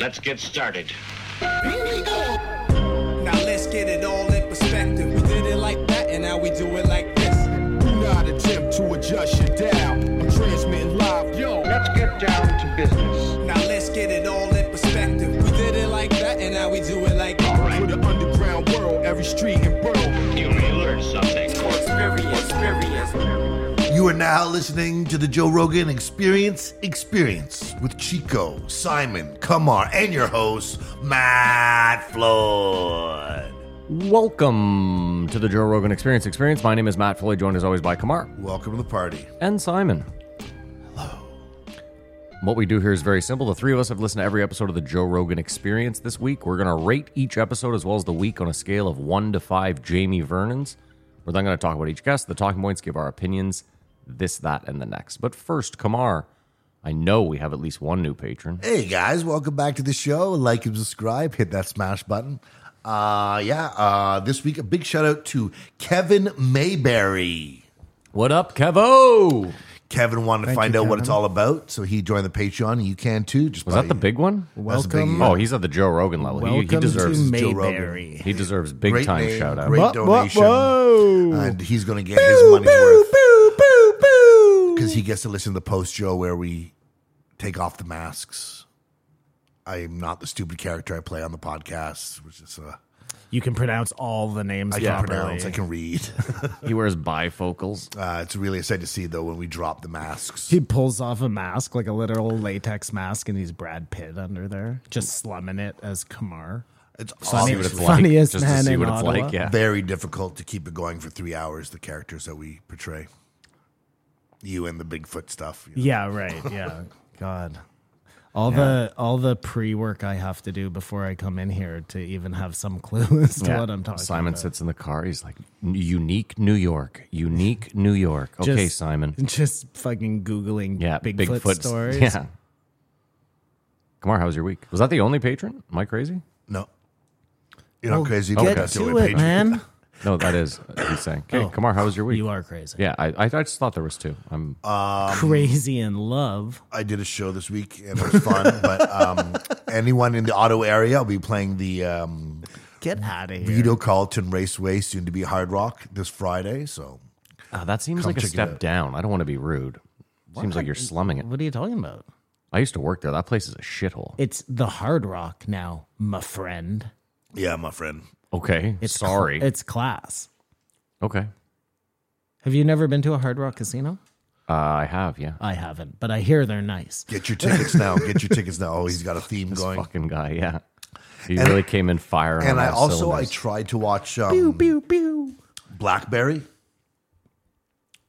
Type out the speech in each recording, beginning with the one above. Let's get started. Now let's get it all in perspective. We did it like that, and now we do it like this. Do not attempt to adjust your dial. I'm transmitting live. Yo, Let's get down to business. Now let's get it all in perspective. We did it like that, and now we do it like this. for the underground world, every street and borough. You may learn something. You are now listening to the Joe Rogan Experience Experience with Chico, Simon, Kumar, and your host, Matt Floyd. Welcome to the Joe Rogan Experience. Experience. My name is Matt Foley, joined as always by Kamar Welcome to the party. and Simon. Hello. What we do here is very simple. The three of us have listened to every episode of the Joe Rogan Experience this week. We're going to rate each episode as well as the week on a scale of one to five Jamie Vernons. We're then going to talk about each guest, the talking points, give our opinions, this, that, and the next. But first, Kamar, I know we have at least one new patron. Hey guys, welcome back to the show. Like and subscribe, hit that smash button. Uh yeah, uh this week a big shout out to Kevin Mayberry. What up, Kevo? Kevin wanted to find out what it's all about, so he joined the Patreon. and You can too. Just Was that the big one? welcome? Oh, he's at the Joe Rogan level. He, he Welcome deserves to Joe Rogan. Mayberry. He deserves big Great time name, shout out. Great Whoa, whoa, donation. whoa. And he's going to get his money's worth. Because he gets to listen to the post show where we take off the masks. I am not the stupid character I play on the podcast, which is uh, You can pronounce all the names I can properly. pronounce, I can read. He wears bifocals. Uh, it's really a sight to see though when we drop the masks. He pulls off a mask, like a literal latex mask, and he's Brad Pitt under there, just slumming it as Kamar. It's See obviously what it's Funniest like. Just man to see in what Ottawa. it's like. Yeah. very difficult to keep it going for three hours. The characters that we portray, you and the Bigfoot stuff. you know. Yeah, right. Yeah. God. All the all the pre work I have to do before I come in here to even have some clue as to Yeah. what I'm talking Simon about. sits in the car. He's like, "N- unique New York. Unique New York. Okay, Just- Simon. Just fucking googling Yeah. Bigfoot, Bigfoot stories. Yeah. Kamar, how was your week? Was that the only patron? Am I crazy? No, you're not crazy. but Get that's the to only it, page. man. No, that is what he's saying. Okay, Oh. Kamar, how was your week? You Uh, are crazy. Yeah, I, I, I just thought there was two. I'm Crazy in love. I did a show this week and it was fun. but um, anyone in the Ottawa area, I'll be playing the um, Get out of here. Vito Carlton Raceway, soon to be Hard Rock, this Friday. So uh, that seems Come like a check it out. step down. I don't want to be rude. Seems like you're slumming it. What are you talking about? I used to work there. That place is a shithole. It's the Hard Rock now, my friend. yeah, my friend. Okay. It's cl- Sorry. it's class. okay. Have you never been to a Hard Rock casino? Uh, I have, yeah. I haven't, but I hear they're nice. Get your tickets now. Get your tickets now. Oh, he's got a theme This going. fucking guy, yeah. He really came in firing. And on I all also I cylinders. tried to watch um, Pew pew. Blackberry.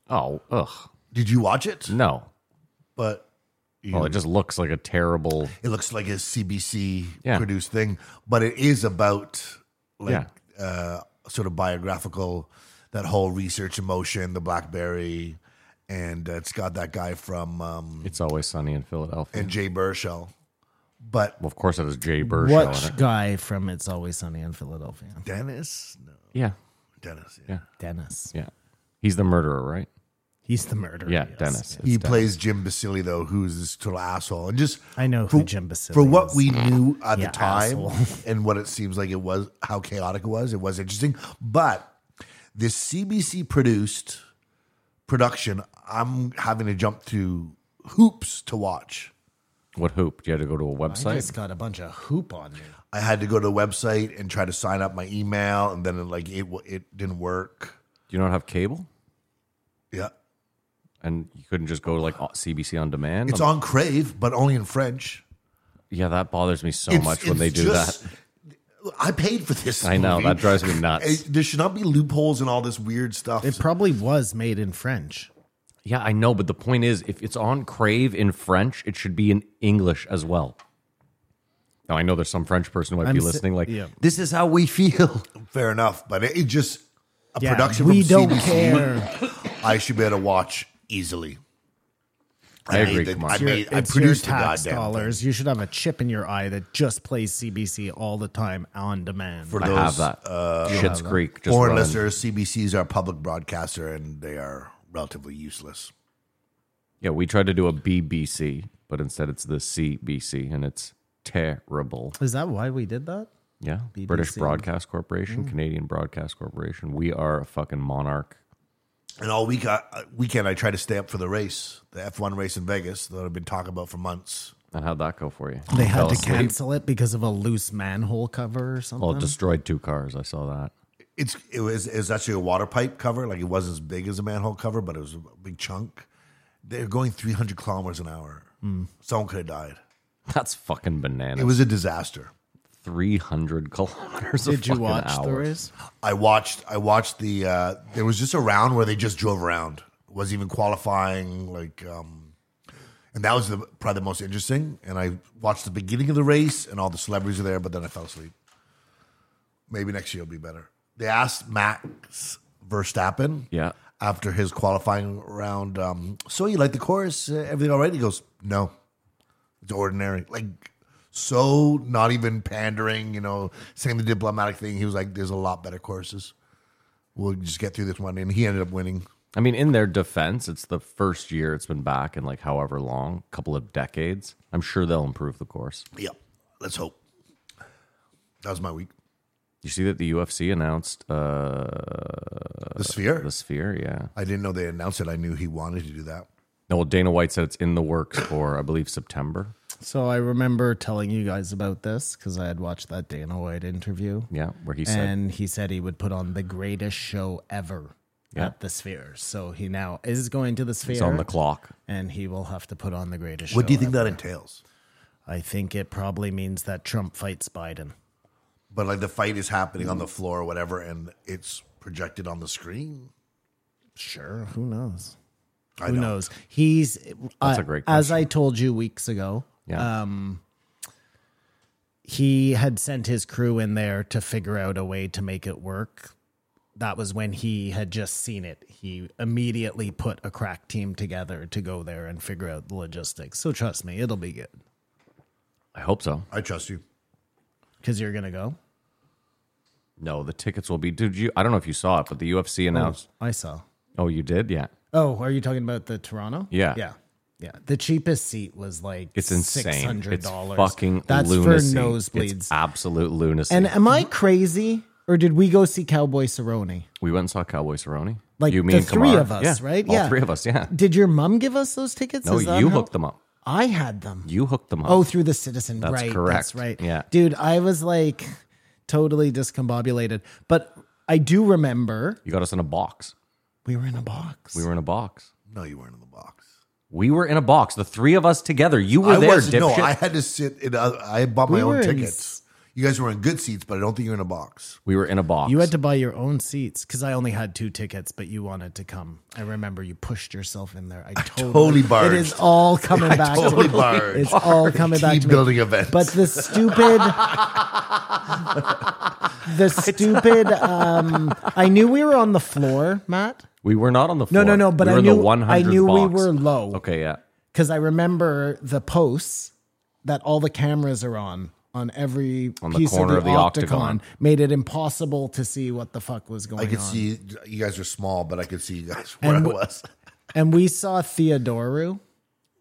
oh, ugh, Did you watch it? no. But you, Mm. Well, it just looks like a terrible. it looks like a CBC Yeah. produced thing, but it is about like Yeah. uh, sort of biographical that whole research emotion, the BlackBerry, and uh, it's got that guy from um, It's always sunny in Philadelphia. and Jay Burchell, but well, of course, it is Jay Burchell. in What it. guy from It's Always Sunny in Philadelphia? Dennis, no, Yeah, Dennis, yeah. Yeah. Dennis. yeah. He's the murderer, right? He's the murderer. Yeah, yes. Dennis. He plays Jim Basile though, who's this total asshole, and just I know who Jim Basile for what is. we knew at Yeah, the time asshole. and what it seems like it was, how chaotic it was. It was interesting, but this CBC produced production, I'm having to jump through hoops to watch. What hoop? Do you have to go to a I website? just got a bunch of hoop on me. I had to go to the website and try to sign up my email, and then like it wa- it didn't work. Do you not have cable? Yeah, And you couldn't just go to like uh, CBC on demand? it's Um, on Crave, but only in French. yeah, that bothers me so It's- much when it's they do just- that. I paid for this. I know, movie. that drives me nuts. There should not be loopholes and all this weird stuff. It probably was made in French. Yeah, I know, but the point is, if it's on Crave in French, it should be in English as well. Now I know there's some French person who might be si- listening, like, yeah. "This is how we feel." Fair enough, but it, it just a Yeah, production. we from don't CBC, care. I should be able to watch easily. I agree, made the- Kumar. I, It's made, I It's produced the your tax goddamn thing. dollars. You should have a chip in your eye that just plays CBC all the time on demand. For I those have that. Uh, Shit's Creek. Just foreign running. listeners, CBCs are public broadcaster and they are relatively useless. Yeah, we tried to do a BBC, but instead it's the CBC, and it's terrible. Is that why we did that? Yeah. British BBC. Broadcast Corporation, Mm. Canadian Broadcast Corporation. We are a fucking monarch. And all week, I, uh, weekend, I tried to stay up for the race, the F1 race in Vegas that I've been talking about for months. And how'd that go for you? They Fell had to asleep? Oh, cancel it because of a loose manhole cover or something. Well, it destroyed two cars. I saw that. It's it was, it was actually a water pipe cover, like it wasn't as big as a manhole cover, but it was a big chunk. They're going 300 kilometers an hour. Someone could have died. That's fucking bananas. It was a disaster. 300 kilometers of Did you fucking watch the hours. race? I watched. I watched the. Uh, there was just a round where they just drove around. Was even qualifying like, um, and that was the, probably the most interesting. And I watched the beginning of the race, and all the celebrities are there. But then I fell asleep. Maybe next year will be better. They asked Max Verstappen. Yeah. After his qualifying round, um, so you like the chorus? Uh, everything all right? He goes, "No, it's ordinary." Like so, not even pandering. You know, saying the diplomatic thing. He was like, "There's a lot better courses." we'll just get through this one. And he ended up winning. I mean, in their defense, it's the first year it's been back in like however long, couple of decades. I'm sure they'll improve the course. Yep. Let's hope. That was my week. You see that the UFC announced uh, The Sphere. the Sphere? Yeah. I didn't know they announced it. I knew he wanted to do that. No, well, Dana White said it's in the works for, I believe, September. So I remember telling you guys about this because I had watched that Dana White interview. Yeah, where he said, and he said he would put on the greatest show ever Yeah. at the Sphere. So he now is going to the Sphere. it's on the clock. And he will have to put on the greatest show. What do you think ever. that entails? I think it probably means that Trump fights Biden. But like the fight is happening on the floor or whatever, and it's projected on the screen. Sure, who knows? I Who don't- knows? He's That's uh, a great As I told you weeks ago, Yeah. um, he had sent his crew in there to figure out a way to make it work. That was when he had just seen it. He immediately put a crack team together to go there and figure out the logistics. So trust me, it'll be good. I hope so. I trust you. Because you're gonna go. No, the tickets will be. Did you? I don't know if you saw it, but the UFC announced. I saw. Oh, you did? Yeah. Oh, are you talking about the Toronto? Yeah. yeah, yeah. The cheapest seat was like It's Six insane. hundred It's dollars. fucking That's lunacy. for nosebleeds. It's absolute lunacy. And am Mm-hmm. I crazy, or did we go see Cowboy Cerrone? we went and saw Cowboy Cerrone. Like you, me, the and three Kamara. of us, yeah. right? All yeah, three of us. Yeah. Did your mom give us those tickets? No, Is that you how- hooked them up. I had them. You hooked them up. Oh, through the Citizen. That's right. correct. That's right. Yeah. dude, I was like totally discombobulated, but I do remember you got us in a box. we were in a box. We were in a box. No, you weren't in the box. We were in a box. The three of us together. You were I there, wasn't. dipshit. No, I had to sit. In, uh, I bought my We own were in tickets. you guys were in good seats, but I don't think you're in a box. we were in a box. You had to buy your own seats because I only had two tickets, but you wanted to come. I remember you pushed yourself in there. I totally, totally It barged. is all coming back. totally to me. barged. It's all coming back to me. Team-building events. But the stupid, the stupid. Um, I knew we were on the floor, Matt, We were not on the No, floor. no, no, but we I were in knew- the 100th I knew we box. were low. Okay, yeah. because I remember the posts that all the cameras are on. On every On the piece corner of the, octagon, octagon. made it impossible to see what the fuck was going I could on. see you guys are small, but I could see you guys where I And wh- was. And we saw Theodoru.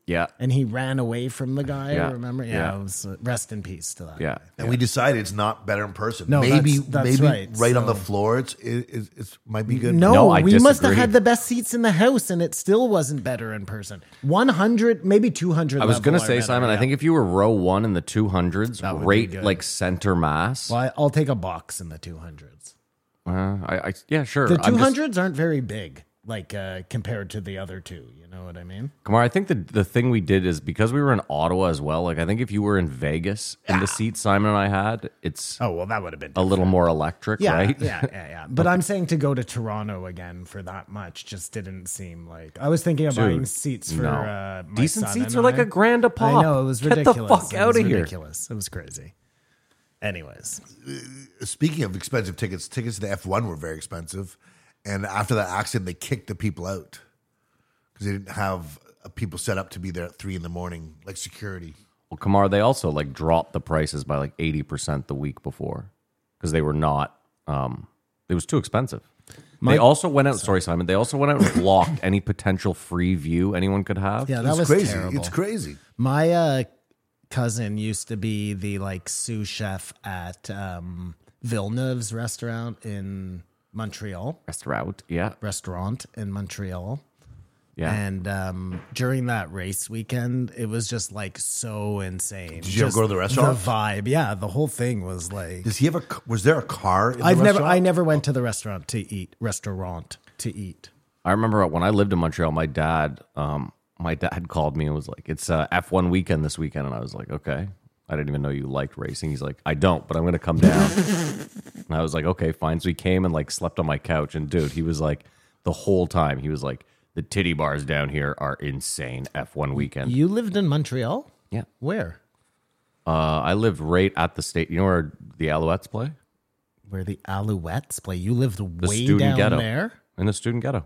Yeah. and he ran away from the guy. Yeah. Remember? Yeah, Yeah. It was, uh, rest in peace to that. Yeah. And we decided it's not better in person. No, maybe that's- that's maybe right, right, on the so- floor. It's it, it's it's might be good. No, No, I we must have disagree. had the best seats in the house, and it still wasn't better in person. One hundred, maybe two hundred. I was going to say, Simon, I think if you were row one in the 200s, rate like center mass. Well, I- I'll take a box in the two hundreds. Uh, I, I, yeah, sure. The I'm two just- hundreds aren't very big, like uh, compared to the other two. You know what I mean? Kamar, I think the the thing we did is because we were in Ottawa as well. Like I think if you were in Vegas in the seat Simon and I had, it's Ah. Oh well, that would have been a little more electric, yeah, right? yeah, yeah, yeah. But I'm saying to go to Toronto again for that much just didn't seem like I was thinking of buying seats for no. uh, my Decent son seats and are like I. a grand a pop. I know it was Get the ridiculous. fuck It out was of here. ridiculous. It was crazy. Anyways, Speaking of expensive tickets, tickets to the F one were very expensive, and after that accident, they kicked the people out because they didn't have uh, people set up to be there at three in the morning, like security. Well, Kamar, they also like dropped the prices by like eighty percent the week before because they were not. Um, it was too expensive. they also went out. Sorry, Simon. They also went out and blocked any potential free view anyone could have. yeah, that It's was crazy. terrible. It's crazy. My uh, cousin used to be the like sous chef at um, Villeneuve's restaurant in Montreal. Restaurant. Yeah. Restaurant in Montreal. Yeah. And um, during that race weekend, it was just like so insane. Did you ever go to the restaurant? The vibe, yeah. The whole thing was like Does he have a? c- Was there a car? In the I've never, restaurant? I never went to the restaurant to eat. Restaurant to eat. I remember when I lived in Montreal, my dad, um, my dad called me and was like, "It's uh, F1 weekend this weekend," and I was like, "Okay, I didn't even know you liked racing." He's like, "I don't, but I'm gonna come down." and I was like, "Okay, fine." So he came and like slept on my couch, and dude, he was like, the whole time he was like, "The titty bars down here are insane." F1 weekend. You lived in Montreal. Yeah. Where? Uh, I lived right at the state. You know where the Alouettes play? Where the Alouettes play? You lived The way student down ghetto. there. In the student ghetto,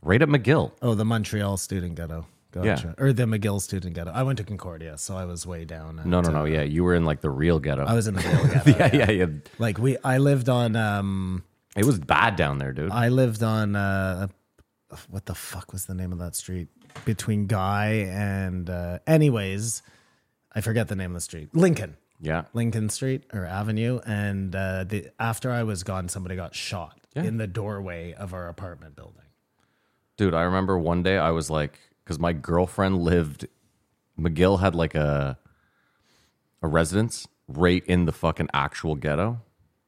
right at McGill. Oh, the Montreal student ghetto. Gotcha. Or the McGill student ghetto. I went to Concordia, so I was way down. at, No, no, uh, no. Yeah, you were in like the real ghetto. I was in the McGill ghetto. yeah, yeah, yeah. Like we, I lived on. um It was bad down there, dude. I lived on uh, what the fuck was the name of that street between Guy and uh, anyways, I forget the name of the street. Lincoln, yeah. Lincoln Street or Avenue, and uh, the after I was gone, somebody got shot Yeah. in the doorway of our apartment building. Dude, I remember one day I was like, because my girlfriend lived, McGill had like a a residence right in the fucking actual ghetto,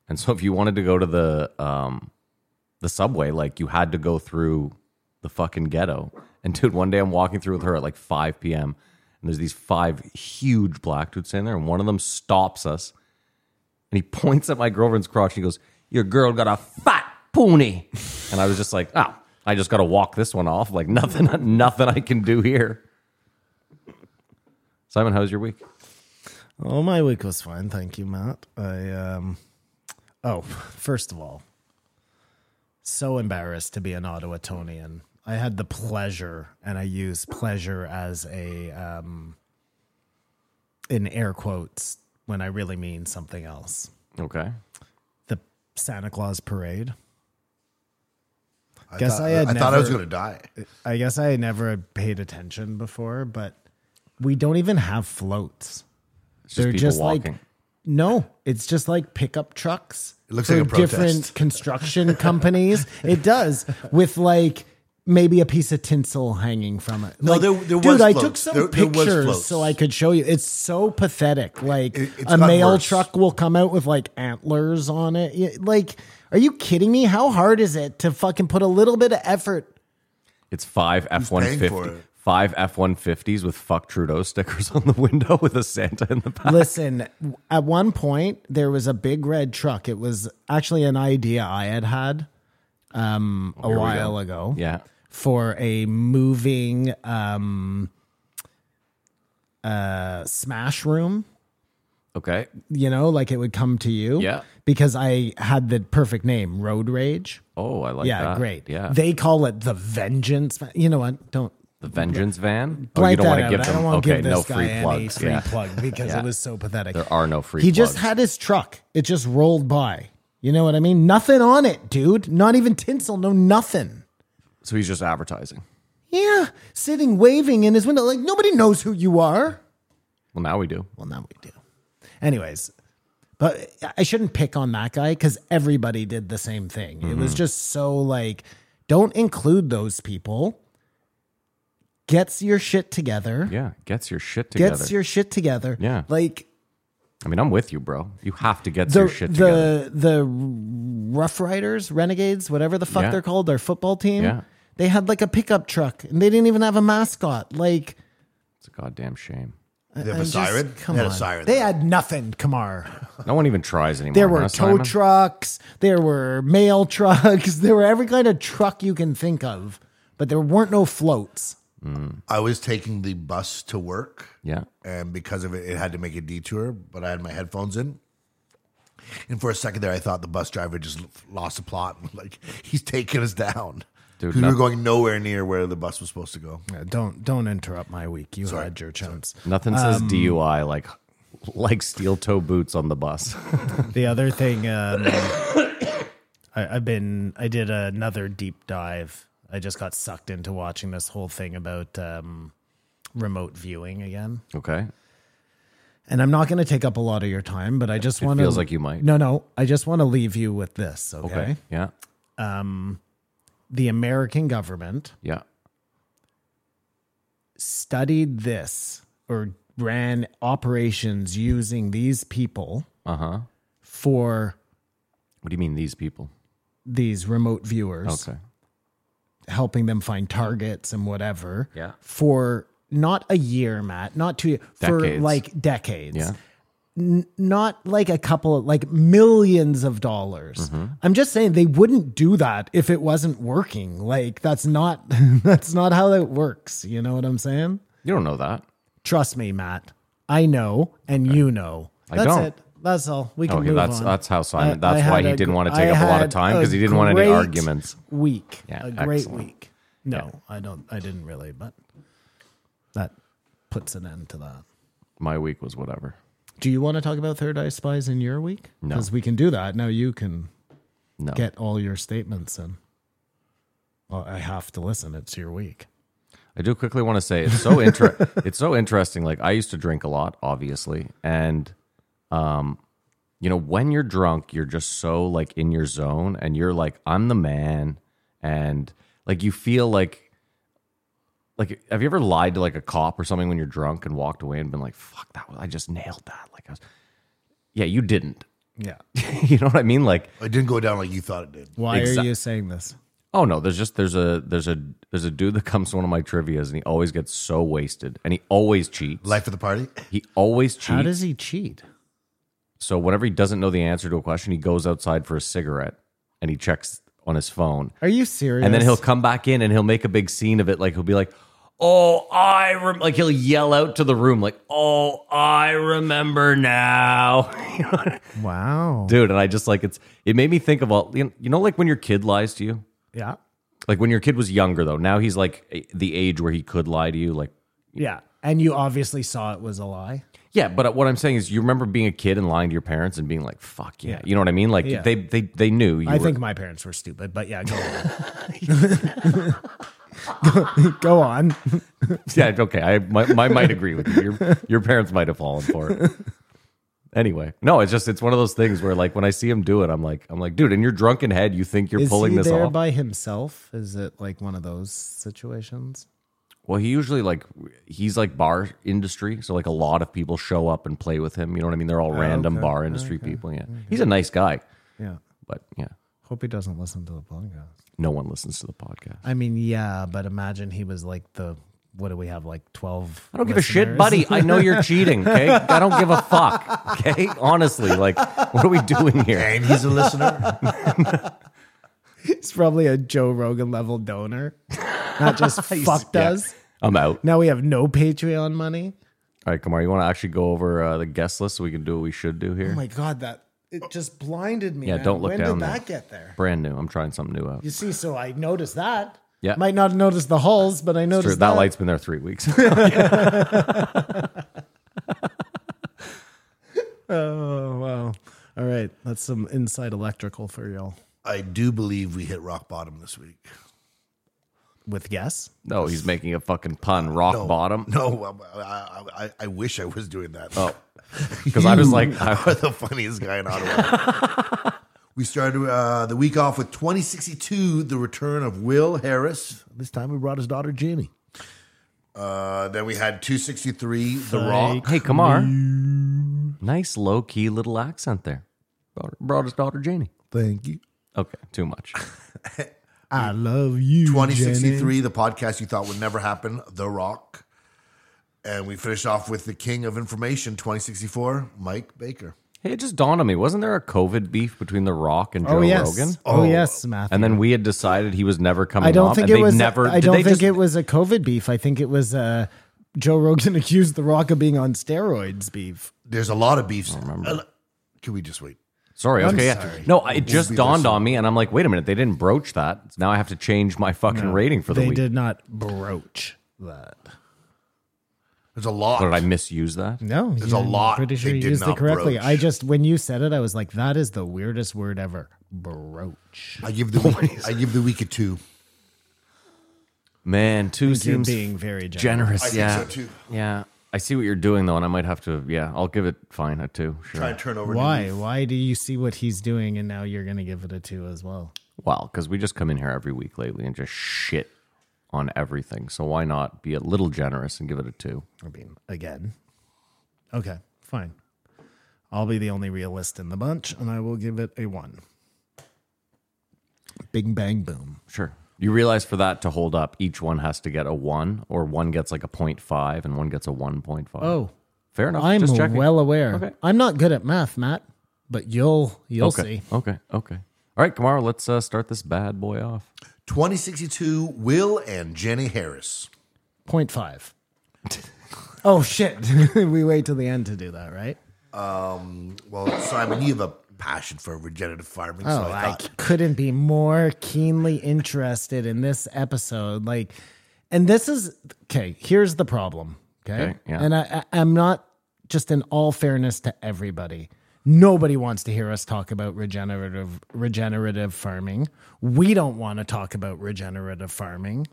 and so if you wanted to go to the um the subway, like you had to go through the fucking ghetto. And dude, one day I'm walking through with her at like 5 p.m. and there's these five huge black dudes standing there, and one of them stops us, and he points at my girlfriend's crotch and he goes, "Your girl got a fat poonie," and I was just like, "Oh, I just got to walk this one off. Like nothing, nothing I can do here." Simon, how was your week? Oh, my week was fine, thank you, Matt. I um, oh, first of all, so embarrassed to be an Ottawatonian. I had the pleasure, and I use pleasure as a um, in air quotes when I really mean something else. Okay, The Santa Claus parade. I Guess thought, I had I thought I was never- going to die. I guess I had never paid attention before, but we don't even have floats. it's They're people just like- walking. No, it's just like pickup trucks. It looks like a protest. different construction companies. it does with like maybe a piece of tinsel hanging from it. No, like, there- there was dude, I floats. took some There- there was pictures floats. so I could show you. It's so pathetic. Like It- it's a gotten mail worse. truck will come out with like antlers on it. Yeah, Like, are you kidding me? How hard is it to fucking put a little bit of effort? It's five F one paying for fifty, it? five F one fifties with "fuck Trudeau" stickers on the window with a Santa in the back. Listen, at one point there was a big red truck. It was actually an idea I had had um, a we while go. ago Yeah, for a moving um, uh, smash room. okay, You know, like it would come to you. Yeah. Because I had the perfect name, Road Rage. Oh, I like yeah, that. great. Yeah, They call it the Vengeance. You know what? Don't the vengeance van. blank oh, you don't that want to out. give I don't them. want to Okay, give this no guy free any plugs. free yeah, plug because Yeah. it was so pathetic. There are no free He just plugs. had his truck. It just rolled by. You know what I mean? Nothing on it, dude. Not even tinsel. No nothing. so he's just advertising. Yeah, sitting waving in his window like nobody knows who you are. Well, now we do. Well, now we do. Anyways, but I shouldn't pick on that guy because everybody did the same thing. It Mm-hmm. was just so like, don't include those people. Gets your shit together. Yeah, gets your shit together. gets your shit together. Yeah. Like I mean, I'm with you, bro. You have to get the your shit together. the the Rough Riders, Renegades, whatever the fuck Yeah. they're called, their football team. Yeah. They had like a pickup truck and they didn't even have a mascot. Like It's a goddamn shame. They have I'm a just- siren. come they had on. a siren. They had nothing, Kamar. No one even tries anymore. There were huh, tow Simon? trucks, there were mail trucks, there were every kind of truck you can think of, but there weren't no floats. I was taking the bus to work, Yeah. and because of it, it had to make a detour. But I had my headphones in, and for a second there, I thought the bus driver just l- lost the plot. and Like he's taking us down. 'Cause Dude, we no- were going nowhere near where the bus was supposed to go. don't don't interrupt my week. You had your chance. Nothing Um, says DUI like like steel toe boots on the bus. The other thing, um, I, I've been, I did another deep dive. I just got sucked into watching this whole thing about um, remote viewing again. okay. And I'm not going to take up a lot of your time, but I just It want to. feels like you might. No, no. I just want to leave you with this. Okay? Okay. Yeah. The American government Yeah. studied this or ran operations using these people Uh huh. for What do you mean these people? these remote viewers, Okay. helping them find targets and whatever. Yeah. For not a year, Matt, not two years, for Decades. like decades. Yeah. not like a couple of like millions of dollars. Mm-hmm. I'm just saying they wouldn't do that if it wasn't working. Like that's not that's not how that works. You know what I'm saying? You don't know that. Trust me, Matt. I know and you know. I That's don't. it. That's all. We can Okay, move Oh, that's on. that's how Simon. I- I that's why had he a didn't gr- want to take I up a lot had of time a because he didn't want any great arguments. Week. Yeah, a great excellent. week. No, I don't I didn't really, but that puts an end to that. My week was whatever. Do you want to talk about Third Eye Spies in your week? No. Because we can do that. Now you can No. get all your statements in. Well, I have to listen. It's your week. I do quickly want to say it's so inter- it's so interesting. Like I used to drink a lot, obviously, and um, you know, when you're drunk, you're just so like in your zone, and you're like, I'm the man, and like you feel like, like have you ever lied to like a cop or something when you're drunk and walked away and been like, fuck that was I just nailed that. Like I was, yeah, you didn't. Yeah. you know what I mean? Like It didn't go down like you thought it did. Why Exact- are you saying this? Oh no, there's just there's a there's a there's a dude that comes to one of my trivia's and he always gets so wasted and he always cheats. Life of the party. he always How cheats. does he cheat? so whenever he doesn't know the answer to a question, he goes outside for a cigarette and he checks on his phone. Are you serious? And then he'll come back in and he'll make a big scene of it. Like he'll be like, "Oh, I rem-, like he'll yell out to the room like, "Oh, I remember now." You know? Wow. Dude, and I just like it's it made me think of all you know- you know like when your kid lies to you? Yeah. Like when your kid was younger, though. Now he's like a- the age where he could lie to you. Like, Yeah. And you obviously saw it was a lie. yeah. But uh, what I'm saying is, you remember being a kid and lying to your parents and being like, "Fuck yeah," Yeah. you know what I mean? Like Yeah. they they they knew. You I were- think my parents were stupid, but yeah, go on. go, go on. Yeah. Okay. I my, my might agree with you. Your your parents might have fallen for it. Anyway, no. It's just it's one of those things where like when I see him do it, I'm like I'm like, dude, in your drunken head, you think you're Is pulling he this there off. by himself? Is it like one of those situations? well, he usually like he's like bar industry, so like a lot of people show up and play with him. You know what I mean? They're all random Ah, okay, bar industry people. Yeah. He's a nice guy, Yeah. but yeah. Hope he doesn't listen to the podcast. No one listens to the podcast. I mean, yeah, but imagine he was like the what do we have like twelve? I don't give a shit, buddy. I know you're cheating, okay? I don't give a fuck, okay? Honestly, like, what are we doing here? And he's a listener. He's probably a Joe Rogan level donor, not just fucked yeah. us. I'm out. Now we have no Patreon money. All right, Kamar, you want to actually go over uh, the guest list so we can do what we should do here? Oh my god, that it just blinded me. Yeah, man. don't look when down did there. that get there? Brand new. I'm trying something new out. You see, so I noticed that. Yeah. might not notice the hulls, but I True, noticed that, light's been there three weeks. Oh wow! All right, that's some inside electrical for y'all. I do believe we hit rock bottom this week. With guess, no, he's making a fucking pun. Rock No, bottom. No, um, I, I, I- I wish I was doing that. Oh, Because I was like, I, are the funniest guy in Ottawa. we started uh, the week off with 2062, the return of Will Harris. This time we brought his daughter Jeannie. Uh, then we had 263, The Rock. hey, Kamar. Nice low key little accent there. Brought, brought his daughter, Janie. Thank you. Okay, too much. I love you. 2063, the podcast you thought would never happen, The Rock. And we finished off with the king of information, 2064, Mike Baker. Hey, it just dawned on me. Wasn't there a COVID beef between The Rock and Joe Oh yes. Rogan? Oh, yes, Matthew. And then we had decided he was never coming. I don't off, think and it they was. Never, I did don't they think just- it was a COVID beef. I think it was uh, Joe Rogan accused The Rock of being on steroids beef. There's a lot of beefs. Uh, Can we just wait? Sorry. I'm Okay. yeah. sorry. No, I- it just be there dawned soon. on me, and I'm like, wait a minute, they didn't broach that. Now I have to change my fucking rating for the they week. did not broach that. There's a lot. Or did I misuse that? No, There's you- a lot Pretty sure they you did used it not correctly. broach. I just when you said it, I was like, that is the weirdest word ever. Broach. I give the week, I give the week a two. Man, two You're seems being very generous. generous. I think yeah. so too. Yeah. I see what you're doing though, and I might have to. Yeah, I'll give it fine a two. Sure. Try and turn over. a new Why? leaf. Why do you see what he's doing and now you're going to give it a two as well? Well, because we just come in here every week lately and just shit on everything. So why not be a little generous and give it a two? I mean, again. Okay, fine. I'll be the only realist in the bunch and I will give it a one. Bing, bang, boom. Sure. You realize for that to hold up, each one has to get a one, or one gets like a 0.5 and one gets a 1.5. Oh, fair enough. I'm just checking. well aware. Okay. I'm not good at math, Matt, but you'll you'll okay. see. Okay. Okay. All right, Kamara, let's uh, start this bad boy off. 2062, Will and Jenny Harris. Point five. oh shit! we wait till the end to do that, right? Well, Simon, you have a passion for regenerative farming. Oh, so I, I thought, couldn't be more keenly interested in this episode. Like, and this is okay. Here's the problem. Okay, Okay, yeah. and I, I, I'm not just in all fairness to everybody. Nobody wants to hear us talk about regenerative regenerative farming. We don't want to talk about regenerative farming.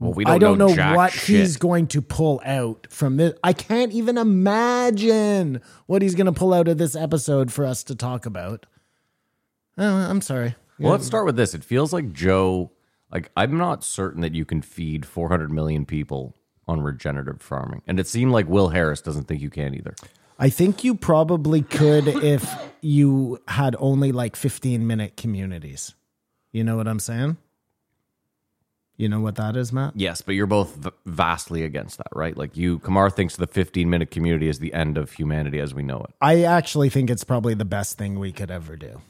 Well, we I don't know, jack what shit. he's going to pull out from this. I can't even imagine what he's going to pull out of this episode for us to talk about. Oh, I'm sorry. Well, let's start with this. It feels like Joe, like I'm not certain that you can feed 400 million people on regenerative farming. And it seemed like Will Harris doesn't think you can either. I think you probably could if you had only like 15 minute communities. You know what I'm saying? You know what that is, Matt? Yes, but you're both v- vastly against that, right? Like you, Kamar thinks the 15 minute community is the end of humanity as we know it. I actually think it's probably the best thing we could ever do.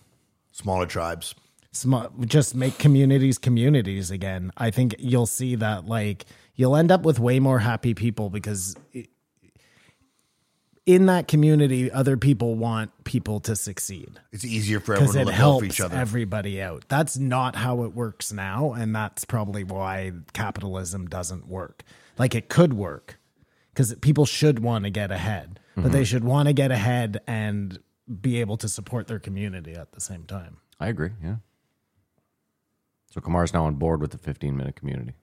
smaller tribes. Sm- just make communities communities again. I think you'll see that like you'll end up with way more happy people because i- in that community, other people want people to succeed. It's easier for everyone because to it look out helps for each other. everybody out. That's not how it works now, and that's probably why capitalism doesn't work. Like it could work because people should want to get ahead, but Mm-hmm. they should want to get ahead and be able to support their community at the same time. I agree. Yeah. So Kamar's now on board with the 15 minute community.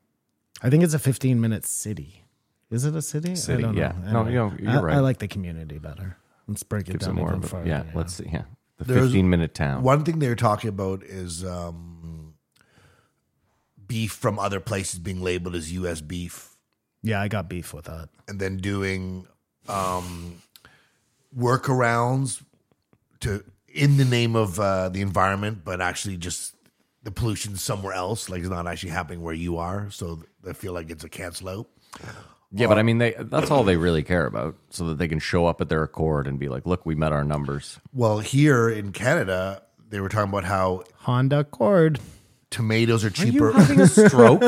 I think it's a 15 minute city. Is it a city? City, I don't yeah. know. No, you know, you're I, right. I like the community better. Let's break it Give down some more. even But further. yeah, let's see. Yeah. The There's 15 minute town. One thing they were talking about is um, beef from other places being labeled as U.S. beef, Yeah, I got beef with that. and then doing um, workarounds to in the name of uh, the environment, but actually just the pollution somewhere else. Like it's not actually happening where you are, so I feel like it's a cancel out. Yeah, but I mean, they that's all they really care about, so that they can show up at their accord and be like, "Look, we met our numbers." Well, here in Canada, they were talking about how Honda Accord. tomatoes are cheaper. having a stroke,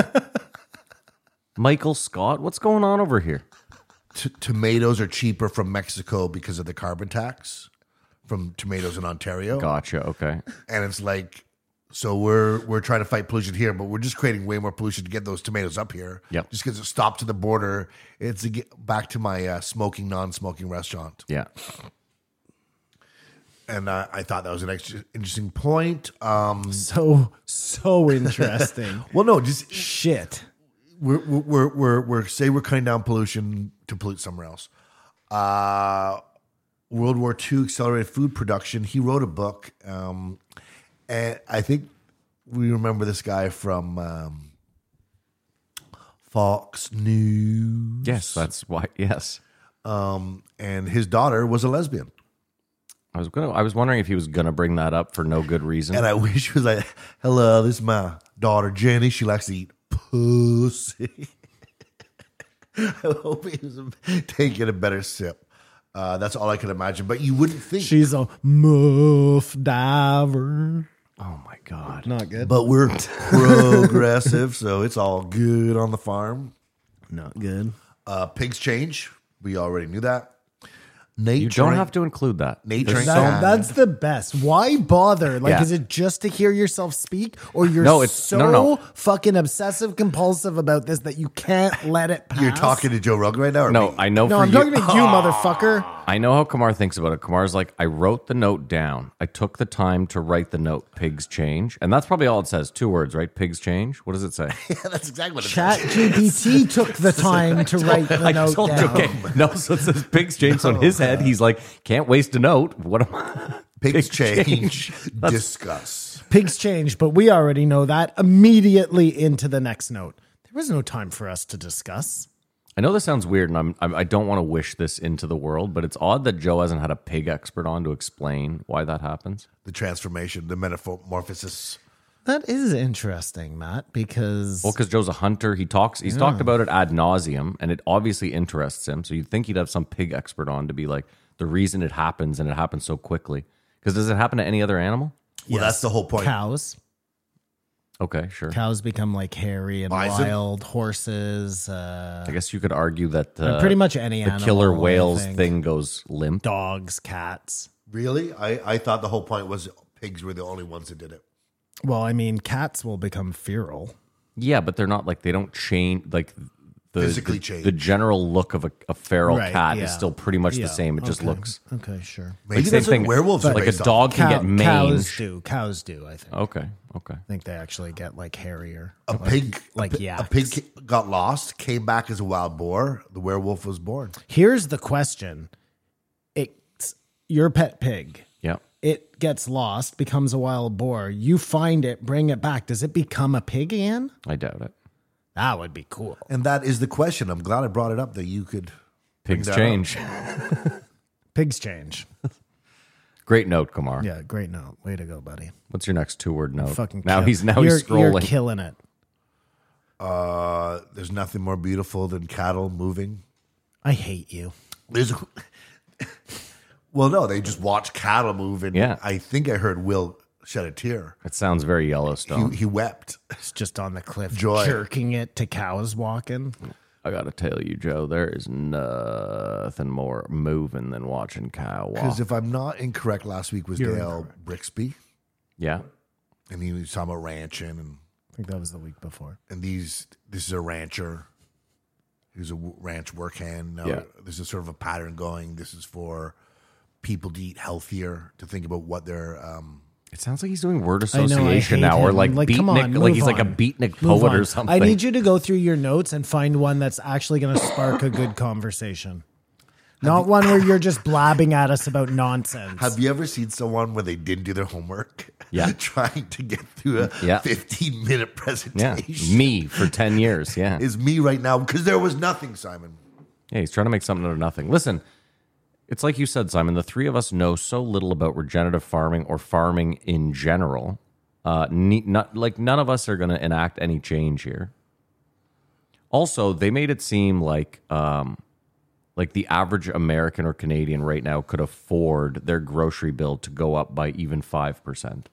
Michael Scott? What's going on over here? t- tomatoes are cheaper from Mexico because of the carbon tax from tomatoes in Ontario, Gotcha. Okay. and it's like so we're we're trying to fight pollution here, but we're just creating way more pollution to get those tomatoes up here. Yep. just because it's stopped to the border. It's a get back to my uh, smoking non-smoking restaurant, Yeah. and uh, I thought that was an extra interesting point. Um, So, so interesting. well, no, just Shit. we're we're we're we're say we're cutting down pollution to pollute somewhere else. Uh, World War II accelerated food production. He wrote a book, um, and I think we remember this guy from um, Fox News. Yes, that's why. Yes, um, and his daughter was a lesbian, I was gonna. I was wondering if he was gonna bring that up for no good and reason. I wish she was like, "Hello, this is my daughter Jenny. She likes to eat pussy." I hope he was taking a better sip. Uh, that's all I can imagine. But you wouldn't think She's a muff diver. oh my god. Not good. but we're progressive, so it's all good on the farm. Not good. Uh, pigs change. We already knew that. Nate You drank, don't have to include that. Nate There's drank so- that. That, that's the best. Why bother? Like, Yeah. is it just to hear yourself speak, or you're No, it's- so no, no. fucking obsessive compulsive about this that you can't let it pass? You're talking to Joe Rogan right now? Or No, me? I know. No, for I'm you, talking to you, motherfucker. I know how Kamar thinks about it. Kamar's like, I wrote the note down. I took the time to write the note. Pigs change, and that's probably all it says. Two words, right? Pigs change. What does it say? that's exactly what it Chat is. GPT took the time to write the I note told you, down. Oh, okay. No, so it says pigs change. So in his head, he's like, can't waste a note. What am I? Pigs Pig change. change. Discuss. Pigs change, but we already know that. Immediately into the next note. There was no time for us to discuss. I know this sounds weird, and I'm, I'm I don't want to wish this into the world, but it's odd that Joe hasn't had a pig expert on to explain why that happens. The transformation, the metamorphosis. That is interesting, Matt, because Well, because Joe's a hunter, he talks. He's talked about it ad nauseum, and it obviously interests him. So you'd think he'd have some pig expert on to be like the reason it happens, and it happens so quickly. Because does it happen to any other animal? Well, that's the whole point. cows Okay, sure. cows become like hairy and Bison? wild horses uh, I guess you could argue that uh, pretty much any the animal, killer I whales think. thing goes limp. dogs cats Really? I, I thought the whole point was pigs were the only ones that did it. well i mean cats will become feral Yeah, but they're not like they don't change like the Physically the, change. The general look of a, a feral Right, cat yeah. is still pretty much Yeah, the same. It just okay. looks okay sure Maybe same that's thing. what werewolves are like a based off. dog can get cows mange. do cows do i think Okay, okay. i think they actually get like hairier A pig, like a, pi- yaks. a pig ca- got lost, came back as a wild boar. The werewolf was born. here's the question it's your pet pig Yeah. it gets lost becomes a wild boar you find it bring it back does it become a pig again I doubt it. that would be cool And that is the question. I'm glad I brought it up that you could. Pigs that up. change. pigs change Great note, Kamar. yeah great note way to go buddy What's your next two word note? fucking now kill- he's now you're, he's scrolling. You're killing it. Uh, there's nothing more beautiful than cattle moving. I hate you. There's, well, no, they just watch cattle move. And Yeah. I think I heard Will shed a tear. It sounds very He, Yellowstone. he wept. It's just on the cliff, Joy. jerking it to cows walking. I gotta tell you, Joe, there is nothing more moving than watching Kyle walk. Because if I'm not incorrect, last week was You're Dale Brixby, yeah, and he was talking about ranching, and, I think that was the week before. and these this is a rancher. He was a w- ranch workhand. Now, Yeah. This is sort of a pattern going. This is for people to eat healthier, to think about what their um, it sounds like he's doing word I know, I association hate now, or him. like, beatnik, come on, like move he's like a on. beatnik Move poet on. or something. I need you to go through your notes and find one that's actually going to spark a good conversation. Not one where you're just blabbing at us about nonsense. Have you ever seen someone where they didn't do their homework? Yeah. Trying to get through a Yeah. 15 minute yeah, presentation. me for ten years. Yeah, Is me right now because there was nothing, Simon. Yeah, he's trying to make something out of nothing. Listen, it's like you said, Simon. The three of us know so little about regenerative farming or farming in general. Uh, ne- not, like none of us are going to enact any change here. Also, they made it seem like um, like the average American or Canadian right now could afford their grocery bill to go up by even five percent.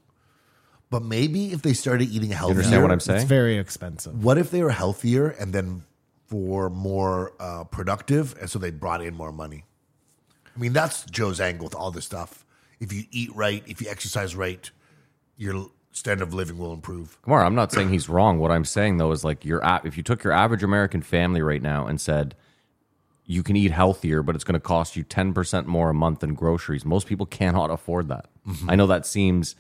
But maybe if they started eating healthier. Understand what I'm it's saying? very expensive. What if they were healthier and then for more uh, productive, and so they brought in more money? I mean, that's Joe's angle with all this stuff. If you eat right, if you exercise right, your standard of living will improve. Kamara, I'm not saying he's wrong. What I'm saying though is like your a- if you took your average American family right now and said you can eat healthier, but it's going to cost you 10% more a month in groceries. Most people cannot afford that. I know that seems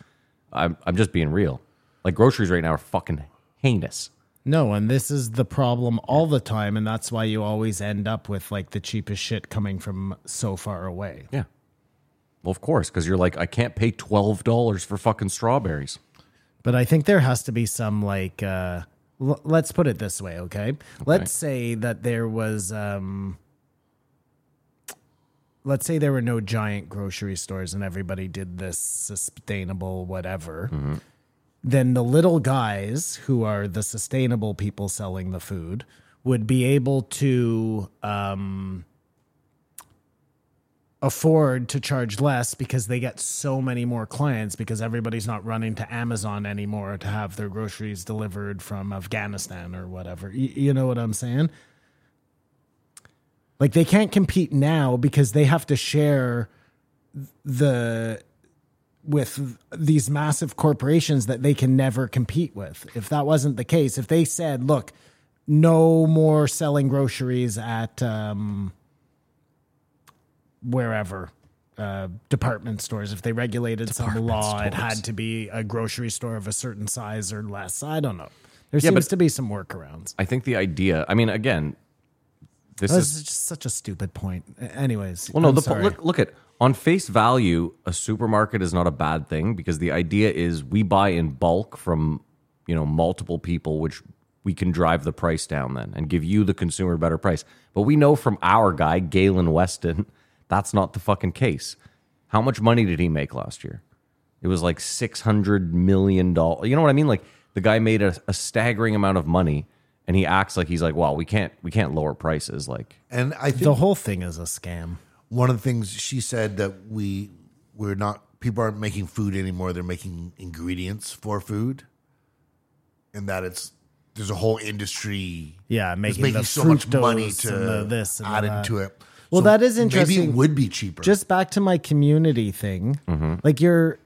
I'm I'm just being real. Like groceries right now are fucking heinous. No, and this is the problem all the time, and that's why you always end up with like the cheapest shit coming from so far away. Yeah. Well, of course, cuz you're like I can't pay $12 for fucking strawberries. but I think there has to be some like uh l- let's put it this way, okay? Let's say that there was um let's say there were no giant grocery stores and everybody did this sustainable whatever. Then the little guys who are the sustainable people selling the food would be able to um afford to charge less because they get so many more clients because everybody's not running to Amazon anymore to have their groceries delivered from Afghanistan or whatever. Y- You, know what I'm saying? Like they can't compete now because they have to share the with these massive corporations that they can never compete with. If that wasn't the case, if they said, "Look, no more selling groceries at um, wherever uh, department stores," if they regulated some law, it had to be a grocery store of a certain size or less. I don't know. There seems but- to be some workarounds. I think the idea. I mean, again, this This is is just such a stupid point. A- Anyways, Well, no, I'm the po- sorry. look look at on face value, a supermarket is not a bad thing because the idea is we buy in bulk from you know multiple people, which we can drive the price down then and give you the consumer a better price. But we know from our guy Galen Weston, that's not the fucking case. How much money did he make last year? It was like six hundred million dollars. You know what I mean? Like the guy made a, a staggering amount of money, and he acts like he's like, "Wow, we can't we can't lower prices." Like And I think the whole thing is a scam. one of the things she said that we we're not people aren't making food anymore they're making ingredients for food and that it's there's a whole industry Yeah, that's making making the so much fructose money and to the this and add the that. into it Well, So that is maybe interesting. it would be cheaper Just back to my community thing. Like you're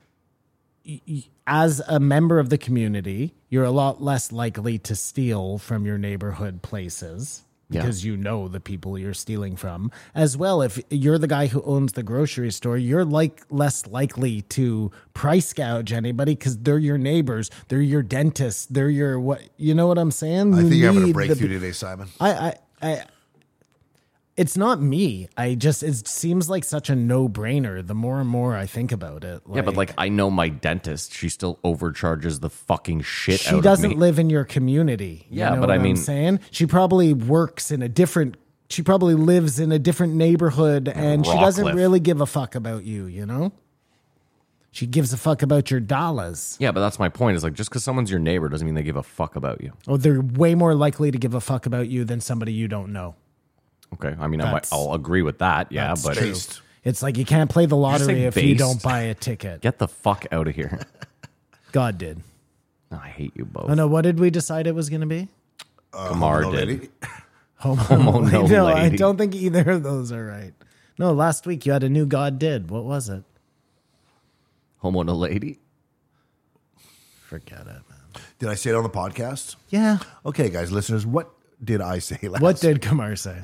y- y- as a member of the community, you're a lot less likely to steal from your neighborhood places because you know the people you're stealing from. As well, if you're the guy who owns the grocery store, you're like less likely to price gouge anybody because they're your neighbors, they're your dentists, they're your what you know what I'm saying? i You think you're having a need the breakthrough today simon I, I, I, it's not me. I just, it seems like such a no brainer the more and more I think about it. Yeah, but like I know my dentist, she still overcharges the fucking shit out she of me. doesn't live in your community. You Yeah, know but what I I'm mean- saying she probably works in a different, she probably lives in a different neighborhood and she doesn't Rockcliffe. really give a fuck about you, you know? She gives a fuck about your dollars. yeah, but that's my point. Is like just because someone's your neighbor doesn't mean they give a fuck about you. Oh, they're way more likely to give a fuck about you than somebody you don't know. Okay, I mean I might, That's- I'll agree with that. Yeah, that's but true. Based. It's like you can't play the you say lottery if you based? don't buy a ticket. get the fuck out of here. God did. No, I hate you both. Oh no, what did we decide it was going to be? Kamar No, did. lady. Homo. no no, I lady. don't think either of those are right. No, last week you had a new God did. What was it? Homo no lady. Forget it, man. did i say it on the podcast Yeah. okay guys listeners what did i say last What did Kamar say?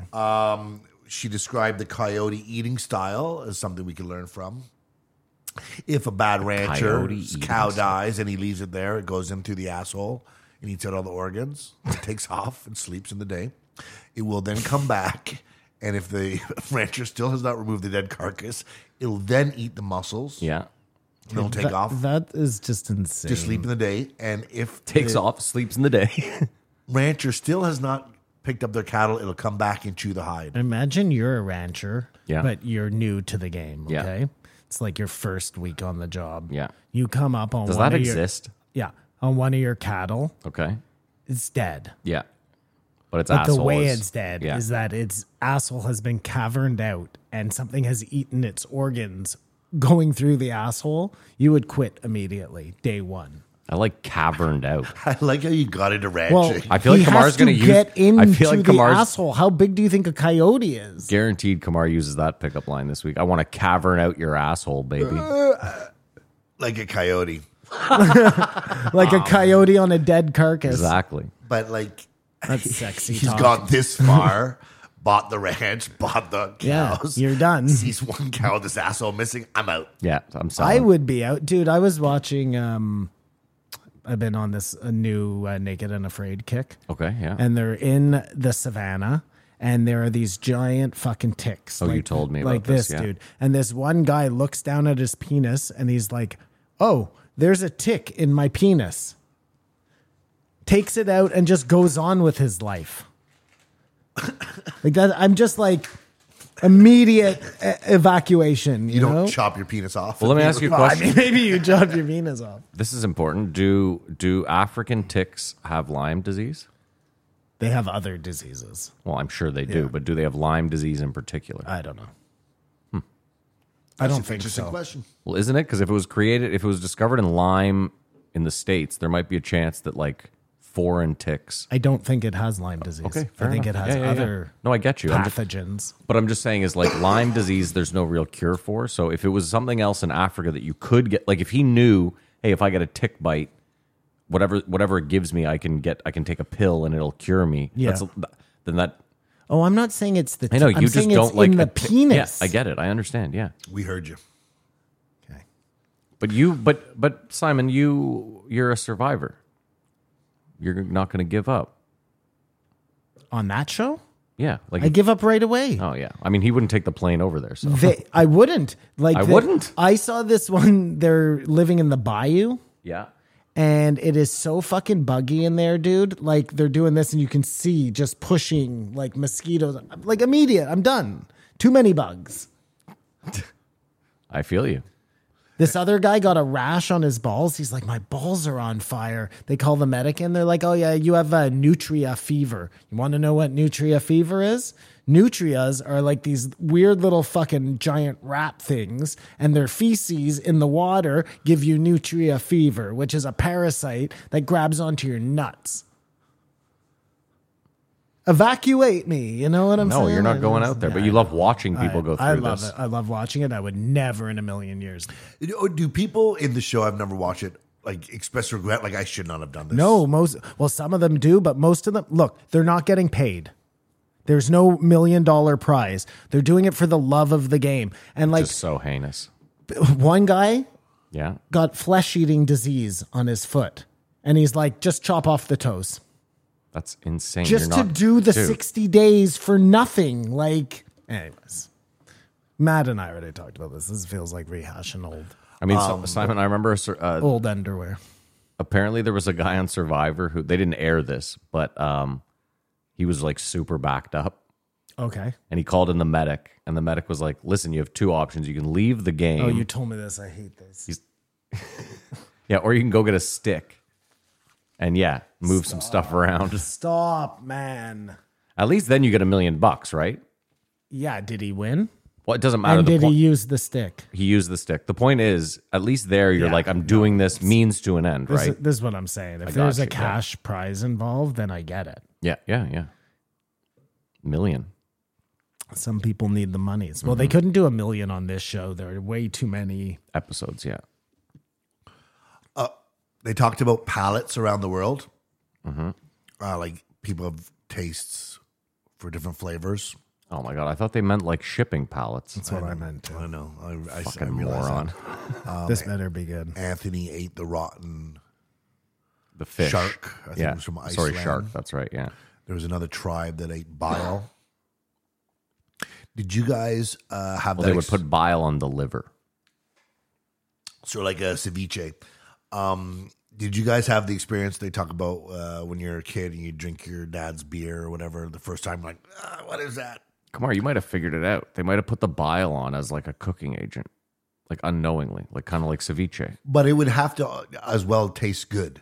she described the coyote eating style as something we can learn from. If a bad rancher's eating cow style. dies and he leaves it there, it goes in through the asshole and eats out all the organs, takes off and sleeps in the day. It will then come back, and if the rancher still has not removed the dead carcass, it'll then eat the muscles. Yeah, and it'll take That- off That is just insane. to sleep in the day. And if takes off, sleeps in the day. rancher still has not picked up their cattle, it'll come back and chew the hide. Imagine you're a rancher, Yeah. but you're new to the game. Yeah. Okay. It's like your first week on the job. Yeah. You come up on Does one that of your- exist? yeah. On one of your cattle. Okay. It's dead. Yeah, but it's But asshole the way is- it's dead yeah. is that its asshole has been caverned out and something has eaten its organs going through the asshole. You would quit immediately, day one. I like caverned out. I like how you got into ranching. Well, I feel he like has Kamar's gonna to use- get into I feel like the Kamar's- asshole. How big do you think a coyote is? Guaranteed, Kamar uses that pickup line this week. I want to cavern out your asshole, baby. like a coyote. Like a coyote on a dead carcass. Exactly. but like That's sexy. he's talk. got this far, bought the ranch, bought the Yeah, cows. you're done. Sees one cow, with this asshole missing. I'm out. Yeah, I'm sorry. I would be out, dude. I was watching. um I've been on this a new uh, Naked and Afraid kick. Okay, yeah. and they're in the savannah and there are these giant fucking ticks. Oh, you told me about like this, yeah. dude. And this one guy looks down at his penis and he's like, "Oh, there's a tick in my penis." Takes it out and just goes on with his life. like that, I'm just like immediate e- evacuation. You, You don't know? chop your penis off. Well, let me ask you a I question. mean, maybe you job your penis off. This is important. Do do African ticks have Lyme disease? They have other diseases. Well, I'm sure they do, but do they have Lyme disease in particular? I don't know. I don't think Hmm. Interesting so. question. well, isn't it? Because if it was created, if it was discovered in Lyme in the states, there might be a chance that like foreign ticks. I don't think it has Lyme disease. Okay, I fair think enough. it has Yeah, yeah, yeah. other No, I get you. I'm just- pathogens. But I'm just saying is like Lyme disease, there's no real cure for. So if it was something else in Africa that you could get, like if he knew, hey, if I get a tick bite, whatever whatever it gives me, I can get, I can take a pill and it'll cure me. Yeah. That's, then that Oh, I'm not saying it's the. I know I'm you just saying don't it's like in the a tick- penis. Yeah, I get it. I understand. Yeah, We heard you. Okay. but you, but but Simon, you you're a survivor. You're not going to give up. On that show, Yeah, like I give up right away. oh yeah. I mean, he wouldn't take the plane over there. So They, I wouldn't like. I the- wouldn't. I saw this one. They're living in the bayou. yeah, and it is so fucking buggy in there, dude. Like they're doing this, and you can see just pushing like mosquitoes. I'm Like immediate, I'm done. Too many bugs. I feel you. This other guy got a rash on his balls. He's like, my balls are on fire. They call the medic and they're like, oh yeah, you have a nutria fever. You want to know what nutria fever is? Nutrias are like these weird little fucking giant rat things, and their feces in the water give you nutria fever, which is a parasite that grabs onto your nuts. Evacuate me. You know what I'm saying? No, you're not Like, going out there, but you love watching people go through I love this. it. I love watching it. I would never in a million years. You know, Do people in the show, I've never watched it, like express regret? Like, I should not have done this. No, most well, some of them do, but most of them look, they're not getting paid. There's no million dollar prize. They're doing it for the love of the game. And like Just so heinous. one guy Yeah. got flesh eating disease on his foot. And he's like, just chop off the toes. That's insane. Just You're to not- do the Dude, 60 days for nothing. Like, anyways. Matt and I already talked about this. This feels like rehashing old I mean, Um, so- Simon, I remember a sur- uh, old underwear. apparently there was a guy on Survivor who they didn't air this, but um, he was like super backed up, Okay. and he called in the medic, and the medic was like, "Listen, you have two options. You can leave the game, Oh, you told me this. I hate this. yeah, or you can go get a stick, and yeah, move some stuff around. Stop, man. At least then you get a million bucks, right? Yeah, did he win? Well, it doesn't matter. and the did point- he use the stick? he used the stick. The point is, at least there, you're Yeah, like, I'm doing this means to an end, This, right? is, this is what I'm saying. If got there's you, a yeah. cash prize involved, then I get it. yeah, yeah, yeah. Million. Some people need the monies. Well, they couldn't do a million on this show. There are way too many. episodes. Yeah, They talked about palates around the world. Uh, like, people have tastes for different flavors. Oh my god, I thought they meant like shipping pallets. That's what I, meant. I know. I, I, I Fucking realize that. moron. this better be good. Anthony ate the rotten. The fish Shark, I think yeah, it was from sorry, Iceland. shark. That's right. Yeah, There was another tribe that ate bile. Did you guys uh, have well, that? they would ex- put bile on the liver. so like a ceviche. Um, did you guys have the experience they talk about uh, when you're a kid and you drink your dad's beer or whatever the first time? Like, ah, what is that? Kumar, you might have figured it out. They might have put the bile on as like a cooking agent, like unknowingly, like kind of like ceviche. But it would have to uh, as well taste good.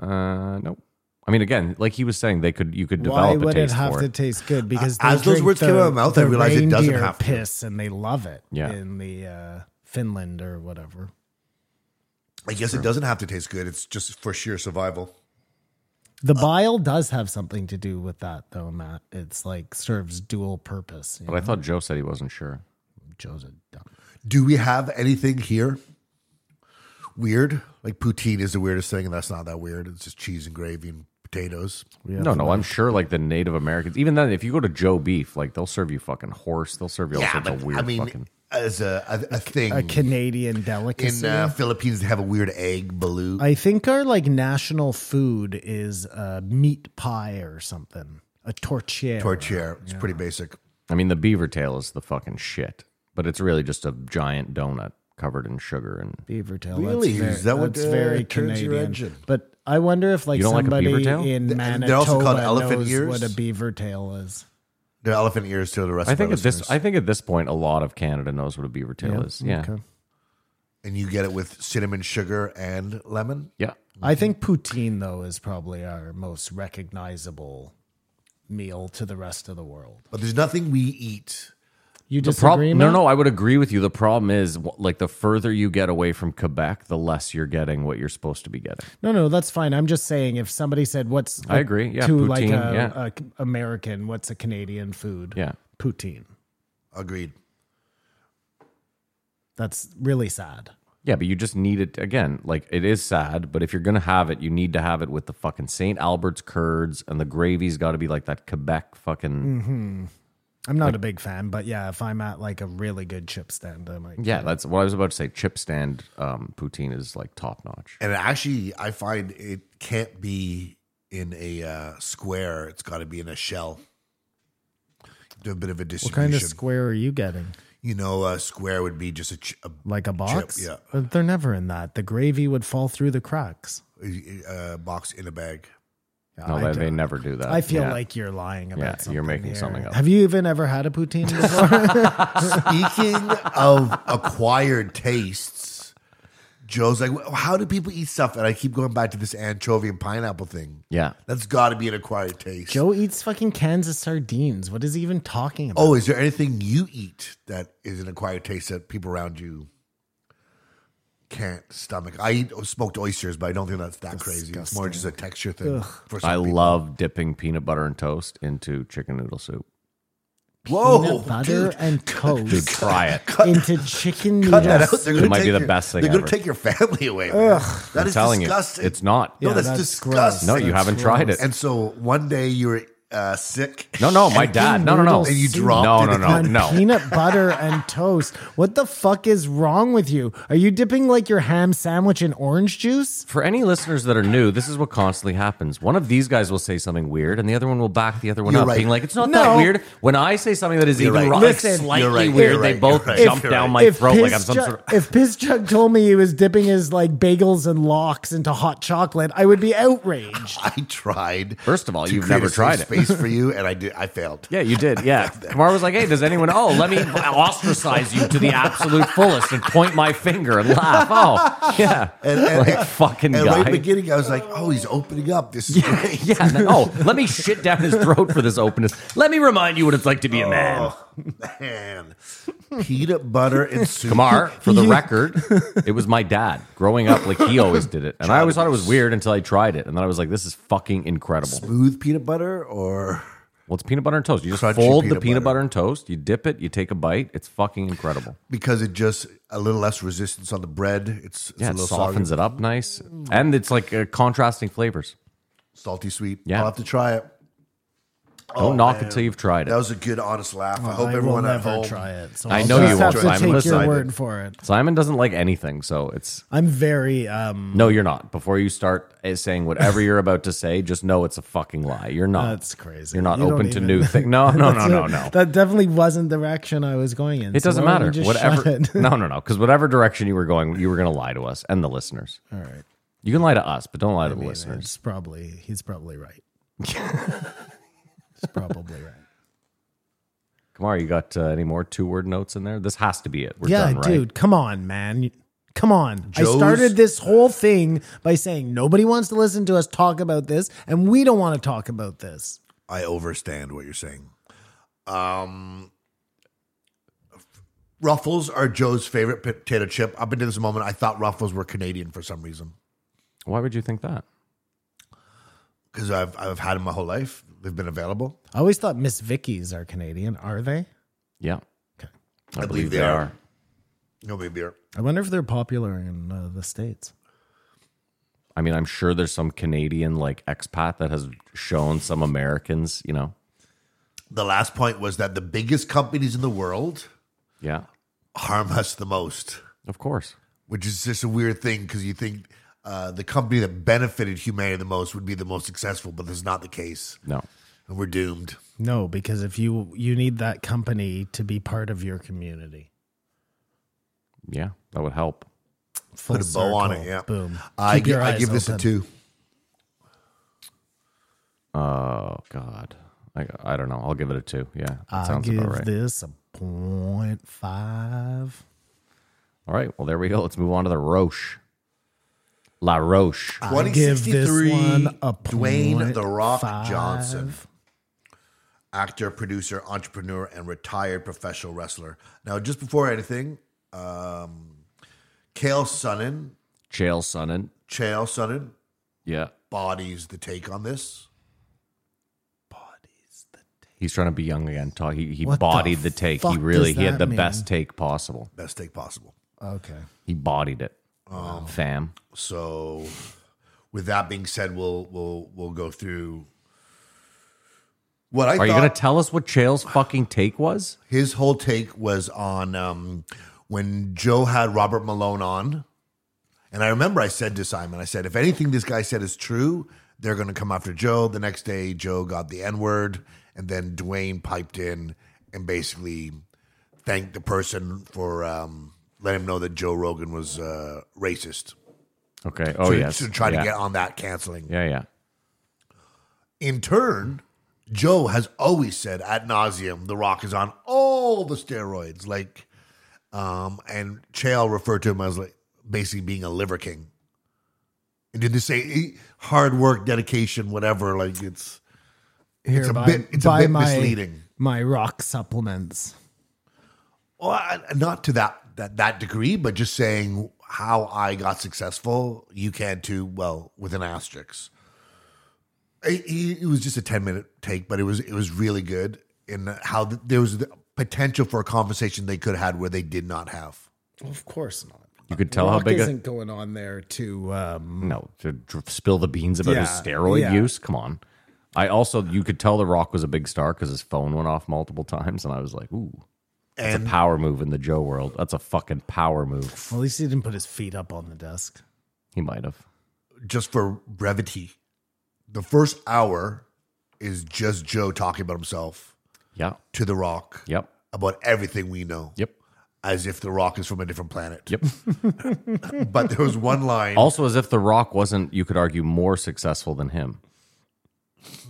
Uh, nope. I mean, again, like he was saying, they could you could develop Why a would it taste have for to it. taste good? Because Uh, they as those drink words came the- out of my mouth, I the realized it doesn't reindeer have to. piss, and they love it. Yeah. in the uh, Finland or whatever. I guess it doesn't have to taste good. It's just for sheer survival. The bile does have something to do with that, though, Matt. It's like serves dual purpose. you but I thought Joe said he wasn't sure. Joe's a dumb. Do we have anything here? Weird, like poutine is the weirdest thing, and that's not that weird. It's just cheese and gravy and potatoes. no, no, I'm sure like the Native Americans. Even then, if you go to Joe Beef, like they'll serve you fucking horse. They'll serve you all sorts of weird I mean, fucking. as a a, a thing Mm. A Canadian in delicacy. uh, Philippines, they have a weird egg balut. I think our like national food is a meat pie or something. A tortilla. tortilla. It's pretty basic. I mean, the beaver tail is the fucking shit, but it's really just a giant donut covered in sugar. And Beaver tail. Really? That's very, Is that what, that's uh, very turns your Canadian. engine? But I wonder if like You don't like a somebody beaver tail? in Manitoba they're also called elephant knows ears? what a beaver tail is. The elephant ears to the rest. I of our think at this, listeners. I think at this point, a lot of Canada knows what a beaver tail is. Yeah, Okay. and you get it with cinnamon sugar and lemon. yeah. Mm-hmm. I think poutine though is probably our most recognizable meal to the rest of the world. But there's nothing we eat You The disagree? problem, no, Matt? no, I would agree with you. The problem is, wh- like, the further you get away from Quebec, the less you're getting what you're supposed to be getting. No, no, that's fine. I'm just saying if somebody said, "What's I agree. Yeah, to like a, poutine, yeah. a c- American, what's a Canadian food? Yeah. poutine. Agreed. That's really sad. Yeah, but you just need it again. Like it is sad, but if you're gonna have it, you need to have it with the fucking Saint Albert's curds, and the gravy's got to be like that Quebec Mm, fucking. I'm not a big fan, but yeah, if I'm at like a really good chip stand, I might. Yeah, that's what I was about to say. Chip stand um, poutine is like top notch. And actually, I find it can't be in a uh, square. It's got to be in a shell. Do a bit of a What distribution. kind of square are you getting? You know, a square would be just a, ch- a Like a box? yeah. But they're never in that. The gravy would fall through the cracks. uh, box in a bag. No, I they, they don't- never do that. I feel Yeah. like you're lying about Yeah, something. you're making here. something up. Have you even ever had a poutine before? Speaking of acquired tastes, Joe's like, "Well, how do people eat stuff? And I keep going back to this anchovy and pineapple thing. yeah. That's got to be an acquired taste. Joe eats fucking cans of sardines. What is he even talking about? Oh, is there anything you eat that is an acquired taste that people around you can't stomach? I eat smoked oysters, but I don't think that's that crazy. It's more just a texture thing. For some I people. love dipping peanut butter and toast into chicken noodle soup. Whoa, Peanut butter oh, dude. and Dude, toast try it. into chicken Cut that out. noodles. They're gonna It might be take the your- best thing They're going ever. to take your family away. man. That is telling you, disgusting. it's not. No, Yeah, that's, that's disgusting. No, you haven't tried it. And so one day you were uh, sick. No, no, my dad. No, no, no. noodle And you soup. dropped No, it no, no, on no. peanut butter and toast. What the fuck is wrong with you? Are you dipping like your ham sandwich in orange juice? For any listeners that are new, this is what constantly happens. One of these guys will say something weird, and the other one will back the other one You're up, right. being like, "It's not No. that weird." When I say something that is You're even right. wrong, like Listen, slightly You're right. You're weird, they right. both You're right. jump You're down right. my throat like I'm some Jug- sort of. if Piss Jug told me he was dipping his like bagels and locks into hot chocolate, I would be outraged. I tried. First of all, to you've create never a safe tried it. Space for you, and I did. I failed. Yeah, you did. Yeah, Kamar was like, "Hey, does anyone? Oh, let me ostracize you to the absolute fullest and point my finger and laugh." Oh, yeah, And, and, like fucking and guy. right at the beginning, I was like, "Oh, he's opening up. This is great." yeah, no, oh, let me shit down his throat for this openness. Let me remind you what it's like to be a man. oh, Man, peanut butter and soup. Kamar, for the record, it was my dad growing up. Like he always did it, and I always thought it was weird until I tried it, and then I was like, "This is fucking incredible." smooth peanut butter, or Well, it's peanut butter and toast. You just Crunchy fold the peanut peanut butter. butter and toast. You dip it. You take a bite. It's fucking incredible. because it just a little less resistance on the bread. It's, it's Yeah, a it little softens it up nice, and it's like uh, contrasting flavors. salty, sweet. Yeah. I'll have to try it. Don't knock it till you've tried That it. was a good, honest laugh. I I hope will everyone at never home. try it. So I I'll know just you have won't, to Simon. take Listen, I your did. word for it. Simon doesn't like anything, so it's I'm very um. no, you're not. Before you start uh, saying whatever you're about to say, just know it's a fucking lie. You're not. That's crazy. You're not You don't open to even- new things. No, no, no, That's no, it. no. That definitely wasn't the direction I was going in. It so doesn't why don't matter. you just Whatever. shut it? no, no, no. Because whatever direction you were going, you were going to lie to us and the listeners. All right. You can lie to us, but don't lie to the listeners. It's probably he's probably right. he's probably right. Kamar, you got uh, any more two word notes in there? This has to be it. We're yeah, done, right? dude. Come on, man. You- Come on. I Joe's- started this whole thing by saying nobody wants to listen to us talk about this, and we don't want to talk about this. I overstand what you're saying. Um, Ruffles are Joe's favorite potato chip. Up until this moment, I thought Ruffles were Canadian for some reason Why would you think that? because I've I've had them my whole life. They've been available. I always thought Miss Vickies are Canadian. Are they? Yeah. I, believe believe they they are. are. No big beer. I wonder if they're popular in uh, the states. I mean, I'm sure there's some Canadian like expat that has shown some Americans, you know. The last point was that the biggest companies in the world Yeah. harm us the most, Of course. which is just a weird thing because you think uh, the company that benefited humanity the most would be the most successful, but that's not the case, No. and we're doomed. No, because if you you need that company to be part of your community. Yeah. That would help. Full Put a bow on circle. it, yeah. Boom. I, Keep gi- your I eyes give this a open. two. Oh, God. I, I don't know. I'll give it a two. Yeah. That I sounds give about right. this a point five. All right. Well, there we go. Let's move on to the Roche. La Roche. I give this 2063, one a Dwayne point The Rock five. Johnson. actor, producer, entrepreneur, and retired professional wrestler. Now, just before anything, um, Kale Sonnen, Chael Sonnen. Chael Sonnen, Yeah. bodies the take on this. He's trying to be young again. Talk. He, he What the bodied the, take. fuck He really does he had that the mean? best take possible. Best take possible. Okay. He bodied it. Oh. Fam. So, with that being said, we'll we'll we'll go through what I Are thought. you gonna tell us what Chael's fucking take was? his whole take was on um, when Joe had Robert Malone on, and I remember I said to Simon, I said, if anything this guy said is true, they're going to come after Joe. The next day, Joe got the N word, and then Dwayne piped in and basically thanked the person for um, letting him know that Joe Rogan was uh, racist. Okay. Oh so, yes. so try Yeah. to get on that canceling. Yeah, yeah. In turn, Joe has always said ad nauseum, The Rock is on all the steroids. Like, um, and Chael referred to him as like basically being a liver king. And did they say eh, hard work, dedication, whatever? Like, it's Here, It's a buy- bit- it's a buy bit my, misleading. My rock supplements. well, I, not to that, that that degree, but just saying how I got successful, you can too. Well, with an asterisk. It, it- it was just a ten minute take, but it was it was really good in how th there was the potential for a conversation they could have had where they did not have. Of course not. You could tell rock how big a isn't going on there to. Um, no to dr- spill the beans about his Yeah, steroid yeah. use. Come on. I also you could tell The Rock was a big star because his phone went off multiple times, and I was like, ooh, that's And- a power move in the Joe world. That's a fucking power move. at least he didn't put his feet up on the desk. He might have. Just for brevity, the first hour is just Joe talking about himself Yeah. to The Rock Yep. about everything we know, Yep. as if The Rock is from a different planet. Yep. But there was one line. Also, as if The Rock wasn't, you could argue, more successful than him.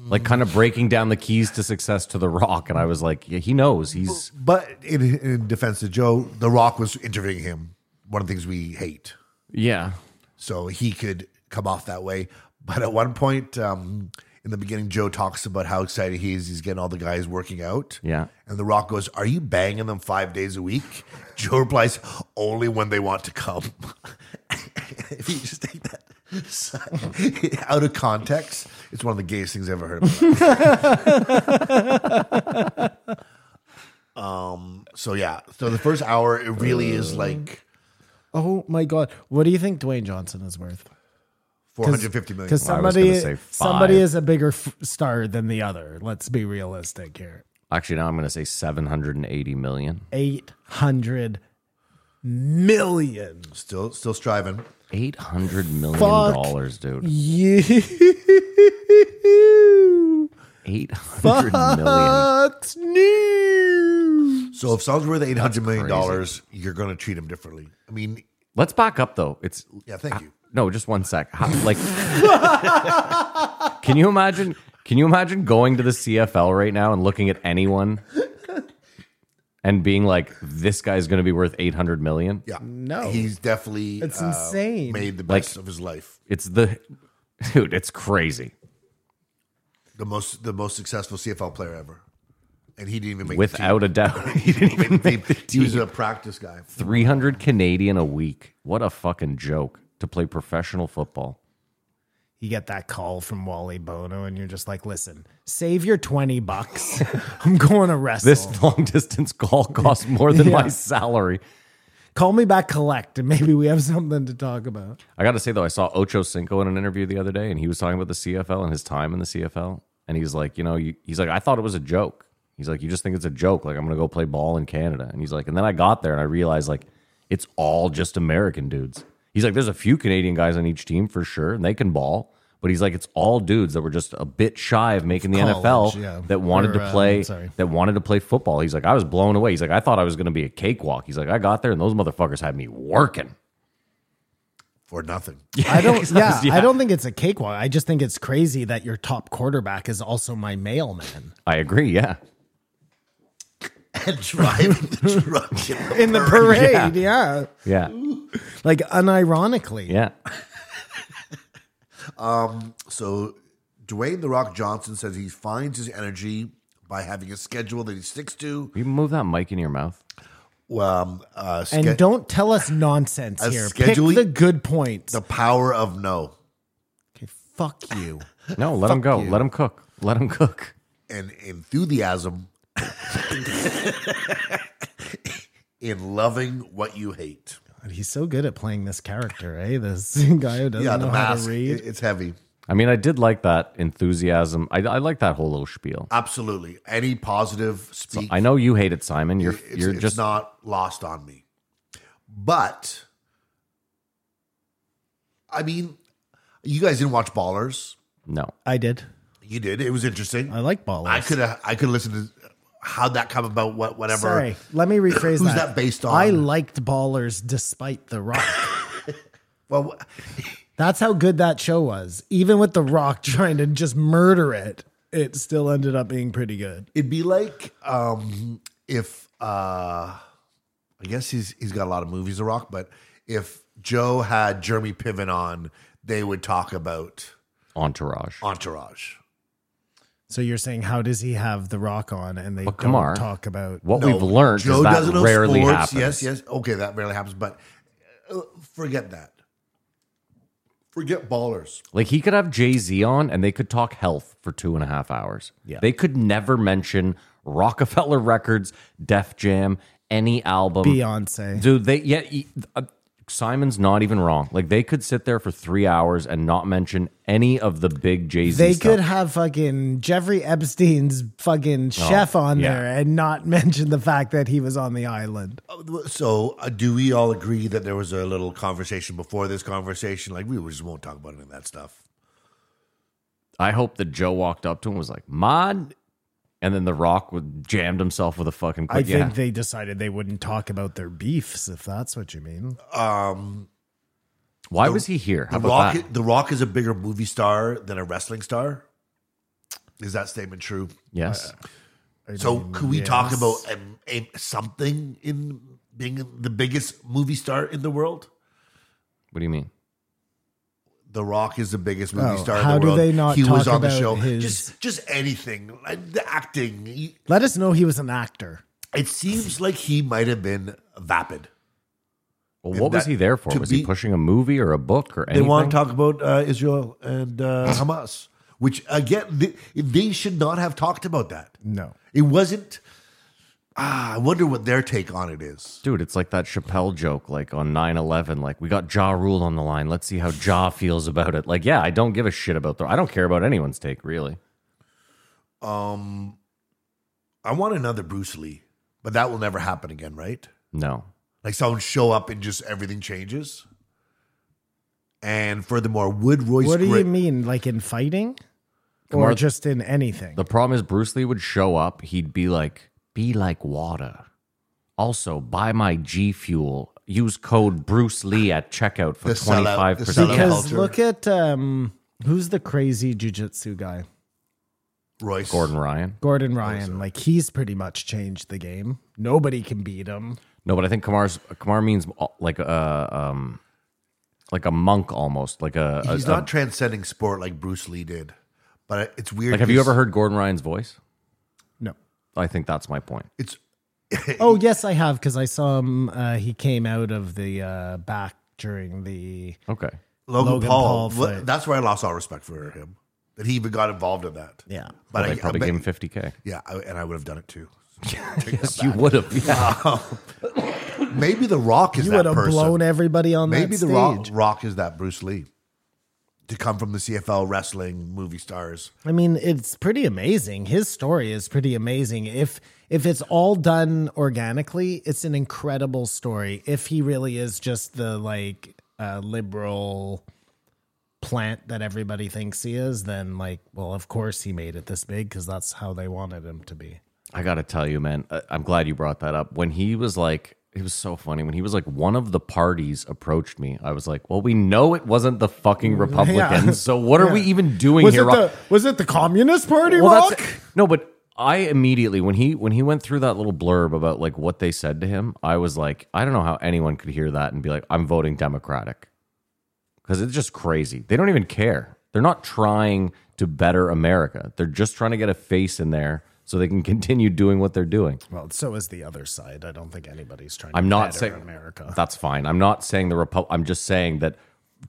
Like, kind of breaking down the keys to success to The Rock. And I was like, yeah, he knows. He's. But in, in defense of Joe, The Rock was interviewing him. One of the things we hate, Yeah. so he could come off that way. But at one point um, in the beginning, Joe talks about how excited he is. He's getting all the guys working out. Yeah. And The Rock goes, "Are you banging them five days a week?" Joe replies, "Only when they want to come." if you just take that out of context, it's one of the gayest things I've ever heard. in my life. Um, So yeah, so the first hour it really is like Oh my god! What do you think Dwayne Johnson is worth? four hundred fifty million. Because I was gonna somebody, say five. somebody is a bigger f- star than the other. Let's be realistic here. Actually, now I'm going to say 780 million. Eight hundred million. Still, still striving. 800 million Fuck. dollars, dude. You 800 million. new. So if someone's worth eight hundred million dollars, you're going to treat them differently. I mean, Let's back up, though. It's. yeah, thank you. No, just one sec. How, like, can you imagine? Can you imagine going to the CFL right now and looking at anyone and being like, "This guy's going to be worth eight hundred million? Yeah, No. he's definitely uh, It's insane. Made the Like- best of his life. It's the dude. It's crazy. The most, the most successful CFL player ever, and he didn't even make Without a doubt, he didn't The even team. make the he was team. a practice guy. Three hundred Canadian a week. What a fucking joke to play professional football. You get that call from Wally Bono, and you're just like, "Listen, save your twenty bucks. I'm going to wrestle. This long distance call costs more than my Yeah. salary. Call me back, collect, and maybe we have something to talk about." I got to say though, I saw Ocho Cinco in an interview the other day, and he was talking about the CFL and his time in the CFL, and he's like, you know, you, he's like, I thought it was a joke. He's like, you just think it's a joke. Like I'm gonna go play ball in Canada, and he's like, and then I got there and I realized like it's all just American dudes. He's like, there's a few Canadian guys on each team for sure, and they can ball. But he's like, it's all dudes that were just a bit shy of making the College, NFL yeah. that wanted Or, to um, play sorry. that wanted to play football. He's like, I was blown away. He's like, I thought I was gonna be a cakewalk. He's like, I got there and those motherfuckers had me working. for nothing. I don't. Yeah, Yeah. I don't think it's a cakewalk. I just think it's crazy that your top quarterback is also my mailman I agree. Yeah. And driving the truck in the, in the parade. Yeah, Yeah. like unironically. Yeah. So Dwayne the Rock Johnson says he finds his energy by having a schedule that he sticks to. You move that mic in your mouth. Um, uh, And ske- don't tell us nonsense A here. schedule- Pick the good points. the power of no. okay, fuck you. No, let him Fuck go. you. Let him cook. Let him cook. and enthusiasm in loving what you hate. God, He's so good at playing this character, eh? This guy who doesn't yeah, the know how mask. to read. it- It's heavy. I mean, I did like that enthusiasm. I, I like that whole little spiel. Absolutely. Any positive speak, I know you hate it, Simon. You're it's, you're it's just not lost on me. But I mean, you guys didn't watch Ballers. no. I did. You did. It was interesting. I like ballers. I could have. I could listen to how that come about. What whatever. Sorry, let me rephrase Who's that. that based on? I liked ballers despite The Rock. Well, That's how good that show was. Even with The Rock trying to just murder it, it still ended up being pretty good. It'd be like um, if uh, I guess he's he's got a lot of movies to rock, but if Joe had Jeremy Piven on, they would talk about Entourage. Uh, Entourage. So you're saying how does he have The Rock on and they But don't Kamar, talk about What we've learned is that rarely happens. Yes, yes. Okay, that rarely happens, but uh, forget that. Forget ballers. Like he could have Jay Z on and they could talk health for two and a half hours. Yeah. They could never mention Rockefeller Records, Def Jam, any album. Beyonce? Dude, they yeah. e- uh, Simon's not even wrong. Like they could sit there for three hours and not mention any of the big Jay Z. They could have fucking Jeffrey Epstein's fucking chef on Oh, yeah. there and not mention the fact that he was on the island. So, uh, do we all agree that there was a little conversation before this conversation? Like, we just won't talk about any of that stuff. I hope that Joe walked up to him and was like, "Mod," and then The Rock would jammed himself with a fucking. I Quick, yeah. think they decided they wouldn't talk about their beefs, if that's what you mean. Um, Why was he here? How the Rock, about that? the Rock is a bigger movie star than a wrestling star. Is that statement true? Yes. so, could we yes. talk about um, a, something in being the biggest movie star in the world? what do you mean? The Rock is the biggest movie Oh, star. how in the do world. they not He was talk on the about show. his- Just, just anything. Like the acting. He- Let us know he was an actor. It seems like he might have been vapid. Well, And what was that- he there for? to Was he be- pushing a movie or a book or anything? They want to talk about uh, Israel and uh, Hamas, which again they, they should not have talked about that. No. It wasn't. Ah, I wonder what their take on it is. Dude, it's like that Chappelle joke, like on 9 11. Like, we got Ja Rule on the line. Let's see how Ja feels about it. Like, yeah, I don't give a shit about the. I don't care about anyone's take, really. Um, I want another Bruce Lee, but that will never happen again, right? No. Like someone show up and just everything changes. And furthermore, would Royce? what do you Gray- mean? Like in fighting? Kamar- or just in anything? The problem is, Bruce Lee would show up. He'd be like, be like water. Also, buy my G Fuel. Use code Bruce Lee at checkout for The sellout- the 25%. sellout Yes. because culture. look at um, who's the crazy jujitsu guy? Royce Gordon Ryan. Gordon Ryan. Like he's pretty much changed the game. Nobody can beat him. No, but I think Kamar's Kamar means uh, like a um, like a monk almost, like a, a- He's a- not transcending sport like Bruce Lee did, but it's weird. like. Have you because ever heard Gordon Ryan's voice? No. I think that's my point. It's Oh yes, I have because I saw him. Uh, he came out of the uh, back during the. Okay. Logan, Logan Paul. Paul Wha- fight. that's where I lost all respect for him. That he even got involved in that. Yeah. but they I, probably I bet- gave him 50K. yeah, I, and I would have done it too. Yes, you would have. Yeah. Maybe The Rock is You that would have person. blown everybody on Maybe that The Rock, stage. Rock is that Bruce Lee to come from the CFL wrestling movie stars. I mean, it's pretty amazing. His story is pretty amazing. If if it's all done organically, it's an incredible story. If he really is just the like uh, liberal plant that everybody thinks he is, then like, well, of course he made it this big because that's how they wanted him to be. I got to tell you, man, I- I'm glad you brought that up. When he was like, it was so funny. When he was like, one of the parties approached me, I was like, well, we know it wasn't the fucking Republicans. So what are we even doing here? Rock? was it the Communist Party no, but I immediately when he when he went through that little blurb about like what they said to him, I was like, I don't know how anyone could hear that and be like, I'm voting Democratic. Because it's just crazy. They don't even care. They're not trying to better America. They're just trying to get a face in there so they can continue doing what they're doing. Well, so is the other side. I don't think anybody's trying. I'm to not better saying America. That's fine. I'm not saying the Repub. I'm just saying that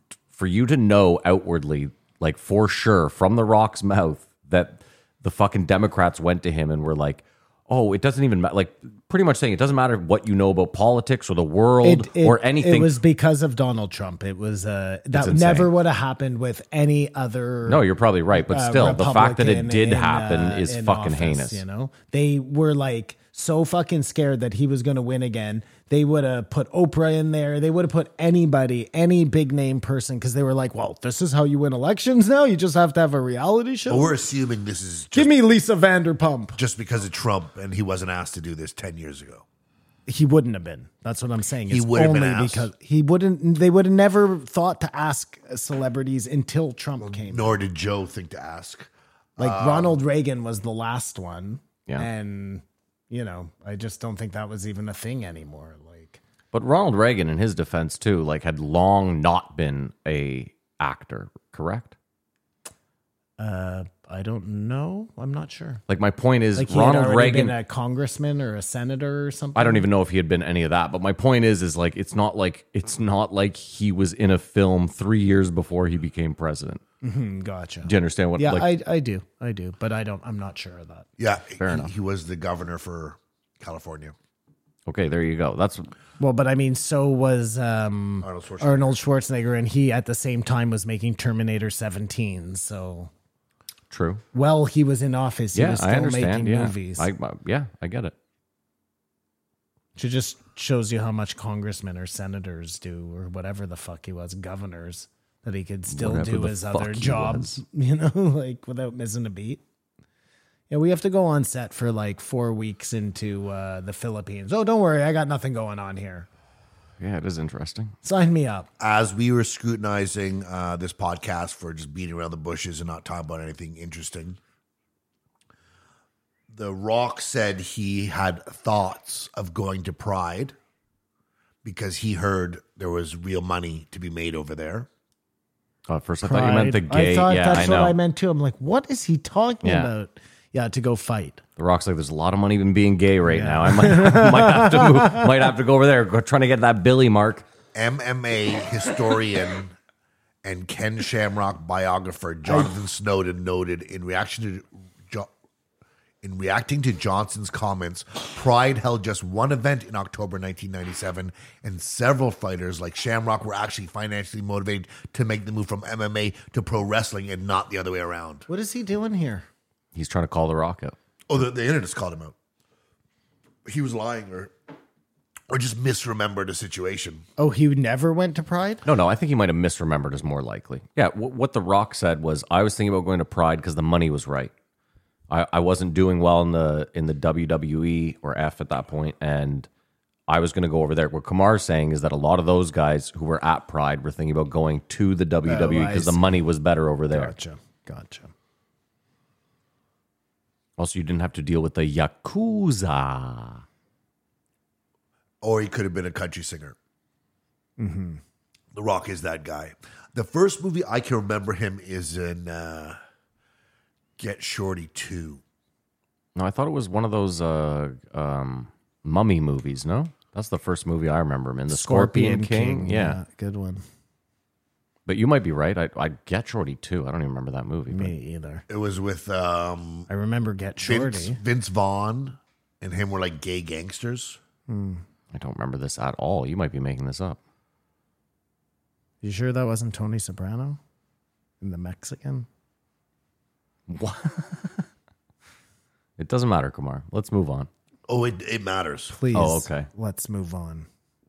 t- for you to know outwardly, like for sure, from the Rock's mouth, that the fucking Democrats went to him and were like, "Oh, it doesn't even matter." Like pretty much saying it doesn't matter what you know about politics or the world It- it- or anything. It was because of Donald Trump. It was uh, that insane. never would have happened with any other. no, you're probably right, but uh, still, the fact that it Republican did in, happen uh, is in fucking office, heinous. You know, they were like so fucking scared that he was going to win again. They would have put Oprah in there. They would have put anybody, any big name person, because they were like, "Well, this is how you win elections now. You just have to have a reality show." But we're assuming this is Give just, me Lisa Vanderpump. just because of Trump and he wasn't asked to do this 10 years ago. He wouldn't have been. That's what I'm saying. He It's would have been only asked. because he wouldn't. They would have never thought to ask celebrities until Trump came. Nor did Joe think to ask. Like Ronald Reagan was the last one. Yeah. And, you know, I just don't think that was even a thing anymore. Like, But Ronald Reagan, in his defense too, like had long not been a actor, correct? uh, I don't know. I'm not sure. Like my point is, Like he had Ronald already Reagan. been a congressman or a senator or something. I don't even know if he had been any of that, but my point is, is like it's not like it's not like he was in a film three years before he became president. even gotcha. Do you understand what? Yeah, like, I I do, I do, but I don't. I'm not sure of that. Yeah, Fair he, enough. he was the governor for California. okay, there you go. That's Well, but I mean, so was um, Arnold Schwarzenegger. Arnold Schwarzenegger, and he at the same time was making Terminator 17. So, true. well, he was in office. he yeah, was still I understand. making Yeah, movies. I, uh, yeah, I get it. She just shows you how much congressmen or senators do, or whatever the fuck he was, governors, that he could still Whatever do the his fuck other he jobs, you know, like without missing a beat. Yeah, we have to go on set for like four weeks into uh, the Philippines. Oh, don't worry, I got nothing going on here. Yeah, it is interesting. Sign me up. As we were scrutinizing uh, this podcast for just beating around the bushes and not talking about anything interesting, The Rock said he had thoughts of going to Pride because he heard there was real money to be made over there. Oh, at first I thought you meant the Pride. gay. I thought yeah, that's I know. what I meant too. I'm like, what is he talking Yeah. about? Yeah, to go fight. The Rock's like, there's a lot of money in being gay right now. I might, might have to move, might have to go over there, go, trying to get that Billy mark. MMA historian and Ken Shamrock biographer Jonathan Snowden noted in reaction to jo- in reacting to Johnson's comments, Pride held just one event in October 1997, and several fighters like Shamrock were actually financially motivated to make the move from MMA to pro wrestling and not the other way around. What is he doing here? He's trying to call The Rock out. Oh, the, the internet's called him out. He was lying or or just misremembered a situation. Oh, he never went to Pride. No, no, I think he might have misremembered is more likely. Yeah, w- what The Rock said was, I was thinking about going to Pride because the money was right. I, I wasn't doing well in the in the WWE or F at that point, and I was going to go over there. What Kamar's saying is that a lot of those guys who were at Pride were thinking about going to the WWE I because the see. money was better over there. Gotcha, gotcha. Also, you didn't have to deal with the Yakuza. or he could have been a country singer. The Rock is that guy. The first movie I can remember him is in uh, Get Shorty 2. No, I thought it was one of those uh, um, mummy movies, no? That's the first movie I remember him in. The Scorpion, King. yeah. good one. But you might be right. I, I get Shorty too. I don't even remember that movie. But Me either. It was with um, I remember Get Vince, Shorty. Vince Vaughn and him were like gay gangsters. I don't remember this at all. You might be making this up. You sure that wasn't Tony Soprano? In the Mexican? What? it doesn't matter, Kumar. Let's move on. Oh, it, it matters. Please. Oh, okay. Let's move on.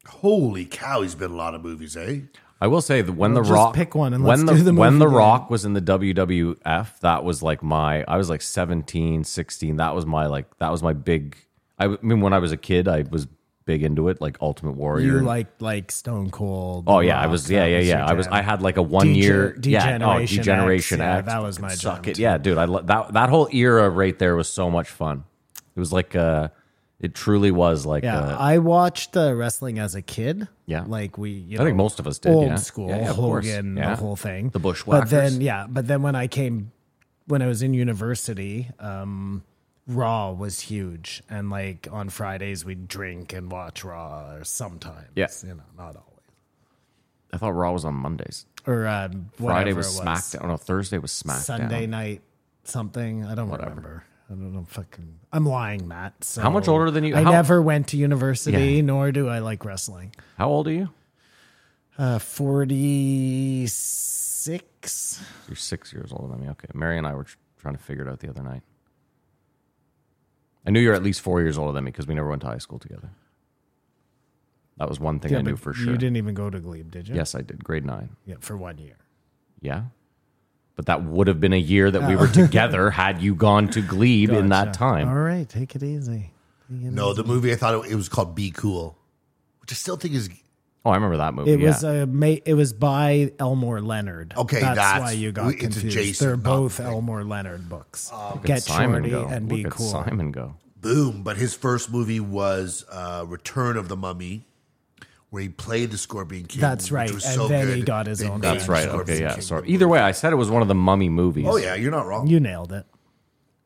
Holy cow, he's been in a lot of movies, eh? I will say that when Well, the just Rock pick one and when let's do the the when movie the then. Rock was in the WWF, that was like my I was like 17, 16. That was my like that was my big I w- I mean when I was a kid, I was big into it like Ultimate Warrior. You and- like like Stone Cold. Oh yeah, I Rock, was that yeah yeah yeah. your I was jam. I had like a one year Dege- yeah oh Degeneration degeneration X, yeah, act. that was my suck jam, it yeah dude I lo- that that whole era right there was so much fun. It was like uh, it truly was like Yeah, uh, I watched uh, wrestling as a kid. Yeah. like we. You I think know, most of us did, Old yeah. school Yeah, yeah, of course. Hogan, Yeah. the whole thing. The But Bushwhackers. then, yeah, but then when I came, when I was in university, um, Raw was huge, and like on Fridays we'd drink and watch Raw or sometimes. Yeah. you know, not always. I thought Raw was on Mondays. Or um, Friday whatever was, it SmackDown. Oh, No, Thursday was SmackDown. Sunday night something. I don't remember. I don't know. Fucking, I'm lying, Matt. So How much older than you- I how- never went to university, Yeah. nor do I like wrestling. How old are you? Uh, Forty six. You're six years older than me. Okay. Mary and I were tr- trying to figure it out the other night. I knew you were at least four years older than me because we never went to high school together. That was one thing I knew for sure. You didn't even go to Glebe, did you? Yes, I did. Grade nine. Yeah, for one year. Yeah. But that would have been a year that we were together had you gone to Glebe in that Oh. Gotcha. time. All right, take it easy. No, the movie I thought it, it was called Be Cool, which I still think is Oh, I remember that movie. It yeah. was a ma- it was by Elmore Leonard. Okay, that's, that's- why you got we- it's confused. adjacent, They're not Um, both the thing. Elmore Leonard books. Look at uh, Get Simon shorty go. and Look be at cool. Simon go. boom. But his first movie was uh, Return of the Mummy, where he played the Scorpion King. That's which right, was and so then he good, got his they own made That's That's the right. Scorpion Okay. Yeah. King Sorry. the Either movie. way, I said it was one of the mummy movies. Oh yeah, you're not wrong. You nailed it.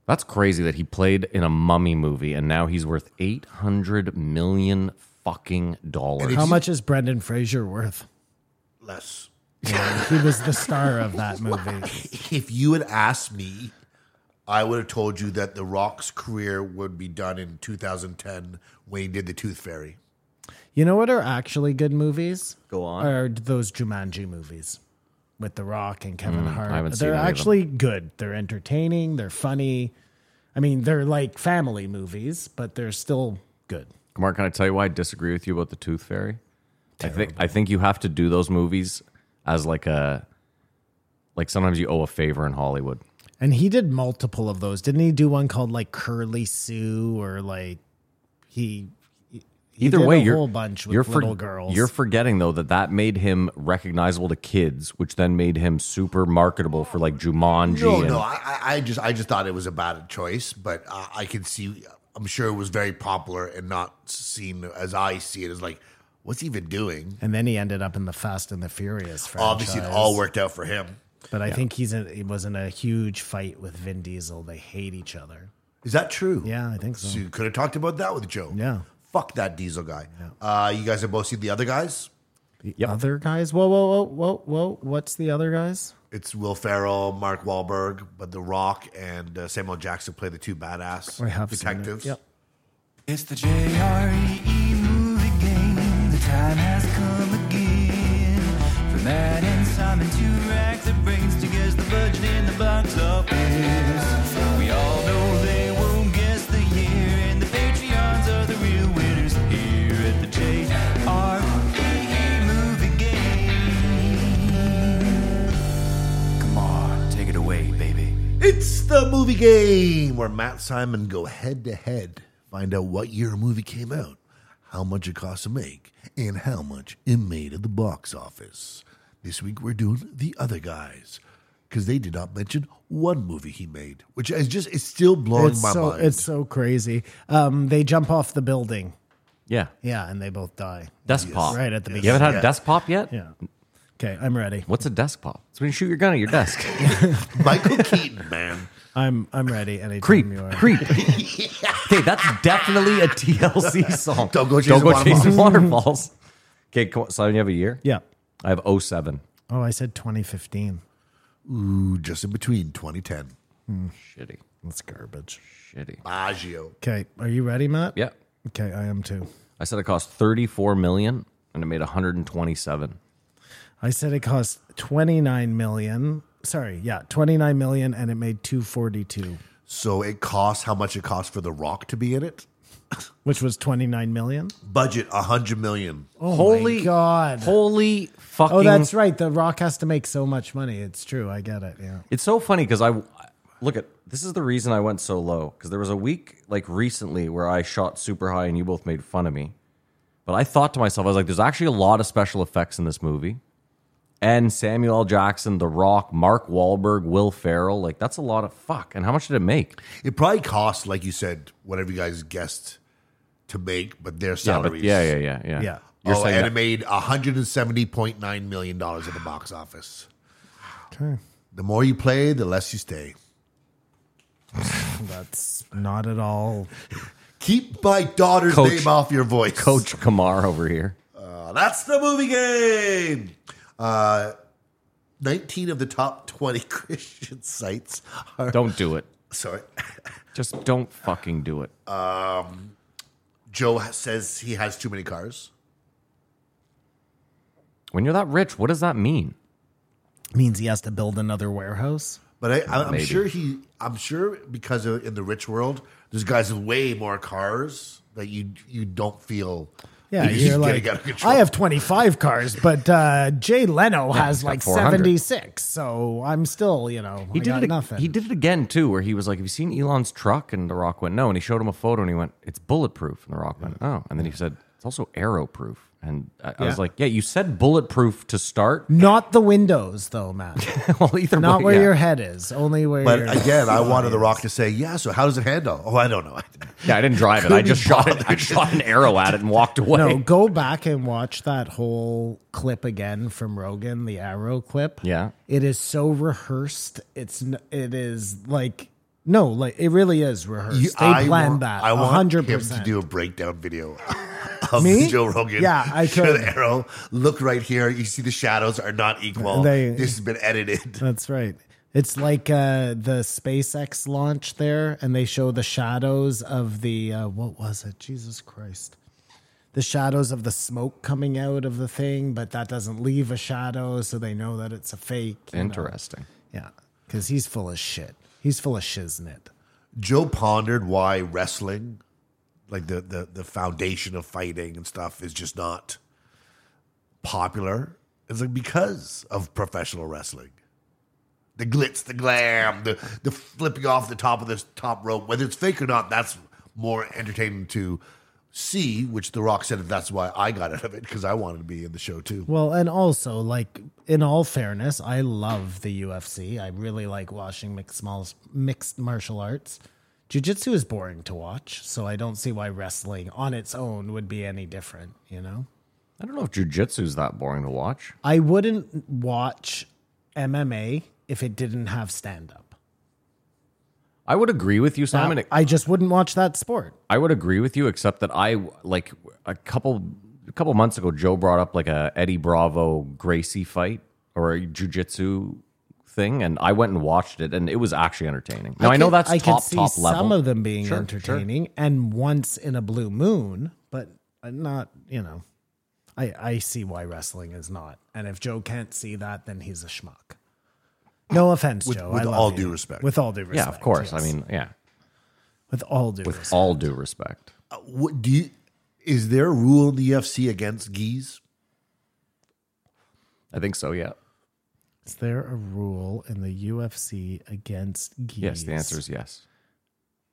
That's crazy that he played in a mummy movie and now he's worth 800 million fucking dollars. How much is Brendan Fraser worth? Less. He was the star of that movie. If you had asked me, I would have told you that The Rock's career would be done in 2010 when he did The Tooth Fairy. You know what are actually good movies? Go on. Are those Jumanji movies with The Rock and Kevin Hart? Mm, haven't seen they're any of them. actually good. They're entertaining. They're funny. I mean, they're like family movies, but they're still good. Mark, can I tell you why I disagree with you about the Tooth Fairy? I think I think you have to do those movies as like a like sometimes you owe a favor in Hollywood. And he did multiple of those. Didn't he do one called like Curly Sue or like he? he Either did way, a you're whole bunch with you're for- little girls. You're forgetting though that that made him recognizable to kids, which then made him super marketable for like Jumanji. Oh, No, and, no, I, I- I just, I just thought it was a bad choice, but I, I can see. I'm sure it was very popular and not seen as I see it as like, what's he even doing? and then he ended up in the Fast and the Furious franchise. Obviously, it all worked out for him. But I think he's in, he was in a huge fight with Vin Diesel. They hate each other. Is that true? Yeah, I think so. So you could have talked about that with Joe. Yeah. Fuck that diesel guy. Uh, you guys have both seen the other guys. The other guys? Whoa, whoa, whoa, whoa, whoa! What's the other guys? It's Will Ferrell, Mark Wahlberg, but The Rock and uh, Samuel Jackson play the two badass I have seen it. detectives. Yep. It's the JRE movie game. The time has come again. For Matt and Simon to rack their brains to guess the budget in the box office. We all know they won't guess the year, and the Patreons are the real winners here at the JRE E movie game. Come on, take it away, baby. It's the movie game where Matt Simon go head to head, find out what year a movie came out, how much it cost to make, and how much it made at the box office. This week we're doing the other guys because they did not mention one movie he made, which is just it's still blowing It's my so mind. it's so crazy. Um, they jump off the building. yeah, Yeah, and they both die. desk pop. Right at the you beginning. haven't had Yeah. a desk pop yet. Yeah. Okay, I'm ready. What's a desk pop? It's when you shoot your gun at your desk. Michael Keaton, man. I'm I'm ready. Anytime creep, you are. creep. Okay, that's definitely a TLC song. Don't go Don't go chasing chasing waterfalls. Okay, come on, Simon, you have a year. Yeah. I have 07. Oh, I said 2015. Ooh, just in between 2010. Shitty, That's garbage. shitty. Baggio. Okay, are you ready, Matt? Yeah, Okay, I am too. I said it cost 34 million and it made 127. I said it cost 29 million. Sorry, yeah, 29 million, and it made 242, So it costs how much it costs for The Rock to be in it? which was 29 million. Budget 100 million. Oh Holy- my god! Holy fucking! oh, that's right. The Rock has to make so much money. It's true. I get it. Yeah. It's so funny because I look at this is the reason I went so low because there was a week like recently where I shot super high and you both made fun of me. But I thought to myself, I was like, there's actually a lot of special effects in this movie. And Samuel L. Jackson, The Rock, Mark Wahlberg, Will Ferrell. Like, that's a lot of fuck. And how much did it make? It probably costs, like you said, whatever you guys guessed to make, but their Yeah, but- salaries. yeah, yeah, yeah, yeah. Yeah. You're oh, saying and that- it made 170.9 million dollars at the box office. Okay. The more you play, the less you stay. That's not at all. Keep my daughter's Coach- name off your voice. Coach Kamar over here. Uh, that's the movie game. Uh, 19 of the top 20 Christian sites are. Don't do it. Sorry. Just don't fucking do it. Joe ha- says he has too many cars. When you're that rich, what does that mean? means he has to build another warehouse. But I, I, I'm Maybe. sure he, I'm sure because of, in the rich world, there's guys with way more cars that you you don't feel. Yeah, that you're just like, getting out of control. I have 25 cars, but uh, Jay Leno has he's got like 400. 76. So I'm still, you know, He I did got it. ag- nothing. He did it again too, where he was like, "Have you seen Elon's truck?" And The Rock went, "No." And he showed him a photo, and he went, "It's bulletproof." And The Rock went, "Oh." And then he said, "It's also arrowproof." And I, I Yeah. was like, "Yeah, you said bulletproof to start." Not the windows, though, Matt. well, either Not way, where yeah. your head is, only where But your again, I wanted The Rock to say, "Yeah." So how does it handle? Oh, I don't know. Yeah, I didn't drive it. I just shot it. I shot an arrow at it and walked away. No, go back and watch that whole clip again from Rogan, the arrow clip. Yeah. It is so rehearsed. It's n- it is like no, like it really is rehearsed. You- they I planned want- that. I want him 100%. to do a breakdown video of Me? Joe Rogan. Yeah, I Show could. the arrow. Look right here. You see the shadows are not equal. They- this has been edited. That's right. It's like uh, the SpaceX launch there, and they show the shadows of the uh, what was it? Jesus Christ. The shadows of the smoke coming out of the thing, but that doesn't leave a shadow, so they know that it's a fake. you know. Interesting. Yeah, because he's full of shit. He's full of shiznit. Joe pondered why wrestling, like the, the the foundation of fighting and stuff, is just not popular. It's like because of professional wrestling. The glitz, the glam, the the flipping off the top of the top rope, whether it's fake or not, that's more entertaining to see. Which The Rock said that's why I got out of it because I wanted to be in the show too. Well, and also, like, in all fairness, I love the UFC. I really like watching mixed, smalls, mixed martial arts. Jiu jitsu is boring to watch, so I don't see why wrestling on its own would be any different, you know? I don't know if jujitsu's that boring to watch. I wouldn't watch MMA if it didn't have stand up. I would agree with you, Simon. I just wouldn't watch that sport. I would agree with you, except that I like a couple a couple months ago, Joe brought up like a Eddie Bravo Gracie fight or a jujitsu thing, and I went and watched it, and it was actually entertaining. Now I, know can- that's I top can see top level. Some of them being Sure, entertaining, and once in a blue moon, but uh, not you know. I I see why wrestling is not, and if Joe can't see that, then he's a schmuck. No offense, With- Joe. with I love all you. due respect. With all due yeah, respect. of course. I yes. mean, yeah, with all due with respect. all due respect. Uh, What do you? Is there a rule in the UFC against geese? I think so. Yeah. is there a rule in the UFC against geese? Yes. The answer is yes.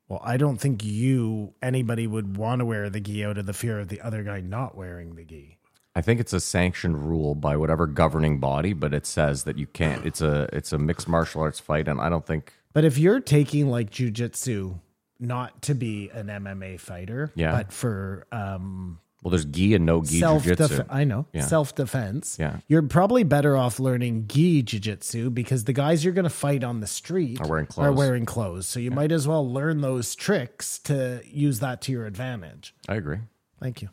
Well, I don't think you anybody would want to wear the gi out of the fear of the other guy not wearing the gi. I think it's a sanctioned rule by whatever governing body, but it says that you can't. It's a it's a mixed martial arts fight, and I don't think But if you're taking like jujitsu, not to be an MMA fighter, Yeah. but for um, well, there's gi and no gi self jujitsu. defense, I know Yeah. self defense. Yeah. you're probably better off learning gi jujitsu because the guys you're going to fight on the street Are wearing clothes. wearing clothes. So you might as well learn those tricks to use that to your advantage. I agree. Thank you.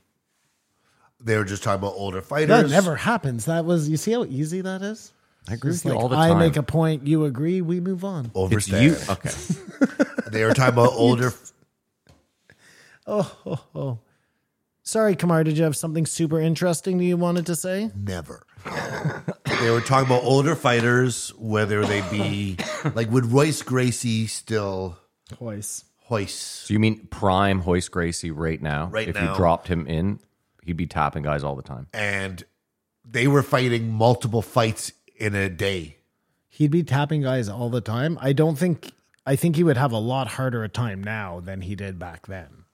They were just talking about older fighters. That never happens. That was you see how easy that is. I agree It's with you like, all the I time. make a point, you agree, we move on. It's overstay. you. Okay. They were talking about older. Sorry, Kamar, did you have something super interesting that you wanted to say? never. they were talking about older fighters, whether they be like would Royce Gracie still Twice. hoist? So you mean prime Hoist Gracie right now? Right if now. you dropped him in, he'd be tapping guys all the time. And they were fighting multiple fights in a day. he'd be tapping guys all the time. I don't think I think he would have a lot harder a time now than he did back then.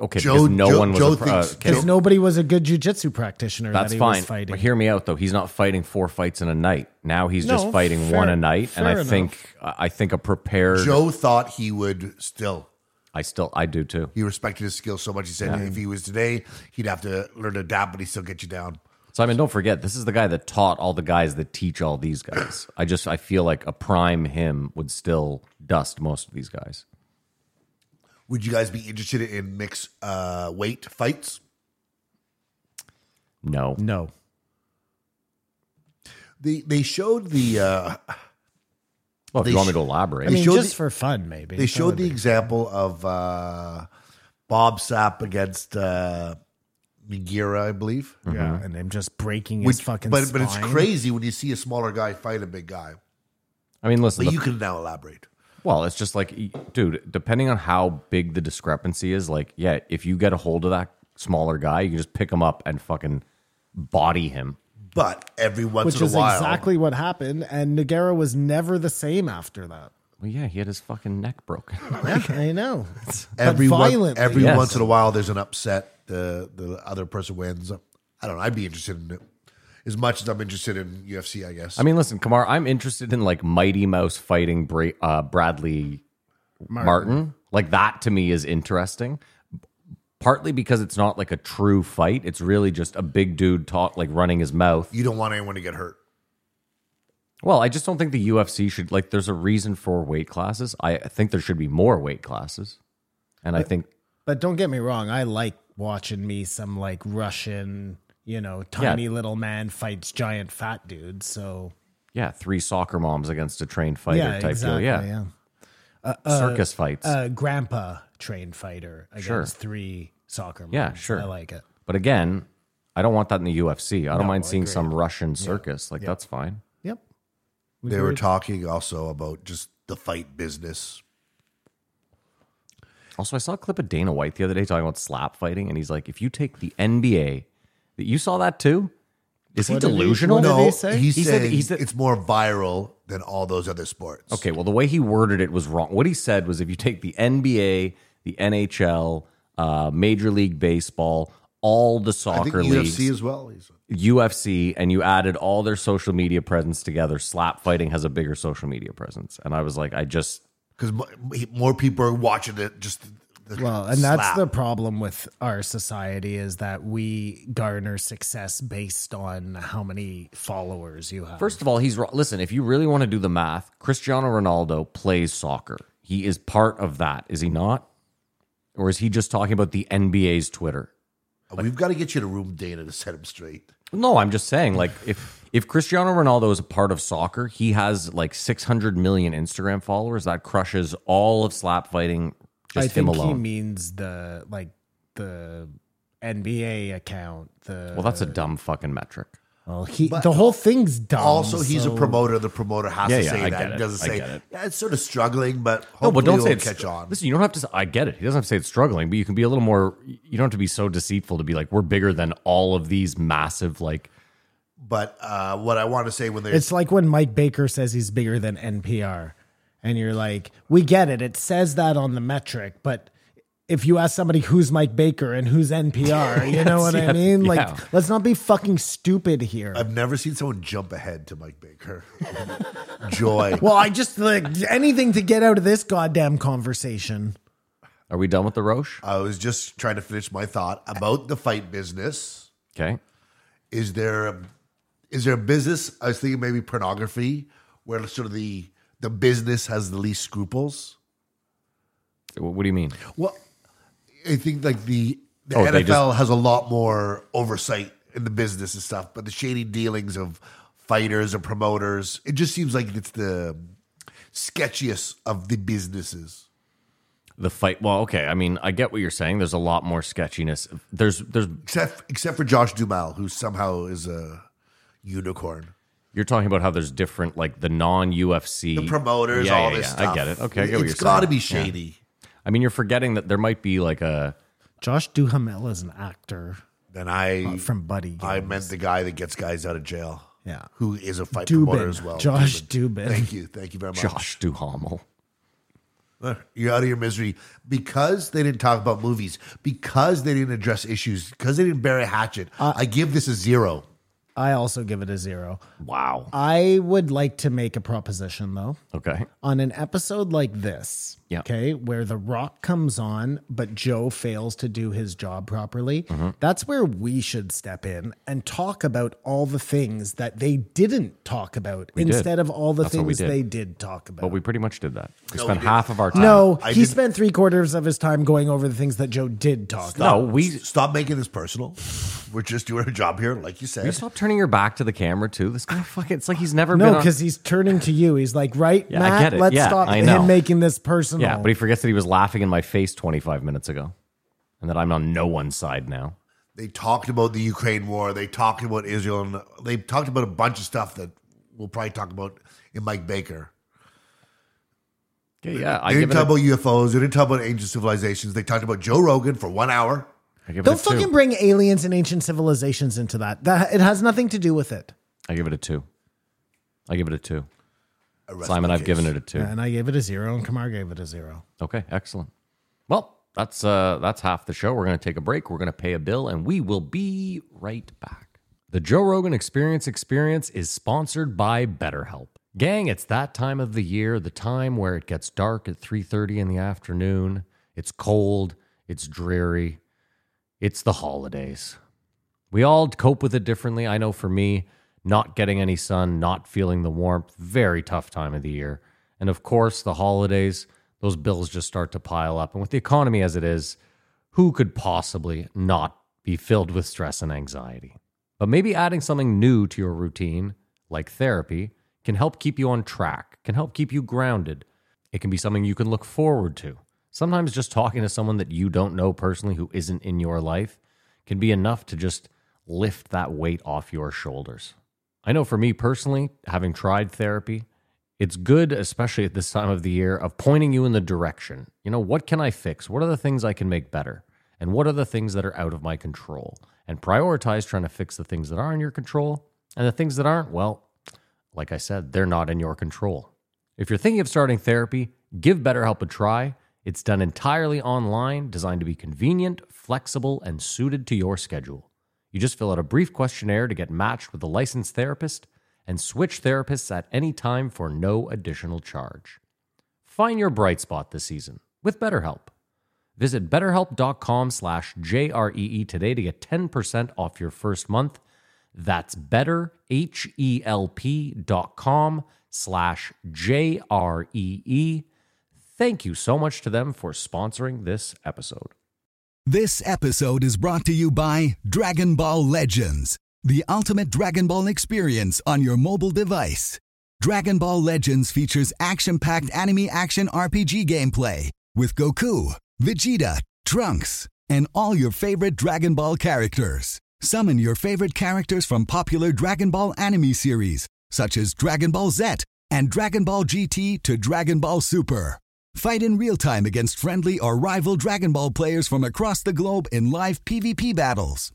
Okay, Joe- because no Joe- one was. Joe a pro- uh, thinks- okay, Because Joe- nobody was a good jujitsu practitioner that's that he fine. was fighting. But hear me out though. He's not fighting four fights in a night. Now he's No, just fighting fair- one a night, and I fair enough. think I think a prepared. Joe thought he would still. I still I do too. He respected his skill so much. He said if he was today, he'd have to learn to adapt, but he still get you down. Simon, don't forget, this is the guy that taught all the guys that teach all these guys. I just I feel like a prime him would still dust most of these guys. Would you guys be interested in mixed uh, weight fights? No. No. They they showed the uh, Well, if They you want me sh- to elaborate, I mean, showed just the- for fun, maybe. they That showed would the be- example of uh, Bob Sapp against uh, Migira, I believe. yeah, and him just breaking his Which, fucking but but it's spine. crazy when you see a smaller guy fight a big guy. I mean, listen. But the- you can now elaborate. well, it's just like, e- dude, depending on how big the discrepancy is, like, yeah, if you get a hold of that smaller guy, you can just pick him up and fucking body him. But every once Which in a is while, exactly what happened, and Noguera was never the same after that. Well, yeah, he had his fucking neck broken. I know. every but one- violently. every Yes. once in a while, there's an upset. The the other person wins. I don't know. I'd be interested in it as much as I'm interested in UFC. I guess. I mean, listen, Kamar, I'm interested in like Mighty Mouse fighting Bra- uh, Bradley Martin. Like that to me is interesting. Partly because it's not like a true fight; it's really just a big dude talk like running his mouth. you don't want anyone to get hurt. Well, I just don't think the UFC should like. There's a reason for weight classes. I think there should be more weight classes, and I think But don't get me wrong, I like watching me some like Russian, you know, tiny little man fights giant fat dude. So yeah, three soccer moms against a trained fighter yeah, type exactly. deal. Yeah, yeah. circus fights. Uh, grandpa trained fighter against Sure. three soccer. Moms. Yeah, sure. I like it. But again, I don't want that in the UFC. I don't mind seeing some Russian circus. Like that's fine. Yep. They were talking also about just the fight business. Also, I saw a clip of Dana White the other day talking about slap fighting, and he's like, if you take the NBA, that you saw that too? Is he What did he- delusional? what did no, he say? he's He said- saying he said- it's more viral than all those other sports. Okay, well, the way he worded it was wrong. What he said was if you take the NBA, the NHL, uh, Major League Baseball, all the I think soccer leagues, UFC as well. He's- UFC, and you added all their social media presence together, slap fighting has a bigger social media presence. And I was like, I just because more people are watching it. Just the Well, and that's slap. the problem with our society is that we garner success based on how many followers you have. First of all, he's wrong. Listen, if you really want to do the math, Cristiano Ronaldo plays soccer. He is part of that, is he not? Or is he just talking about the NBA's Twitter? we've got to get you to room Dana to set him straight. No, I'm just saying, like, if if Cristiano Ronaldo is a part of soccer, he has like 600 million Instagram followers. That crushes all of slap fighting. Just I think him alone. he means the like the NBA account. The well, that's a dumb fucking metric. well, he the whole thing's dumb. Also, he's so- a promoter. The promoter has Um, Yeah, to yeah, say I that. get He it. doesn't I say, get it. yeah, it's sort of struggling, but No, but hopefully don't it'll say it's catch on. Listen, you don't have to. s- I get it. He doesn't have to say it's struggling, but you can be a little more. You don't have to be so deceitful to be like we're bigger than all of these massive like But uh, what I want to say when there's It's like when Mike Baker says he's bigger than NPR, and you're like, we get it. It says that on the metric, but if you ask somebody who's Mike Baker and who's NPR, you know what I yes, mean? Like, yeah. let's not be fucking stupid here. I've never seen someone jump ahead to Mike Baker. Joy. well, I just like anything to get out of this goddamn conversation. Are we done with the Roche? I was just trying to finish my thought about the fight business. Okay. Is there a, is there a business? I was thinking maybe pornography, where sort of the the business has the least scruples. Wh- What do you mean? Well, I think like the the Oh, they NFL has a lot more oversight in the business and stuff, but the shady dealings of fighters and promoters, it just seems like it's the sketchiest of the businesses. The fight. Well, okay. I mean, I get what you're saying. There's a lot more sketchiness. There's, there's. Except except for Josh Duhamel, who somehow is a unicorn. You're talking about how there's different, like the non UFC The promoters, Yeah, all yeah, this yeah. stuff. I get it. Okay, I get what It's you're saying. gotta be Yeah. shady. I mean, you're forgetting that there might be like a. Josh Duhamel is an actor Then I from Buddy. Game. I meant the guy that gets guys out of jail. Yeah. Who is a fight promoter Dubin, as well. Josh Dubin. Dubin. Thank you. Thank you very much. Josh Duhamel. You're out of your misery because they didn't talk about Uh, movies, because they didn't address issues, because they didn't bury a hatchet. I give this a zero. I also give it a zero. Wow. I would like to make a proposition though. Okay. On an episode like this, Yeah. okay, where The Rock comes on, but Joe fails to do his job properly, Mm-hmm. that's where we should step in and talk about all the things that they didn't talk about did. instead of all the That's what we things did. they did talk about. But we pretty much did that. We No, spent we didn't. half of our time. no, I he didn't- spent three quarters of his time going over the things that Joe did talk about. No, Oh, we Stop making this personal. We're just doing our job here, like you you said. stop turning your back to the camera too. This guy fucking it's like he's never been No, on- because he's turning to you. He's like, right, Yeah, I Matt, get it. let's Yeah, stop I know. him making this personal. Yeah, but he forgets that he was laughing in my face 25 minutes ago and that I'm on no one's side now. They talked about the Ukraine war. They talked about Israel, and they talked about a bunch of stuff that we'll probably talk about in Mike Baker. Okay, yeah, I They give, didn't it talk a, about UFOs. They didn't talk about ancient civilizations. They talked about Joe Rogan for one hour. I give it a Don't two. fucking bring aliens and ancient civilizations into that. That it has nothing to do with it. I give it a two. I give it a two. A wrestling Simon, I've case. given it a two. And I gave it a zero, and Kamar gave it a zero. Okay, excellent. Well, that's uh that's half the show. We're going to take a break. We're going to pay a bill and we will be right back. The Joe Rogan Experience Experience is sponsored by BetterHelp. Gang, it's that time of the year, the time where it gets dark at 3:30 in the afternoon. It's cold, it's dreary. It's the holidays. We all cope with it differently. I know for me, not getting any sun, not feeling the warmth, very tough time of the year. And of course, the holidays, those bills just start to pile up. And with the economy as it is, who could possibly not be filled with stress and anxiety? But maybe adding something new to your routine, like therapy, can help keep you on track, can help keep you grounded. It can be something you can look forward to. Sometimes just talking to someone that you don't know personally who isn't in your life can be enough to just lift that weight off your shoulders. I know for me personally, having tried therapy, it's good, especially at this time of the year, of pointing you in the direction. You know, what can I fix? What are the things I can make better? And what are the things that are out of my control? And prioritize trying to fix the things that are in your control. And the things that aren't, well, like I said, they're not in your control. If you're thinking of starting therapy, give BetterHelp a try. It's done entirely online, designed to be convenient, flexible, and suited to your schedule. You just fill out a brief questionnaire to get matched with a licensed therapist and switch therapists at any time for no additional charge. Find your bright spot this season with BetterHelp. Visit betterhelp.com slash J-R-E-E E today to get 10% off your first month. That's E betterhelp.com slash J-R-E-E. E. Thank you so much to them for sponsoring this episode. This episode is brought to you by Dragon Ball Legends, the ultimate Dragon Ball experience on your mobile device. Dragon Ball Legends features action packed anime action RPG gameplay with Goku, Vegeta, Trunks, and all your favorite Dragon Ball characters. Summon your favorite characters from popular Dragon Ball anime series, such as Dragon Ball Z and Dragon Ball GT to Dragon Ball Super. Fight in real time against friendly or rival Dragon Ball players from across the globe in live PvP battles.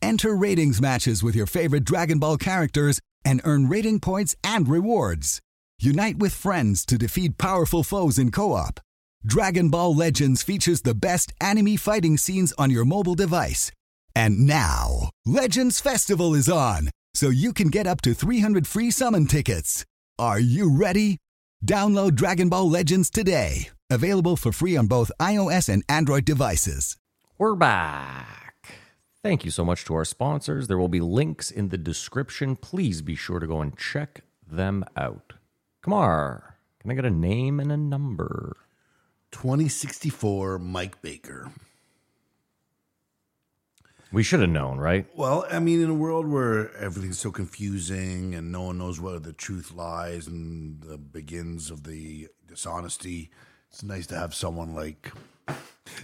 Enter ratings matches with your favorite Dragon Ball characters and earn rating points and rewards. Unite with friends to defeat powerful foes in co op. Dragon Ball Legends features the best anime fighting scenes on your mobile device. And now, Legends Festival is on, so you can get up to 300 free summon tickets. Are you ready? Download Dragon Ball Legends today. Available for free on both iOS and Android devices. We're back. Thank you so much to our sponsors. There will be links in the description. Please be sure to go and check them out. Kamar, can I get a name and a number? 2064 Mike Baker. We should have known, right? Well, I mean, in a world where everything's so confusing and no one knows where the truth lies and the begins of the dishonesty, it's nice to have someone like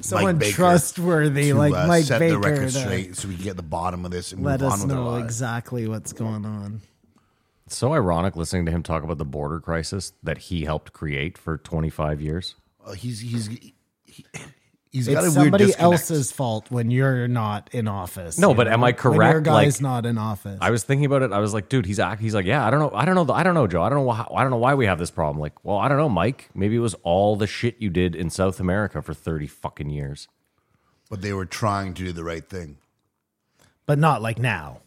Someone Baker trustworthy to, like uh, Mike set Baker the record to straight so we can get the bottom of this and let move on us with our know lives. exactly what's going on. It's so ironic listening to him talk about the border crisis that he helped create for 25 years. Uh, he's he's he, he's got a It's weird somebody disconnect. else's fault when you're not in office. No, you but know? am I When your correct? guy's Like- not in office. I was thinking about it. I was like, dude, he's act. He's like, yeah, I don't know. I don't know. I don't know, Joe. I don't know. Why, I don't know why we have this problem. Like, well, I don't know, Mike. Maybe it was all the shit you did in South America for 30 fucking years. but they were trying to do the right thing. but not like now.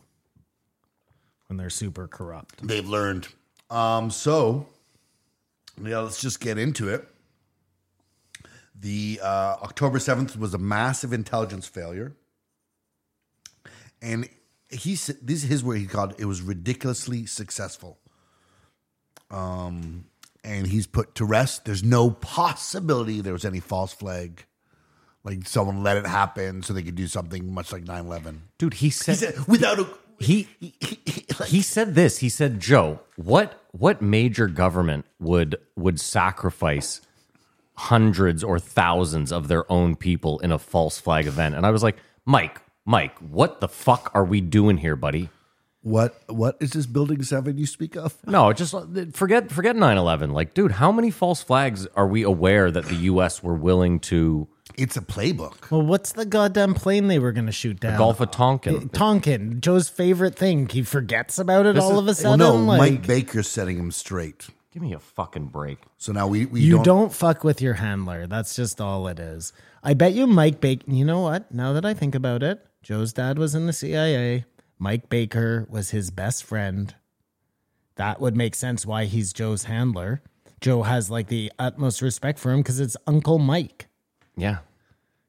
when they're super corrupt. They've learned. Um, so, yeah, let's just get into it. The uh, October 7th was a massive intelligence failure. And he said, this is his word he called it, it was ridiculously successful. Um, and he's put to rest. There's no possibility there was any false flag. Like someone let it happen so they could do something much like 9 11. Dude, he said, He said, without a. he he said this. He said, "Joe, what what major government would would sacrifice hundreds or thousands of their own people in a false flag event?" And I was like, "Mike, Mike, what the fuck are we doing here, buddy?" What, what is this Building 7 you speak of? No, just uh, forget forget 9/11. Like, dude, how many false flags are we aware that the US were willing to It's a playbook. Well, what's the goddamn plane they were going to shoot down? Gulf of Tonkin? Tonkin, Joe's favorite thing. He forgets about it This all is- of a Well, sudden. no, like, Mike Baker's setting him straight. Give me a fucking break. So now we, we you don't, don't, fuck with your handler. That's just all it is. I bet you Mike Baker. You know what? Now that I think about it, Joe's dad was in the CIA. Mike Baker was his best friend. That would make sense why he's Joe's handler. Joe has like the utmost respect for him because it's Uncle Mike. Yeah.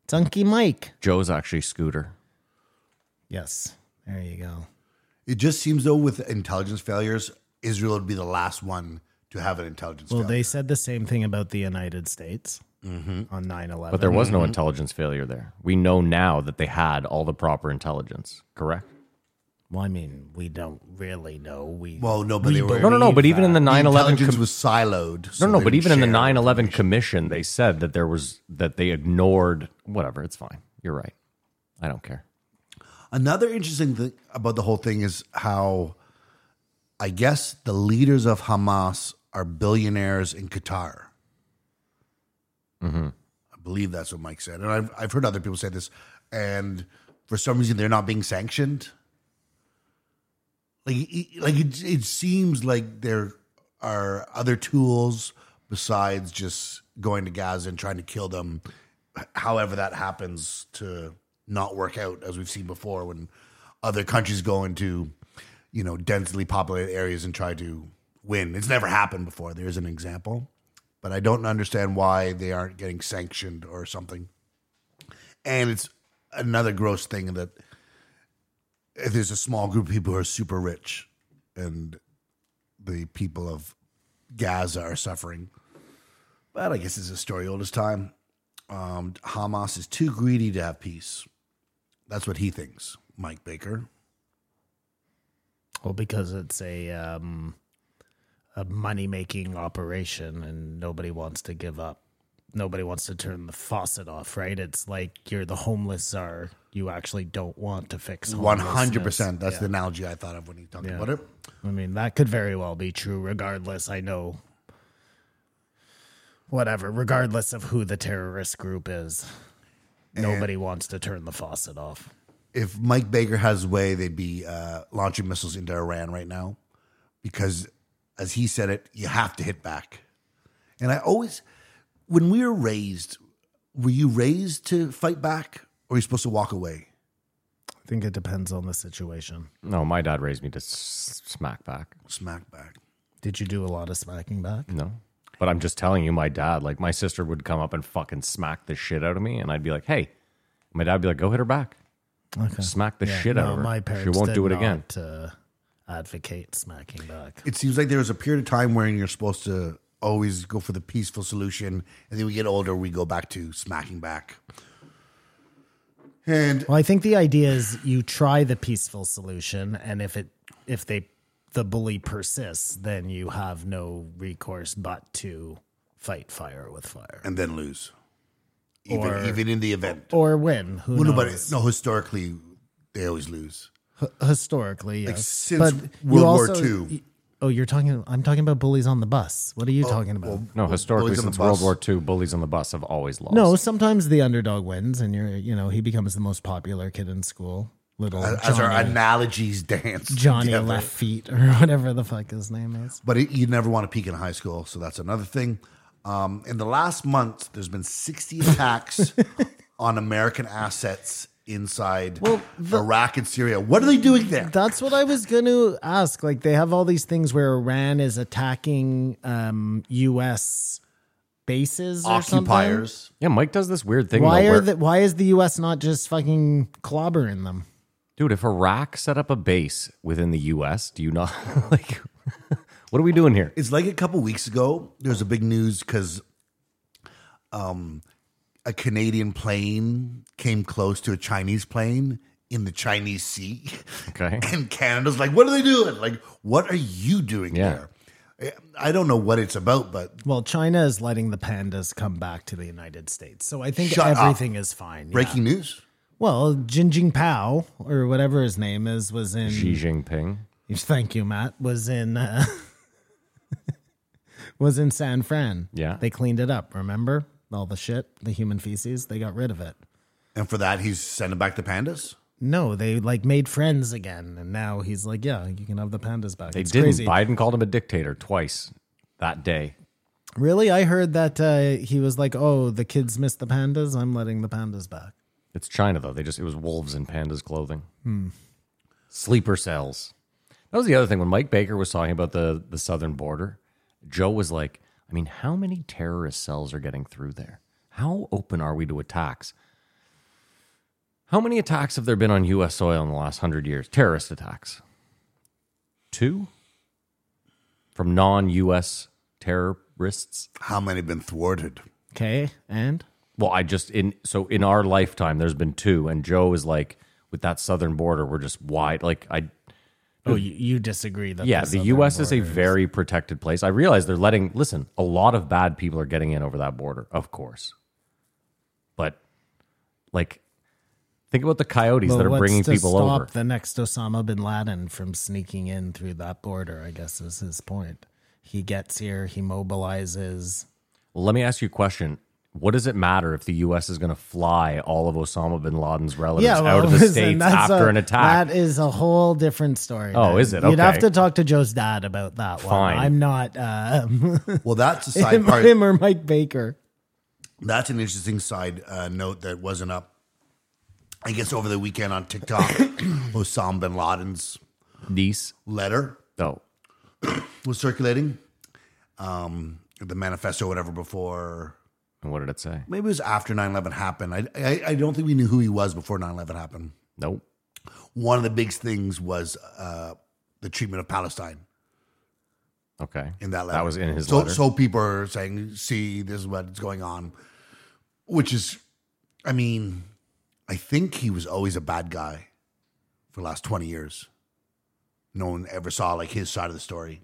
It's Unky Mike. Joe's actually Scooter. Yes. There you go. It just seems though with intelligence failures, Israel would be the last one to have an intelligence Well, failure. they said the same thing about the United States on 9 11. But there was no intelligence failure there. We know now that they had all the proper intelligence, correct? Well, I mean, we don't really know. We well, no, but they were No, no, no. But even in the the 9 11 intelligence was siloed. so No, no, they but would even in the share. 9 11 commission, they said that there was, that they ignored whatever. It's fine. You're right. I don't care. Another interesting thing about the whole thing is how I guess the leaders of Hamas are billionaires in Qatar. Mm-hmm. I believe that's what Mike said. And I've, I've heard other people say this. And for some reason, they're not being sanctioned. Like, it- like it, it seems like there are other tools besides just going to Gaza and trying to kill them, however that happens to not work out, as we've seen before when other countries go into, you know, densely populated areas and try to win. It's never happened before. There's an example, but I don't understand why they aren't getting sanctioned or something. And it's another gross thing that if there's a small group of people who are super rich and the people of Gaza are suffering. But I guess it's a story old as time. Um, Hamas is too greedy to have peace. That's what he thinks, Mike Baker. Well, because it's a um, a money making operation, and nobody wants to give up. Nobody wants to turn the faucet off, right? It's like you're the homeless czar. You actually don't want to fix One homelessness. hundred percent. That's the analogy I thought of when he talked Yeah. about it. I mean, that could very well be true. Regardless, I know. Whatever. Regardless of who the terrorist group is, nobody wants to turn the faucet off. If Mike Baker has his way, they'd be uh, launching missiles into Iran right now, because, as he said it, you have to hit back. And I always, when we were raised, were you raised to fight back, or are you supposed to walk away? I think it depends on the situation. No, my dad raised me to s- smack back. Smack back. Did you do a lot of smacking back? No. But I'm just telling you, my dad, like my sister would come up and fucking smack the shit out of me. And I'd be like, hey, my dad would be like, go hit her back. Okay. Smack the Yeah, shit out no, of her. My parents she won't did do it again. not, uh, advocate smacking back. It seems like there was a period of time wherein you're supposed to always go for the peaceful solution, and then we get older, we go back to smacking back. And Well, I think the idea is you try the peaceful solution, and if it if they the bully persists, then you have no recourse but to fight fire with fire and then lose, even Or- even in the event. or win. Who Well, no, but knows? no, historically, they always lose. Historically, yes. since but World you War also- II. Oh, you're talking. I'm talking about bullies on the bus. What are Oh, you talking about? No, historically, bullies on the since World bus. War II, bullies on the bus have always lost. No, sometimes the underdog wins, and you're you know he becomes the most popular kid in school. Little As our Johnny. analogies dance, Johnny together. Left Feet or whatever the fuck his name is. but it, you never want to peak in high school, so that's another thing. Um, in the last month, there's been 60 attacks on American assets inside Well, the- Iraq and Syria. What are they doing there? That's what I was going to ask. Like they have all these things where Iran is attacking um, U.S. bases or Occupiers. Yeah, Mike does this weird thing. something. Why though, are where- the, Why is the U.S. not just fucking clobbering them? dude? If Iraq set up a base within the U.S., do you not like? what are we doing here? It's like a couple weeks ago. There was a big news because um, a Canadian plane came close to a Chinese plane in the Chinese Sea, Okay, and Canada's like, "What are they doing? Like, what are you doing Yeah. there?" I I don't know what it's about, but Well, China is letting the pandas come back to the United States, so I think Shut up. everything is fine. yeah. breaking news. Well, Jin Jinping or whatever his name is was in. Xi Jinping. Thank you, Matt. Was in. Uh, was in San Fran. Yeah. they cleaned it up. Remember all the shit, the human feces. They got rid of it. And for that, he's sending back the pandas. No, they like made friends again, and now he's like, yeah, you can have the pandas back. They it's didn't. Crazy. Biden called him a dictator twice that day. Really, I heard that uh, he was like, oh, the kids missed the pandas. I'm letting the pandas back. It's China though. They just it was wolves in pandas clothing. Sleeper cells. That was the other thing when Mike Baker was talking about the the southern border. Joe was like, I mean, how many terrorist cells are getting through there? How open are we to attacks? How many attacks have there been on U.S. soil in the last hundred years? Terrorist attacks. Two. From non-U.S. terrorists. How many have been thwarted? Okay, and Well, I just in so in our lifetime, there's been two, and Joe is like with that southern border, we're just wide. Like I, oh, you, you disagree that? yeah, the southern U.S. is a border very protected place. I realize they're letting listen. A lot of bad people are getting in over that border, of course, but like think about the coyotes Well, that are what's bringing to people stop over. The next Osama bin Laden from sneaking in through that border, I guess, is his point. He gets here, he mobilizes. Well, let me ask you a question. What does it matter if the U.S. is going to fly all of Osama bin Laden's relatives out of the listen, states that's after a- an attack? That is a whole different story. Oh, man. is it? You'd have Okay. to talk to Joe's dad about that Fine. one. I'm not uh, Well, that's a side him, part. him or Mike Baker. That's an interesting side uh, note that wasn't up. I guess over the weekend on TikTok, Osama bin Laden's Nice. Oh, letter No. was circulating, um, the manifesto, or whatever, before And what did it say? maybe it was after 9 11 happened. I, I, I don't think we knew who he was before 9 11 happened. Nope. One of the big things was uh, the treatment of Palestine Okay. in that letter. That was in his so, letter. So people are saying, see, this is what's going on, which is, I mean, I think he was always a bad guy for the last 20 years. No one ever saw like his side of the story.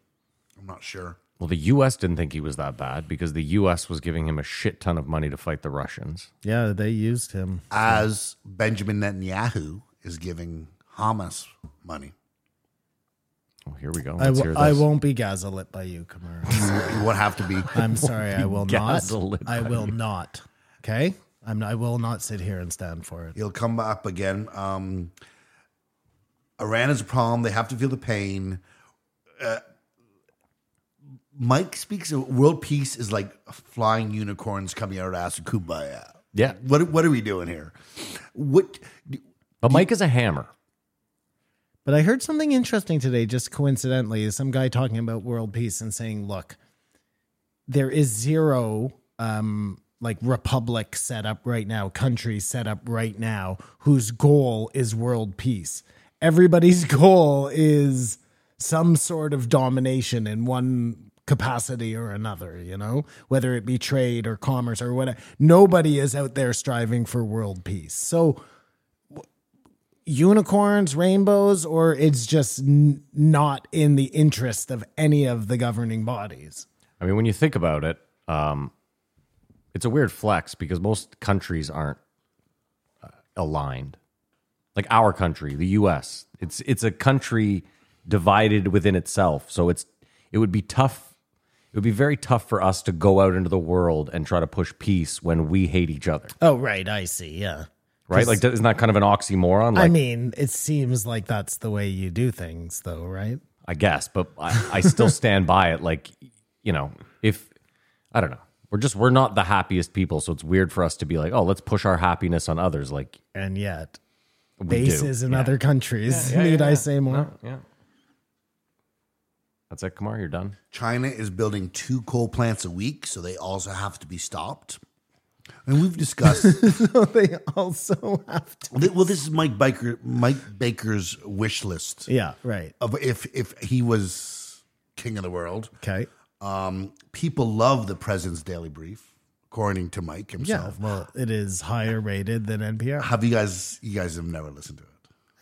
I'm not sure. well, the U.S. didn't think he was that bad because the U.S. was giving him a shit ton of money to fight the Russians. Yeah, they used him. As Benjamin Netanyahu is giving Hamas money. Oh, here we go. I Let's w- hear I this. won't be gazalit by you, Kamara. It would have to be. I'm sorry, I will not. gazalit I by will not. Okay, I'm. I will not sit here and stand for it. He'll come up again. Um, Iran is a problem. They have to feel the pain. Uh, Mike speaks of world peace is like flying unicorns coming out of ass and kumbaya. Yeah. What what are we doing here? What But Mike is a hammer. But I heard something interesting today, just coincidentally, is some guy talking about world peace and saying, look, there is zero um like republic set up right now, country set up right now, whose goal is world peace. Everybody's goal is some sort of domination in one capacity or another, you know, whether it be trade or commerce or whatever. Nobody is out there striving for world peace. So unicorns, rainbows, or it's just n- not in the interest of any of the governing bodies. I mean, when you think about it, um, it's a weird flex because most countries aren't uh, aligned. Like our country, the U.S., it's it's a country divided within itself. So it's it would be tough. It would be very tough for us to go out into the world and try to push peace when we hate each other, Oh, right. I see. Yeah. right? Like, isn't that kind of an oxymoron? Like, I mean, it seems like that's the way you do things, though, right? I guess, but I, I still stand by it. Like, you know, if I don't know, we're just we're not the happiest people, so it's weird for us to be like, oh, let's push our happiness on others. Like, And yet, We do. bases in Yeah. other countries. Yeah, yeah, Need yeah, I yeah. say more? No, yeah. That's it, Kamar. You're done. China is building two coal plants a week, so they also have to be stopped. And we've discussed they also have to. well, this is Mike Baker Mike Baker's wish list Yeah, right. of if if he was king of the world. Okay. Um, people love the president's daily brief, according to Mike Yeah. himself. Well, it is higher rated than NPR. Have you guys? You guys have never listened to it.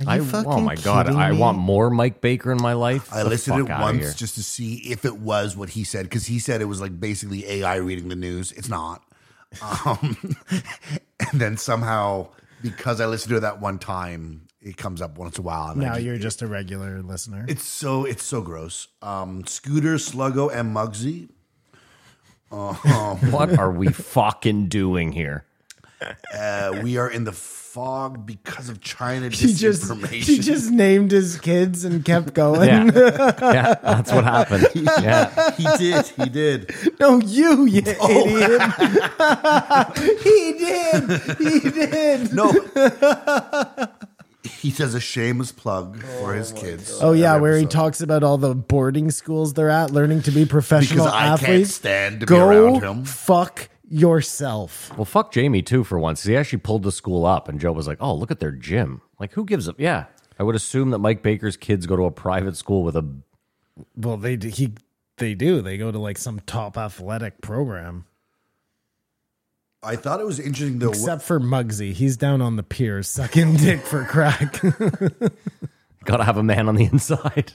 Are I, you oh fucking my god, kidding I me? want more Mike Baker in my life. I The listened fuck to it outta here. once just to see if it was what he said because he said it was like basically AI reading the news. It's not. Um, and then somehow, because I listened to it that one time, it comes up once in a while. And I Now just- you're just a regular listener. it's so it's so gross. Um, Scooter, Sluggo, and Muggsy. What are we fucking doing here? Uh, we are in the fog because of China he just disinformation. he just named his kids and kept going. Yeah, yeah, that's what happened. Yeah, he did. He did. No, you, you idiot. Oh. he did. He did. No. He does a shameless plug for his kids. Oh yeah, Every where he episode. talks about all the boarding schools they're at, learning to be professional because I athletes. can't stand to Go be around him. fuck yourself. well, fuck Jamie too for once. He actually pulled the school up, and Joe was like, "Oh, look at their gym. Like, who gives a yeah." I would assume that Mike Baker's kids go to a private school with a Well, they d- he they do. They go to like some top athletic program. I thought it was interesting though. Except for Muggsy, he's down on the pier sucking dick for crack. gotta have a man on the what, inside.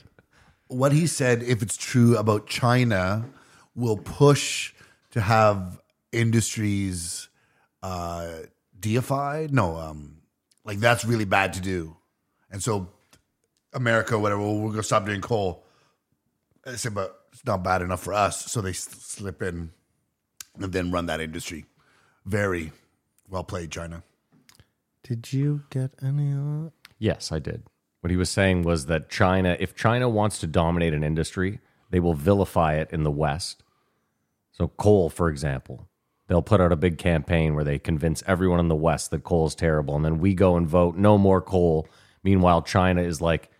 what he said, if it's true about China, will push to have industries uh, deified. No, um, like that's really bad to do, and so America, whatever, well, we're gonna stop doing coal. I said, but it's not bad enough for us, so they s- slip in and then run that industry. Very well played, China. Did you get any? of that? Yes, I did. What he was saying was that China, if China wants to dominate an industry, they will vilify it in the West. So, coal, for example, they'll put out a big campaign where they convince everyone in the West that coal is terrible. And then we go and vote no more coal. Meanwhile, China is like,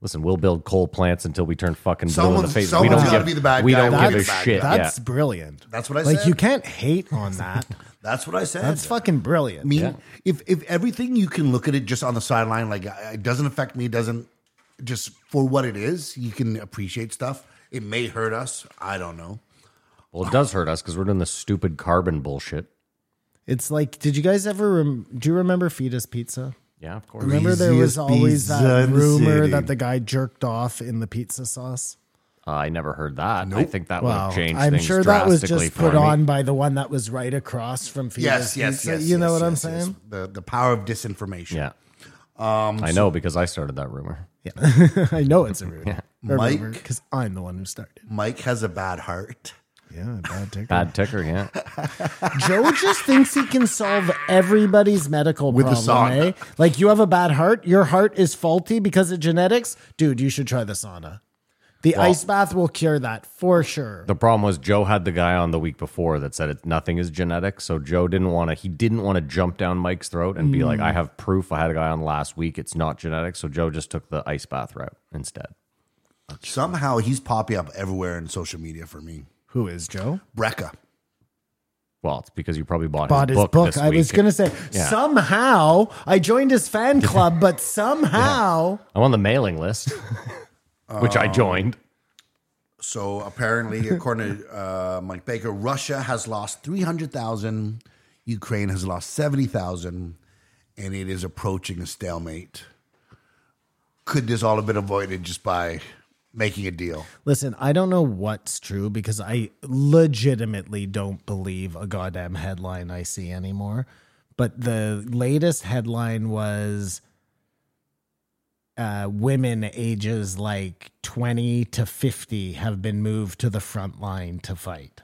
listen, we'll build coal plants until we turn fucking blue in the Someone's- face. We someone's don't gotta give, be the bad we guy. don't We'll give a be the bad shit. guy. Yeah. That's brilliant. That's what I like. said. You can't hate on that. That's what I said. That's fucking brilliant. mean, if if everything you can look at it just on the sideline, like I- it doesn't affect me, doesn't just for what it is, you can appreciate stuff. It may hurt us. I don't know. Well, it does hurt us because we're doing this stupid carbon bullshit. It's like, did you guys ever rem- do you remember fetus pizza? Yeah, of course. Remember there Greasiest was always pizza that in the rumor city. that the guy jerked off in the pizza sauce. Uh, I never heard that. I think that would Wow, have changed I'm things sure that was drastically just for put me. on by the one that was right across from fetus. Yes, yes, pizza. yes. You know yes, what I'm yes, yes. saying? The the power of disinformation. Yeah. Um, I know because I started that rumor. I know it's a rumor. Mike? because I'm the one who started. Mike has a bad heart. Yeah, bad ticker. Bad ticker, yeah. Joe just thinks he can solve everybody's medical With the problem. sauna. eh? Like you have a bad heart, your heart is faulty because of genetics. Dude, you should try the sauna. The ice bath will cure that for sure. the problem was Joe had the guy on the week before that said it, nothing is genetic, so Joe didn't want to. He didn't want to jump down Mike's throat and be Mm. like, "I have proof. I had a guy on last week. It's not genetic." So Joe just took the ice bath route instead. Somehow he's popping up everywhere in social media for me. Who is Joe? Brecca. Well, it's because you probably bought, Bought his, his book book. this I was week. gonna say Yeah. somehow I joined his fan club, but somehow I'm on the mailing list, which Oh. I joined. So apparently, according to uh, Mike Baker, Russia has lost 300,000, Ukraine has lost 70,000, and it is approaching a stalemate. Could this all have been avoided just by making a deal? Listen, I don't know what's true because I legitimately don't believe a goddamn headline I see anymore. But the latest headline was uh, women ages like 20 to 50 have been moved to the front line to fight.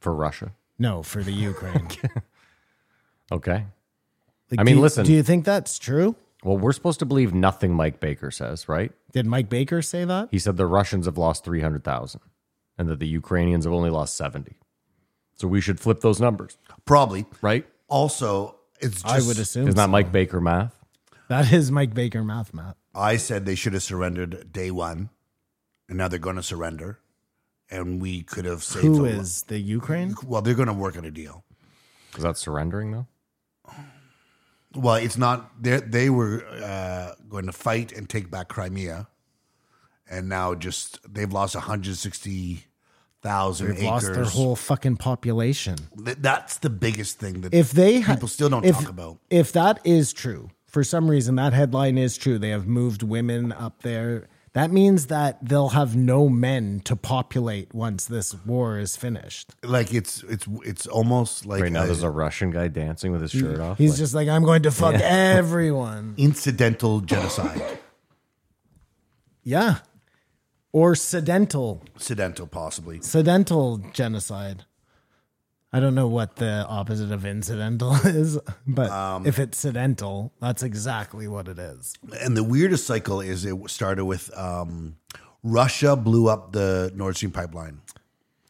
For Russia. No, for the Ukraine. Okay. Like, I mean, do you- listen. Do you think that's true? Well, we're supposed to believe nothing Mike Baker says, right? Did Mike Baker say that? He said the Russians have lost 300,000 and that the Ukrainians have only lost 70. So we should flip those numbers, Probably. right? Also, it's just I would assume. Isn't that so. Mike Baker math? That is Mike Baker mouth map. I said they should have surrendered day one, and now they're going to surrender, and we could have saved. a Who lo- is the Ukraine? Well, they're going to work on a deal. Is that surrendering though? Well, it's not. They they were uh, going to fight and take back Crimea, and now just they've lost one hundred sixty thousand They've acres. lost their whole fucking population. Th- That's the biggest thing that If they ha- people still don't if- talk about. If that is true, for some reason that headline is true. They have moved women up there. That means that they'll have no men to populate once this war is finished. Like it's it's it's almost like Right now, a there's a Russian guy dancing with his shirt off. He's like- just like, I'm going to fuck everyone. incidental genocide, Yeah. Or sedental, incidental possibly. sedental genocide. I don't know what the opposite of incidental is, but Um, if it's sedental, that's exactly what it is. And the weirdest cycle is it started with um, Russia blew up the Nord Stream pipeline.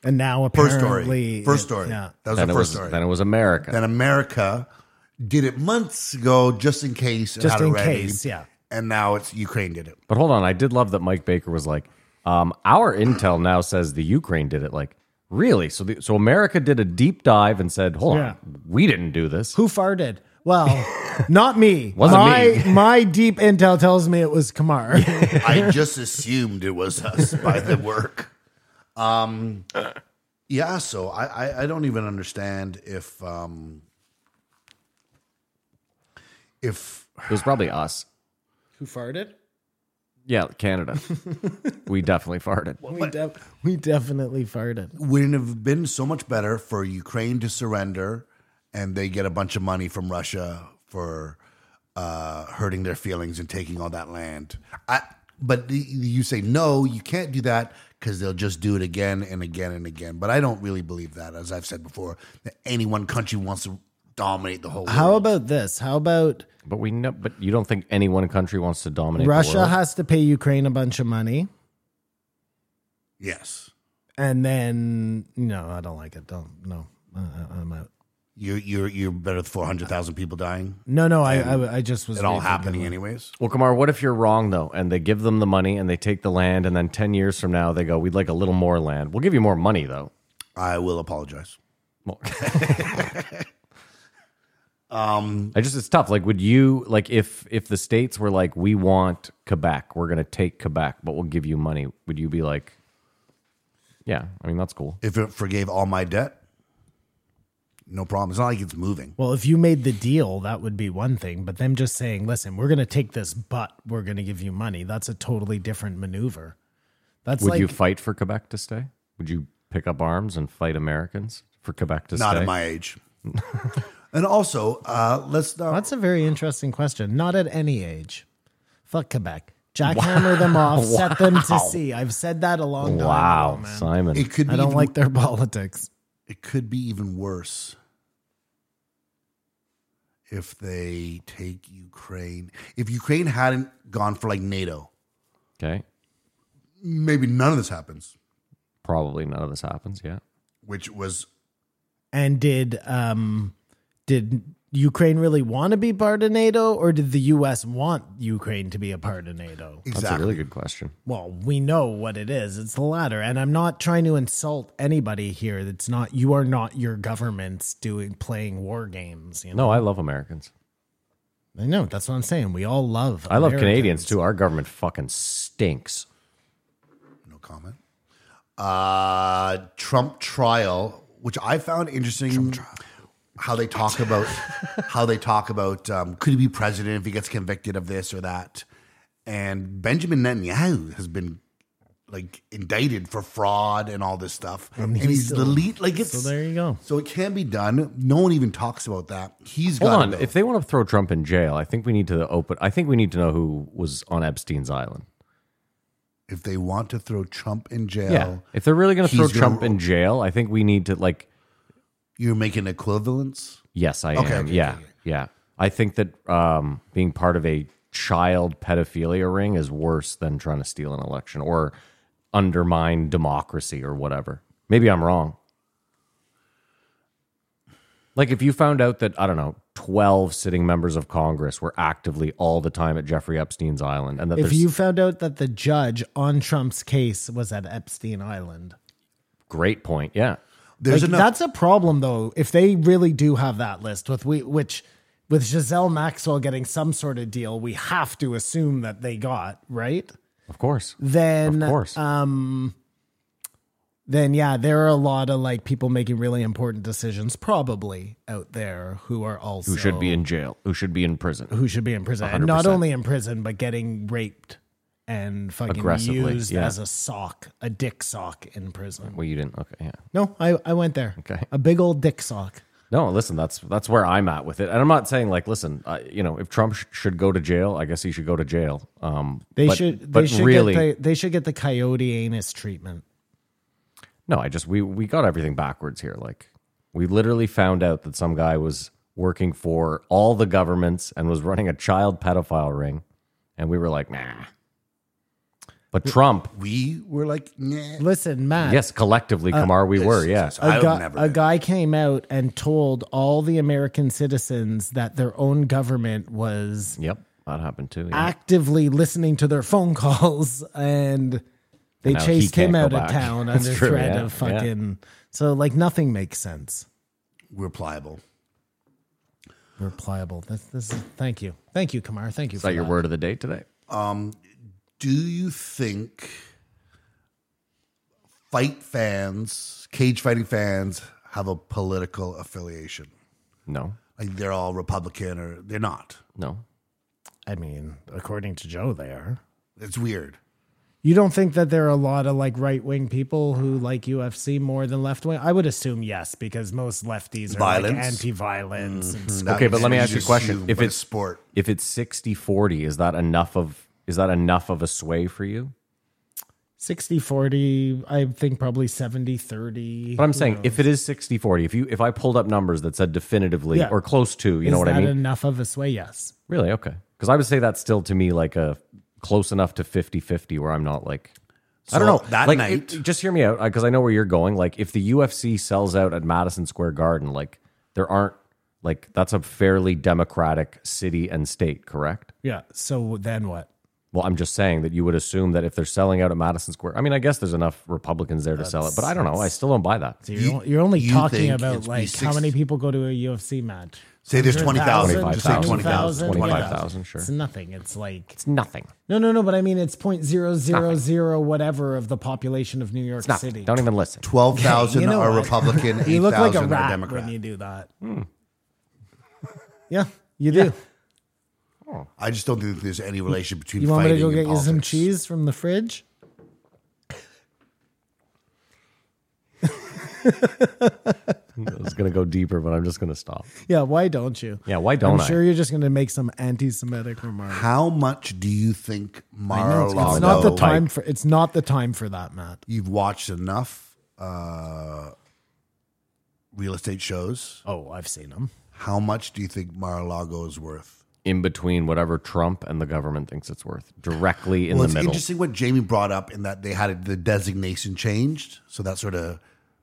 And now First apparently, story. First it- story. Yeah, That was then the it first was story. then it was America. then America did it months ago just in case. and Just had it in ready. case, yeah. And now it's Ukraine did it. But hold on, I did love that Mike Baker was like, um, our intel now says the Ukraine did it. Like, really? So, the, so America did a deep dive and said, hold Yeah. on, we didn't do this. Who farted? Well, not me. Wasn't my me. my deep intel tells me it was Kamar. I just assumed it was us by the work. Um, yeah. So I, I, I don't even understand if um, if It was probably us. Who farted? Yeah, Canada. we definitely farted. We, def- we definitely farted. wouldn't have been so much better for Ukraine to surrender and they get a bunch of money from Russia for uh, hurting their feelings and taking all that land. I, but the- you say, no, you can't do that because they'll just do it again and again and again. But I don't really believe that, as I've said before, that any one country wants to dominate the whole How world. about this? How about But we know. But you don't think any one country wants to dominate The Russia world? has to pay Ukraine a bunch of money, Yes. and then no, I don't like it. Don't no, I, I- I'm out. You're, you're, you're better with 400,000 people dying. No, no, I I, I just was It all reading happening, the- anyways. well, Kamar, what if you're wrong though, and they give them the money and they take the land, and then ten years from now they go, "We'd like a little more land. We'll give you more money though." I will apologize. Well- Um, I just it's tough. Like, would you like if if the states were like, we want Quebec, we're gonna take Quebec, but we'll give you money? Would you be like, yeah? I mean, that's cool. If it forgave all my debt, no problem. It's not like it's moving. Well, if you made the deal, that would be one thing. But them just saying, "Listen, we're going to take this, but we're going to give you money," that's a totally different maneuver. That's would like you fight for Quebec to stay? Would you pick up arms and fight Americans for Quebec to not stay? at my age. and also, uh, let's not. that's a very interesting question. Not at any age. Fuck Quebec. Jackhammer them off, set them to sea. I've said that a long time wow, ago, man. Simon. it could. Be I don't even, like their politics. It could be even worse if they take Ukraine. If Ukraine hadn't gone for like NATO, okay, maybe none of this happens. probably none of this happens yet. Which was And did um did Ukraine really want to be part of NATO or did the US want Ukraine to be a part of NATO? exactly. That's a really good question. Well, we know what it is. It's the latter. And I'm not trying to insult anybody here. It's not you are not your government's doing playing war games, you know. No, I love Americans. I know, that's what I'm saying. We all love I love Americans. Canadians too. Our government fucking stinks. No comment. Uh, Trump trial, which I found interesting. How they talk about how they talk about um, could he be president if he gets convicted of this or that, and Benjamin Netanyahu has been like indicted for fraud and all this stuff, and he's he's the still- lead. Like it's So there you go. so it can be done. No one even talks about that. He's Hold gotta on. go. If they want to throw Trump in jail, I think we need to open. I think we need to know who was on Epstein's island. if they want to throw Trump in jail, Yeah. If they're really going he's to throw gonna Trump ro- in jail, I think we need to like. you're making equivalence. Yes, I Okay, am. okay, yeah, okay, okay. yeah. I think that um, being part of a child pedophilia ring is worse than trying to steal an election or undermine democracy or whatever. Maybe I'm wrong. Like if you found out that I don't know, twelve sitting members of Congress were actively all the time at Jeffrey Epstein's island, and that If there's you found out that the judge on Trump's case was at Epstein Island, great point, yeah, There's Like, enough. that's a problem though. If they really do have that list with we, which with Giselle Maxwell getting some sort of deal, we have to assume that they got right. of course, Then, um, of course, then yeah, there are a lot of like people making really important decisions probably out there who are also who should be in jail, who should be in prison, who should be in prison, and not only in prison but getting raped and fucking Aggressively, used yeah. as a sock, a dick sock in prison. Well, you didn't. Okay, yeah. No, I I went there. Okay. a big old dick sock. No, listen, that's that's where I'm at with it, and I'm not saying like, listen, uh, you know, if Trump sh- should go to jail, I guess he should go to jail. Um, They but- should. They but should really, Get the, they should get the coyote anus treatment. no. I just we we got everything backwards here. Like, we literally found out that some guy was working for all the governments and was running a child pedophile ring, and we were like, nah. But Trump, we were like, nah. Listen, Matt. yes, collectively, uh, Kamar, we were, yeah. yes, A, I've gu- never a been. guy came out and told all the American citizens that their own government was Yep, that happened too. yeah. actively listening to their phone calls and they Now he chased him can't out go of back. town That's under true, threat yeah, of yeah. fucking. So, like, nothing makes sense. We're pliable. We're pliable. This, this is, thank you. Thank you, Kamar. Thank you Is for that your that. word of the day today? Do you think fight fans, cage fighting fans, have a political affiliation? No, Like they're all Republican or they're not. no. I mean, according to Joe, they are. It's weird. You don't think that there are a lot of like right wing people who like UFC more than left wing? I would assume yes, because most lefties are like Violence? anti violence. and stuff. That Okay, but let me would ask you a just question. assume, If but it's- sport, if it's 60 40 is that enough of is that enough of a sway for you 60 40, I think probably 70 30. but i'm saying if it is 60 40 if you if i pulled up numbers that said definitively Yeah. or close to you Is know what that i mean enough of a sway? Yes. really okay because i would say that's still to me like a close enough to 50 50 where i'm not like I don't So know. that like, night- it- just hear me out because I know where you're going. Like, if the UFC sells out at Madison Square Garden, like there aren't like that's a fairly democratic city and state, correct? Yeah. So then what? Well, I'm just saying that you would assume that if they're selling out at Madison Square, I mean, I guess there's enough Republicans there to sell it, but I don't know. I still don't buy that. So You- you're, on- you're only you talking think about it's like how 60 many people go to a UFC match? say there's 20,000, 20,000. Just say 20,000. 20,000, 25,000, sure. It's nothing. It's like, It's nothing. no, no, no. But I mean, it's 0.000 whatever of the population of New York It's nothing. City. Don't even listen. 12,000 You know are what? Republican, You look like a 8,000 are rat Democrat. when you do that. Hmm. Yeah, you do. I just don't think there's any relation between You want me fighting to go and get you some politics. cheese from the fridge? I was going to go deeper, but I'm just going to stop. Yeah, why don't you? Yeah, why don't I'm sure I? you're just going to make some anti-Semitic remark. How much do you think It's Mar-a-Lago? it's not the time for. It's not the time for that, Matt. You've watched enough uh, real estate shows. Oh, I've seen them. How much do you think Mar-a-Lago is worth? In between whatever Trump and the government thinks it's worth, directly in well, the it's middle. interesting what Jamie brought up in that they had the designation changed, so that sort of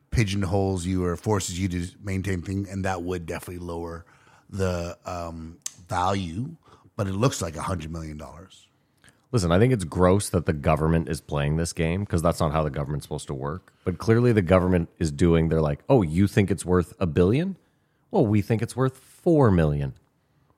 pigeonholes you or forces you to maintain thing, and that would definitely lower the um, value. But it looks like a hundred million dollars. Listen, I think it's gross that the government is playing this game because that's not how the government's supposed to work. But clearly, the government is doing, they're like, oh, you think it's worth a billion? Well, we think it's worth four million.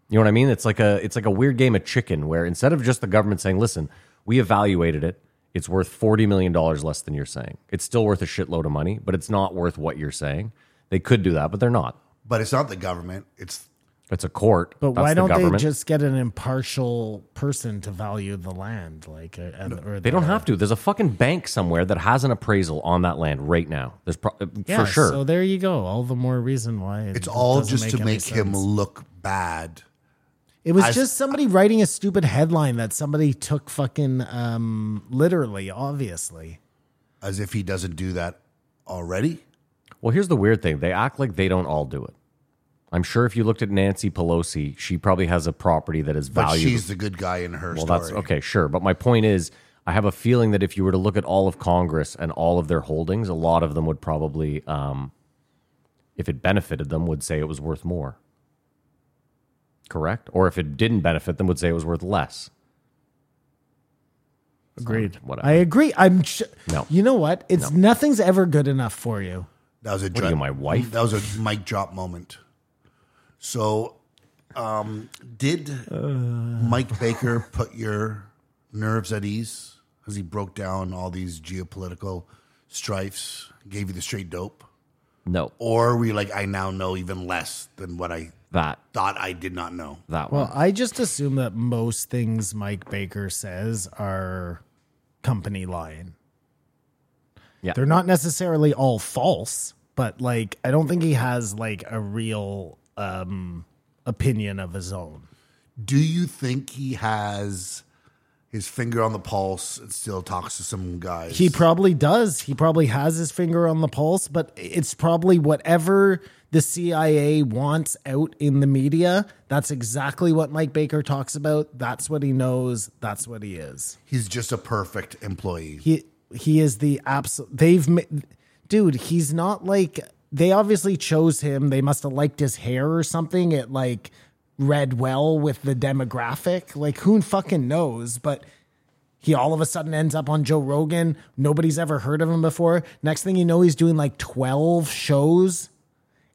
You know what I mean? It's like a it's like a weird game of chicken where instead of just the government saying, "Listen, we evaluated it. It's worth forty million dollars less than you're saying. It's still worth a shitload of money, but it's not worth what you're saying." They could do that, but they're not. But it's not the government; it's It's a court. But That's why the don't they government. just get an impartial person to value the land? Like, uh, and, or They don't have to. There's a fucking bank somewhere that has an appraisal on that land right now. There's pro- uh, for sure. So there you go. All the more reason why it it's all doesn't just to any make him sense. look bad. It was I've- just somebody writing a stupid headline that somebody took fucking um, literally, obviously. as if he doesn't do that already. Well, here's the weird thing. They act like they don't all do it. I'm sure if you looked at Nancy Pelosi, she probably has a property that is But valued. she's the good guy in her well, story. that's okay, sure. But my point is, I have a feeling that if you were to look at all of Congress and all of their holdings, a lot of them would probably um, if it benefited them, would say it was worth more. Correct? Or if it didn't benefit them, would say it was worth less. Agreed. whatever. I agree. I'm. Sh- No. You know what? It's nothing's ever good enough for you. That was a What are you, my wife? That was a mic drop moment. So, um, did Uh. Mike Baker put your nerves at ease as he broke down all these geopolitical strifes, gave you the straight dope, No, or were you like, I now know even less than what I that thought I did not know? that Well, one. I just assume that most things Mike Baker says are company lying. Yeah. They're not necessarily all false, but like I don't think he has like a real um opinion of his own. Do you think he has his finger on the pulse and still talks to some guys? He probably does. He probably has his finger on the pulse, but it's probably whatever the CIA wants out in the media. That's exactly what Mike Baker talks about. That's what he knows. That's what he is. He's just a perfect employee. He he is the absolute. They've ma- dude. He's not like they obviously chose him. They must have liked his hair or something. It like read well with the demographic. Like who fucking knows? But he all of a sudden ends up on Joe Rogan. Nobody's ever heard of him before. Next thing you know, he's doing like 12 shows.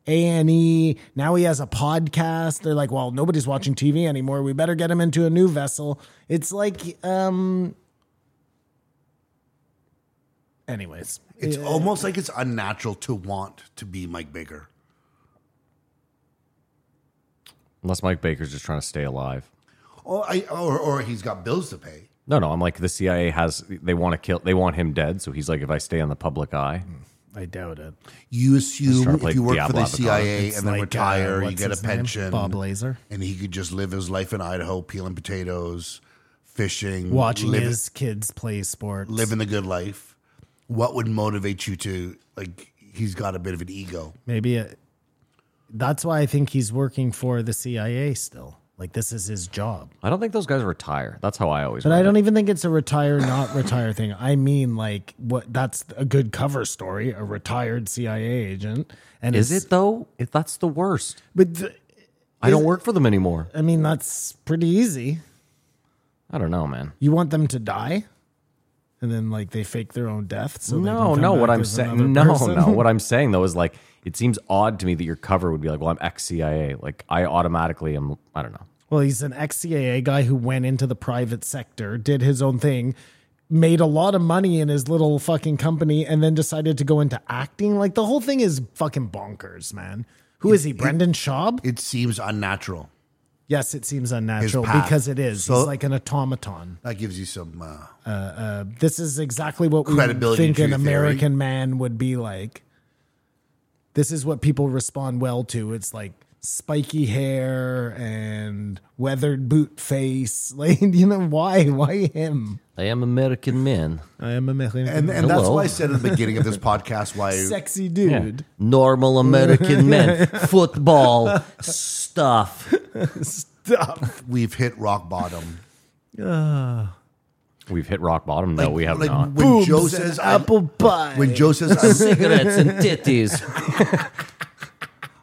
A&E. Now he has a podcast. They're like, well, nobody's watching TV anymore. We better get him into a new vessel. It's like, um, anyways, It's almost like it's unnatural to want to be Mike Baker. Unless Mike Baker's just trying to stay alive. Or, I, or, or he's got bills to pay. No, no, I'm like the CIA has they want to kill they want him dead, so he's like if I stay on the public eye. Hmm. I doubt it. You trying assume to play if you work for Diablo the Avatar. CIA It's and then like, uh, retire, you what's get a his name? pension. Bob Lazar. And he could just live his life in Idaho, peeling potatoes, fishing, Watching living, his kids play sports. living the good life. What would motivate you to, like, he's got a bit of an ego. Maybe it, that's why I think he's working for the CIA still. Like this is his job. I don't think those guys retire. That's how I always But I read don't it. even think it's a retire not retire thing. I mean like what that's a good cover story, a retired CIA agent. And Is it's- it though? If that's the worst. But th- I don't work for them anymore. I mean that's pretty easy. I don't know, man. You want them to die? And then like they fake their own death. So they can no, come no. back What I'm as another saying, no, person? no. What I'm saying though is like it seems odd to me that your cover would be like, well, I'm ex CIA. Like I automatically am. I don't know. Well, he's an ex CIA guy who went into the private sector, did his own thing, made a lot of money in his little fucking company, and then decided to go into acting. Like the whole thing is fucking bonkers, man. Who is he, Brendan Schaub? It seems unnatural. yes, it seems unnatural path. because it is. So- he's like an automaton. That gives you some. Uh, This is exactly what we would Credibility think to an your American theory. man would be like. This is what people respond well to. It's like spiky hair and weathered boot face. Like, you know, why? Why him? I am American man. I am a Mexican. and and that's Hello. why I said at the beginning of this podcast why sexy dude. Normal American men. Football stuff. we've hit rock bottom. We've hit rock bottom. No, we have like not. when Joe says I- apple pie. when Joe says I- Cigarettes and titties.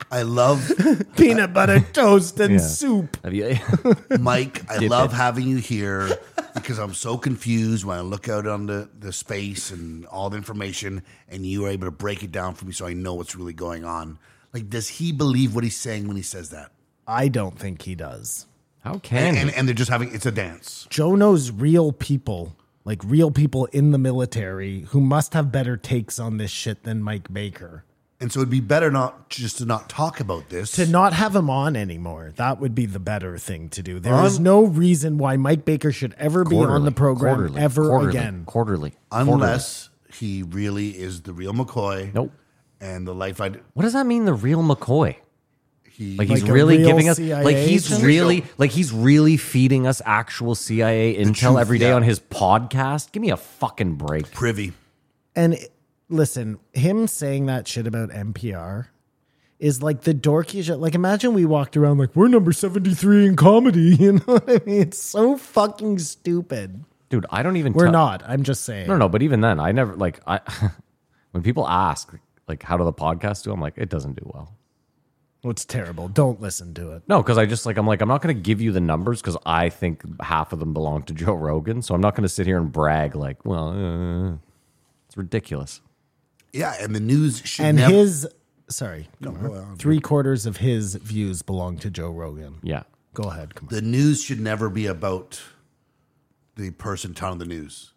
I love peanut butter toast and Yeah. soup. Have you? Mike, I Dip love it. having you here because I'm so confused when I look out on the, the space and all the information, and you are able to break it down for me so I know what's really going on. Like, does he believe what he's saying when he says that? I don't think he does. How And, can and, he? they're just having it's a dance. Joe knows real people, like real people in the military who must have better takes on this shit than Mike Baker. And so it'd be better not just to not talk about this. To not have him on anymore, that would be the better thing to do. There is no reason why Mike Baker should ever be on the program quarterly, ever quarterly, again. Quarterly. unless he really is the real McCoy. Nope. And the life I What does that mean? The real McCoy. he Like he's Like a really real giving us, CIA like he's agent? really, like he's really feeding us actual CIA intel truth, every day yeah. on his podcast. Give me a fucking break. privy. And it- listen, him saying that shit about NPR is like the dorky shit. Like, imagine we walked around like we're number 73 in comedy. You know what I mean? It's so fucking stupid. Dude, I don't even We're tell- not. I'm just saying. No, no, but even then, I never like I when people ask like, how do the podcasts do? I'm like, it doesn't do well. Well, it's terrible. Don't listen to it. No, because I just like I'm like I'm not going to give you the numbers because I think half of them belong to Joe Rogan. So I'm not going to sit here and brag like, well, uh, it's ridiculous. Yeah, and the news should And never. his, sorry, three quarters of his views belong to Joe Rogan. Yeah, Go ahead. Come on. the news should never be about the person telling the news.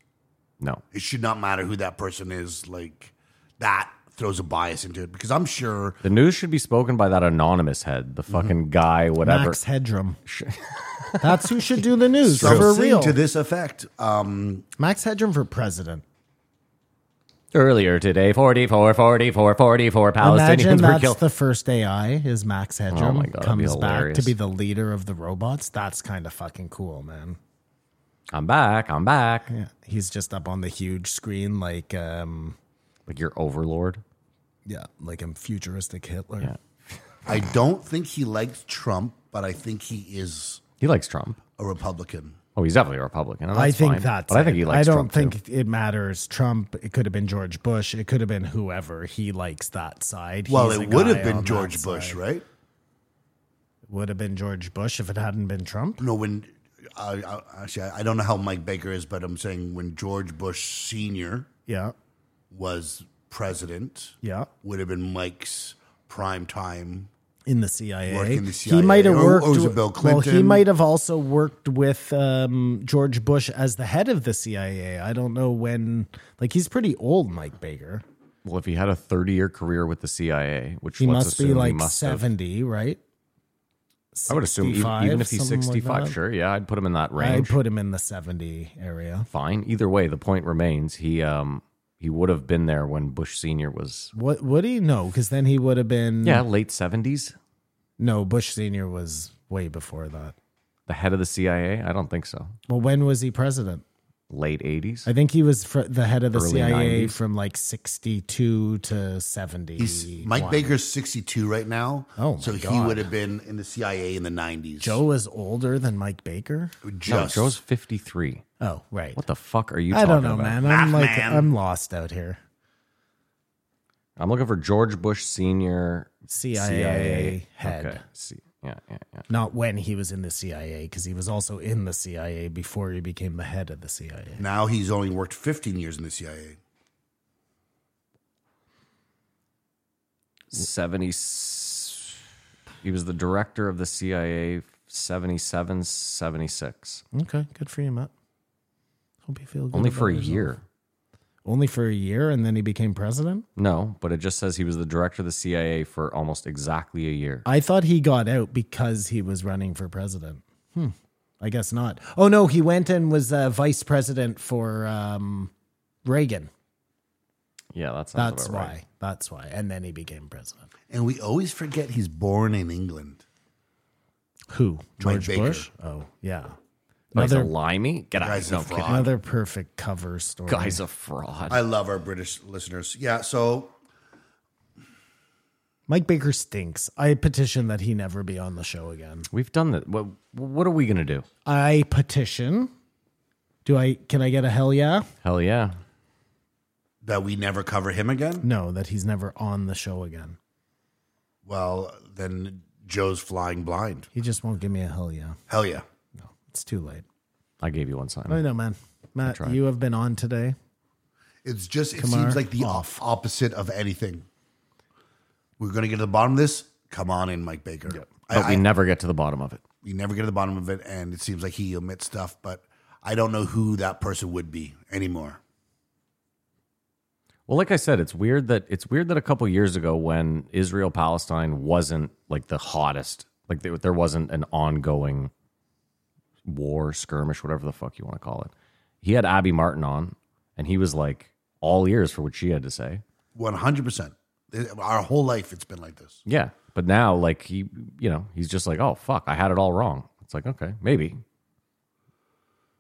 no, It should not matter who that person is. Like that throws a bias into it because I'm sure the news should be spoken by that anonymous head, the fucking guy, whatever. Mm-hmm. Max Headroom. That's who should do the news for something real. to this effect. Um, Max Headroom for president. Earlier today, 44, 44, 44 Imagine Palestinians were that's killed. the first AI is Max Headroom Oh my God, that'd be comes back to hilarious. be the leader of the robots. That's kind of fucking cool, man. I'm back. I'm back. Yeah, he's just up on the huge screen, like um, Like your overlord. yeah, like a futuristic Hitler. Yeah. I don't think he likes Trump, but I think he is He likes Trump. a Republican. Oh, he's definitely a Republican. and I that's think fine. that's. But I think it. he likes. I don't Trump, think Too. it matters. Trump. It could have been George Bush. It could have been whoever. He likes that side. Well, He's a it would guy have on been that George Bush, side. right? Would have been George Bush if it hadn't been Trump. No, when I I actually I don't know how Mike Baker is, but I'm saying when George Bush Senior Yeah. was president, Yeah. would have been Mike's prime time. in the CIA. Worked in the He CIA, might have or- worked. or was it with- Bill Well, he Oh, Clinton? might have also worked with um, George Bush as the head of the CIA. I don't know when. Like he's pretty old, Mike Baker. Well, if he had a 30 year career with the CIA, which He let's must assume be he like must have. seventy, right? I would assume even, 65, even if he's something like 65, that. sure, yeah, I'd put him in that I'd range. put him in the seventy area. Fine. Either way, the point remains he um he would have been there when Bush Senior was What would he know? Because then he would have been. yeah late seventies, No, Bush Senior was way before that. the head of the CIA. I don't think so. Well, when was he president? Late eighties. I think he was fr- the head of the Early CIA 90s. from like sixty-two to seventy. He's Mike Baker's 62 right now. Oh, my so he God. would have been in the CIA in the 90s. Joe is older than Mike Baker. No, just Joe's fifty three. Oh, right. What the fuck are you? I don't talking know, about? man. I'm like I'm lost out here. I'm looking for George Bush Senior CIA, head. Okay. C- yeah, yeah, yeah. Not when he was in the CIA, because he was also in the CIA before he became the head of the CIA. now he's only worked 15 years in the CIA. Seventy. He was the director of the CIA. 77, 76. Okay, good for you, Matt. Hope you feel good. Only about for a yourself. year. Only for a year, and then he became president. No, but it just says he was the director of the CIA for almost exactly a year. I thought he got out because he was running for president. Hmm. I guess not. Oh no, he went and was uh, vice president for um, Reagan. Yeah, that sounds That's about why. right. That's why. And then he became president. And we always forget he's born in England. Who? Mike George Baker. Bush? Oh, yeah. Oh, he's a Another limey? Get out Guy's of a here. fraud. another perfect cover story. Guy's a fraud. I love our British listeners. Yeah, so Mike Baker stinks. I petition that he never be on the show again. We've done that. What, what are we going to do? I petition. Do I can I get a hell yeah? Hell yeah. that we never cover him again? No, that he's never on the show again. Well, then Joe's flying blind. He just won't give me a hell yeah. Hell yeah. It's too late. I gave you one, I Simon. know, man. Matt, you have been on today. It's just, it Kamar Oh. seems like the off. off. opposite of anything. We're going to get to the bottom of this. Come on in, Mike Baker. I- But I- we never get to the bottom of it. you never get to the bottom of it, and it seems like he omits stuff, but I don't know who that person would be anymore. Well, like I said, it's weird that it's weird that a couple years ago when Israel Palestine wasn't like the hottest, like there, there wasn't an ongoing war skirmish, whatever the fuck you want to call it. He had Abby Martin on, and he was like all ears for what she had to say. One hundred percent. Our whole life, it's been like this. Yeah, but now like he, you know, he's just like, oh fuck, I had it all wrong. It's like okay, maybe.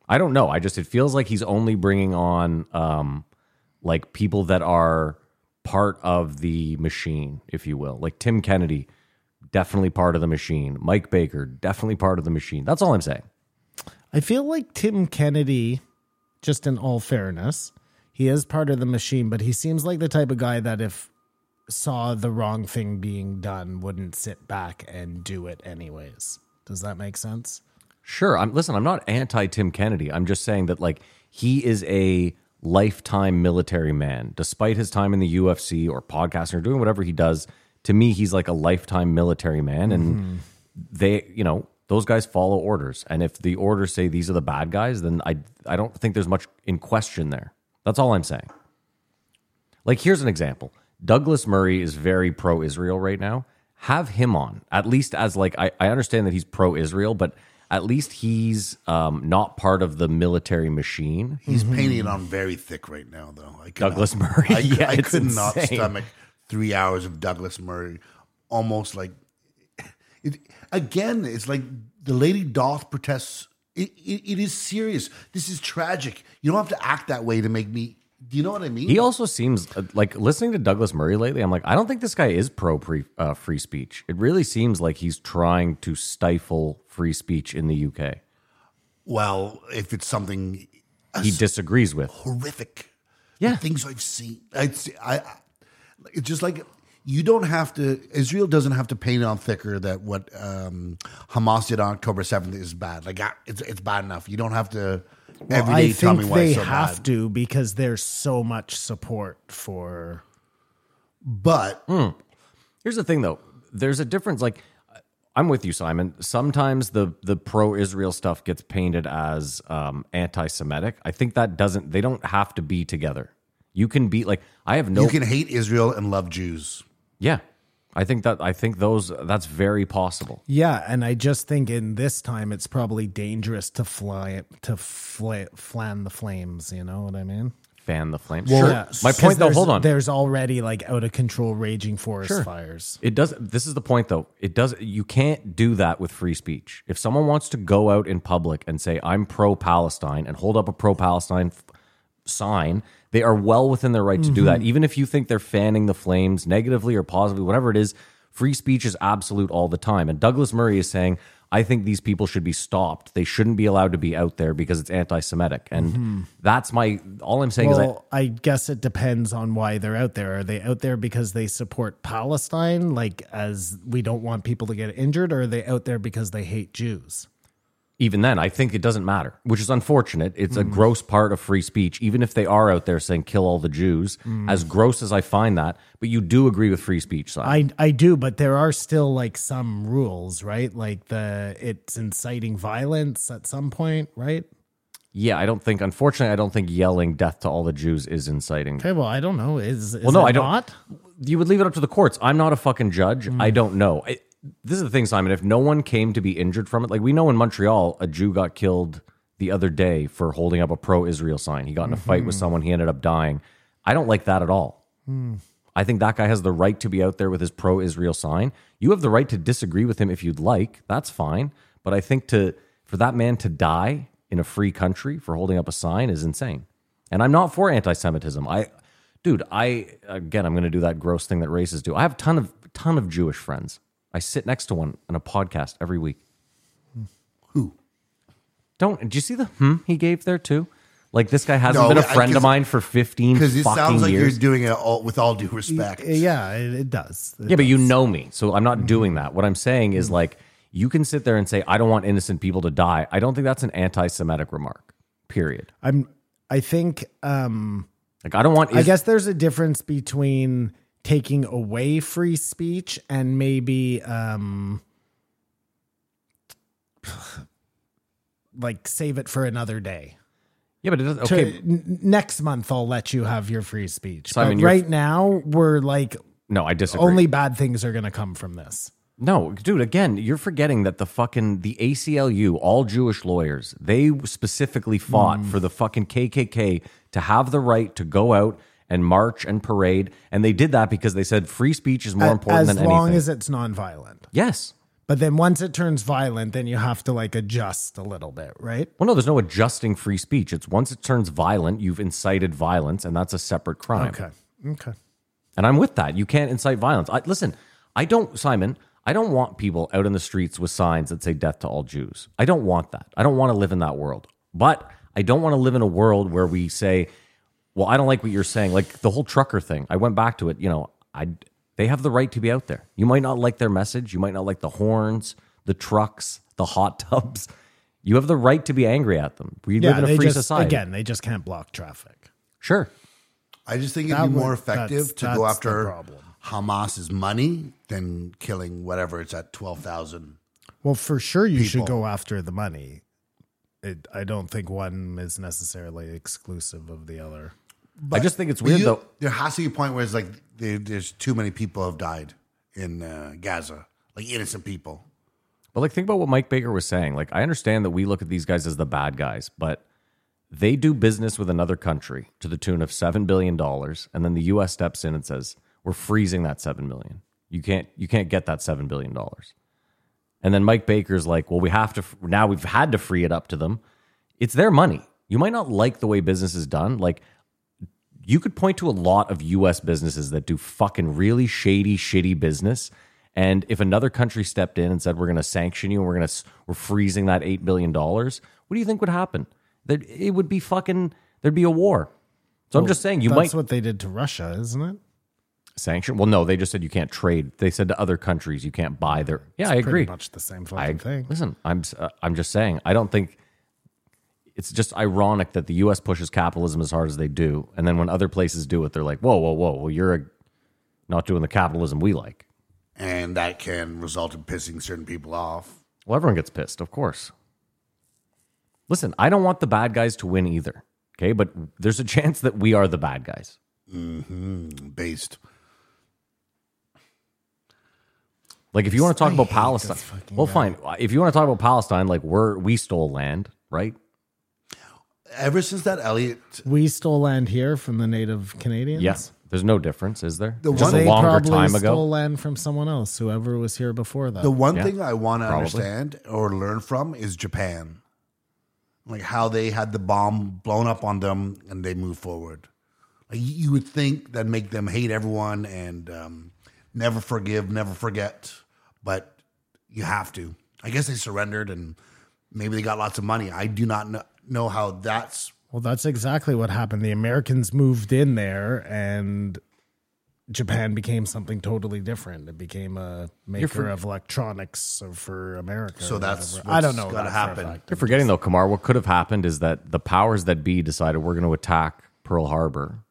I don't know. I just it feels like he's only bringing on um like people that are part of the machine, if you will. Like Tim Kennedy, definitely part of the machine. Mike Baker, definitely part of the machine. That's all I'm saying. I feel like Tim Kennedy, just in all fairness, he is part of the machine, but he seems like the type of guy that if saw the wrong thing being done wouldn't sit back and do it anyways. Does that make sense? Sure. I'm listen, I'm not anti Tim Kennedy. I'm just saying that like he is a lifetime military man. Despite his time in the UFC or podcasting or doing whatever he does, to me he's like a lifetime military man and they, you know, those guys follow orders. And if the orders say these are the bad guys, then I I don't think there's much in question there. That's all I'm saying. Like, here's an example. Douglas Murray is very pro Israel right now. Have him on, at least as like, I, I understand that he's pro Israel, but at least he's um, not part of the military machine. He's painting it on very thick right now, though. I cannot- Mm-hmm. Douglas Murray. I, yeah, I it's could not insane. stomach three hours of Douglas Murray. Almost like, it, again, it's like the lady doth protests. It, it, it is serious. This is tragic. You don't have to act that way to make me. Do you know what I mean? He also seems uh, like listening to Douglas Murray lately. I'm like, I don't think this guy is pro pre, uh, free speech. It really seems like he's trying to stifle free speech in the UK. well, if it's something He disagrees with. horrific. Yeah. The things I've seen. It's, I, I, it's just like you don't have to, Israel doesn't have to paint it on thicker that what um, Hamas did on October 7th is bad. Like, I- it's, it's bad enough. You don't have to every day I tell me think why they it's so have bad. to because there's so much support for But Hmm. Here's the thing, though. There's a difference. Like, I'm with you, Simon. Sometimes the the pro Israel stuff gets painted as um, anti Semitic. I think that doesn't. They don't have to be together. You can be like, I have no. you can hate Israel and love Jews. yeah, I think that. I think those. That's very possible. Yeah, and I just think in this time it's probably dangerous to fly to fla- flan the flames. You know what I mean? Fan the flames. Well, sure. My point, though. Hold on. There's already like out of control raging forest fires. It does. This is the point, though. It does. You can't do that with free speech. If someone wants to go out in public and say I'm pro Palestine and hold up a pro Palestine f- sign, they are well within their right to do that. Even if you think they're fanning the flames negatively or positively, whatever it is, free speech is absolute all the time. And Douglas Murray is saying. I think these people should be stopped. They shouldn't be allowed to be out there because it's anti-Semitic, and that's my all I'm saying is I, Well, I guess it depends on why they're out there. Are they out there because they support Palestine, like as we don't want people to get injured, or are they out there because they hate Jews? even then, I think it doesn't matter, which is unfortunate. It's a gross part of free speech, even if they are out there saying kill all the Jews, as gross as I find that. But you do agree with free speech, Simon. I I do, but there are still like some rules, right? Like the it's inciting violence at some point, right? yeah, I don't think, unfortunately, I don't think yelling death to all the Jews is inciting. Okay, well, I don't know. Is, is Well, no, it I don't. Not? You would leave it up to the courts. I'm not a fucking judge. I don't know. I, this is the thing, Simon. If no one came to be injured from it, like we know in Montreal, a Jew got killed the other day for holding up a pro Israel sign. He got in a fight with someone, he ended up dying. I don't like that at all. I think that guy has the right to be out there with his pro Israel sign. You have the right to disagree with him if you'd like. That's fine. But I think to for that man to die in a free country for holding up a sign is insane. And I'm not for anti-Semitism. I dude, I again I'm gonna do that gross thing that races do. I have a ton of ton of Jewish friends. I sit next to one in a podcast every week. Who? Don't do you see the hmm he gave there too? Like this guy hasn't No, been a I- 'cause- friend of mine for 15 Because fucking it sounds like years. you're doing it all, with all due respect. eh, Yeah, it, it does. Yeah, but you know me, so I'm Mm-hmm. not doing that. What I'm saying is like you can sit there and say I don't want innocent people to die. I don't think that's an anti-Semitic remark. Period. I'm. I think. Um, Like I don't want. I guess there's a difference between taking away free speech and maybe um, like save it for another day. Yeah, but it doesn't. to- Okay, n- next month I'll let you have your free speech. Simon, but you're- right now we're like no, I disagree. only bad things are going to come from this. No, dude, again, you're forgetting that the fucking the ACLU, all Jewish lawyers, they specifically Mm. fought for the fucking KKK to have the right to go out and march and parade, and they did that because they said free speech is more important as than long anything. as it's nonviolent. yes. But then once it turns violent, then you have to like adjust a little bit, right? Well, no, there's no adjusting free speech. It's once it turns violent, you've incited violence, and that's a separate crime. Okay. Okay. And I'm with that. You can't incite violence. I, listen, I don't, Simon, I don't want people out in the streets with signs that say death to all Jews. I don't want that. I don't want to live in that world. But I don't want to live in a world where we say, well, I don't like what you're saying. Like the whole trucker thing. I went back to it. You know, I They have the right to be out there. You might not like their message. You might not like the horns, the trucks, the hot tubs. You have the right to be angry at them. We live in a they free just, society. Again, they just can't block traffic. Sure. I just think it'd That be more would- effective that's- to go that's the after problem. Hamas's money than killing whatever it's at twelve thousand. Well, for sure, you should People. go after the money. It, I don't think one is necessarily exclusive of the other. I just think it's weird you- though. There has to be a point where it's like there, there's too many people have died in uh, Gaza, like innocent people. But like, think about what Mike Baker was saying. Like, I understand that we look at these guys as the bad guys, but they do business with another country to the tune of seven billion dollars, and then the U.S. steps in and says, "We're freezing that seven billion. You can't, you can't get that seven billion dollars." And then Mike Baker's like, "Well, we have to now. We've had to free it up to them. It's their money. You might not like the way business is done. Like, you could point to a lot of US businesses that do fucking really shady, shitty business. And if another country stepped in and said, we're going to sanction you and we're going to, we're freezing that $8 billion, what do you think would happen? That it would be fucking, there'd be a war. So I'm just saying, you might That's what they did to Russia, isn't it? sanction. Well, no, they just said you can't trade. They said to other countries, you can't buy their. Yeah, I agree. Pretty much the I same fucking thing. Listen, I'm s- uh, I'm just saying. I don't think it's just ironic that the U.S. pushes capitalism as hard as they do, and then when other places do it, they're like, "Whoa, whoa, whoa! Well, you're a, not doing the capitalism we like." And that can result in pissing certain people off. Well, everyone gets pissed, of course. Listen, I don't want the bad guys to win either. Okay, but there's a chance that we are the bad guys. Based. Like if you want to talk I about hate Palestine, this fucking well, guy. fine. If you want to talk about Palestine, like we're we stole land, right? Ever since that Elliot, We stole land here from the native Canadians. Yes. There's no difference, is there? The Just one- a They longer probably time ago. stole land from someone else, whoever was here before that. the one Uh, yeah, thing I want to probably. understand or learn from is Japan, like how they had the bomb blown up on them and they moved forward. Like you you would think that make them hate everyone and um, never forgive, never forget, but you have to. I guess they surrendered and maybe they got lots of money. I do not kn- know how that's well, that's exactly what happened. The Americans moved in there and Japan became something totally different. It became a maker of electronics for America. So or that's whatever. I don't what's gotta know. that for a happen. fact. You're forgetting though, Kamar, what could have happened is that the powers that be decided we're going to attack Pearl Harbor.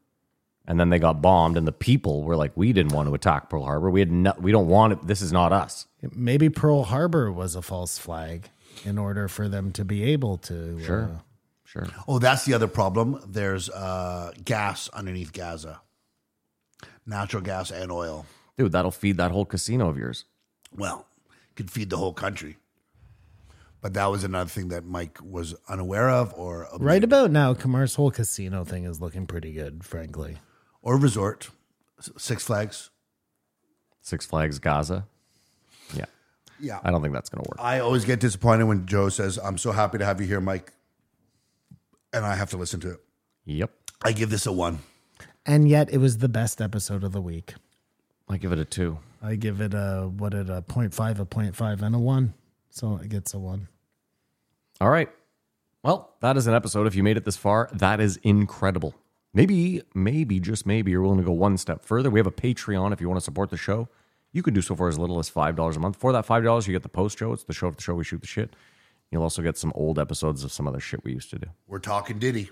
And then they got bombed and the people were like, we didn't want to attack Pearl Harbor. We had no, we don't want it. This is not us. Maybe Pearl Harbor was a false flag in order for them to be able to. uh, Sure. Sure. Oh, that's the other problem. There's uh, gas underneath Gaza, natural gas and oil. Dude, that'll feed that whole casino of yours. Well, could feed the whole country. But that was another thing that Mike was unaware of, or right about now, Kamar's whole casino thing is looking pretty good, frankly. or resort, S- Six Flags. Six Flags Gaza. Yeah. Yeah, I don't think that's going to work. I always get disappointed when Joe says, "I'm so happy to have you here, Mike," and I have to listen to it. Yep. I give this a one. And yet, it was the best episode of the week. I give it a two. I give it a what it a point five, a point five, and a one. So it gets a one. All right. Well, that is an episode. If you made it this far, that is incredible. Maybe, maybe, just maybe you're willing to go one step further. We have a Patreon if you want to support the show. You can do so for as little as $5 a month. For that $5, you get the post show. It's the show of the show. We shoot the shit. You'll also get some old episodes of some other shit we used to do. We're talking Diddy.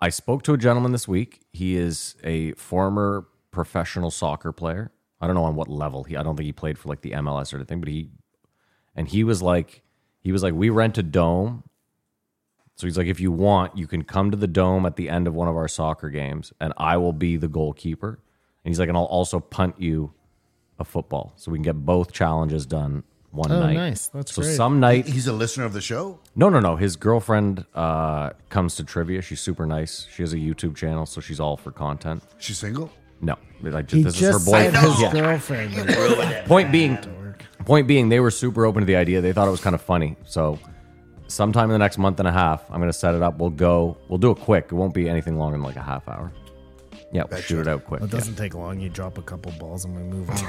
I spoke to a gentleman this week. He is a former professional soccer player. I don't know on what level. He I don't think he played for like the MLS or anything, but he and he was like he was like we rent a dome. So he's like if you want, you can come to the dome at the end of one of our soccer games and I will be the goalkeeper. And he's like and I'll also punt you a football so we can get both challenges done one Oh, night. nice. That's so great. some night He's a listener of the show. no, no, no. His girlfriend uh, comes to trivia. She's super nice. She has a YouTube channel, so she's all for content. She's single. No, I just, He this just is her boyfriend. said his Yeah. girlfriend. Point being, point being, they were super open to the idea. They thought it was kind of funny. So, sometime in the next month and a half, I'm gonna set it up. We'll go. We'll do it quick. It won't be anything longer than like a half hour. Yeah, we'll shoot it out quick. It yeah. doesn't take long. You drop a couple balls and we move on.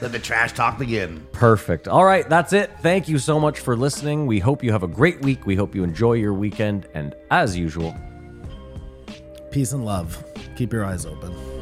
Let the trash talk begin. Perfect. All right, that's it. Thank you so much for listening. We hope you have a great week. We hope you enjoy your weekend. And as usual, Peace and love. Keep keep your eyes open.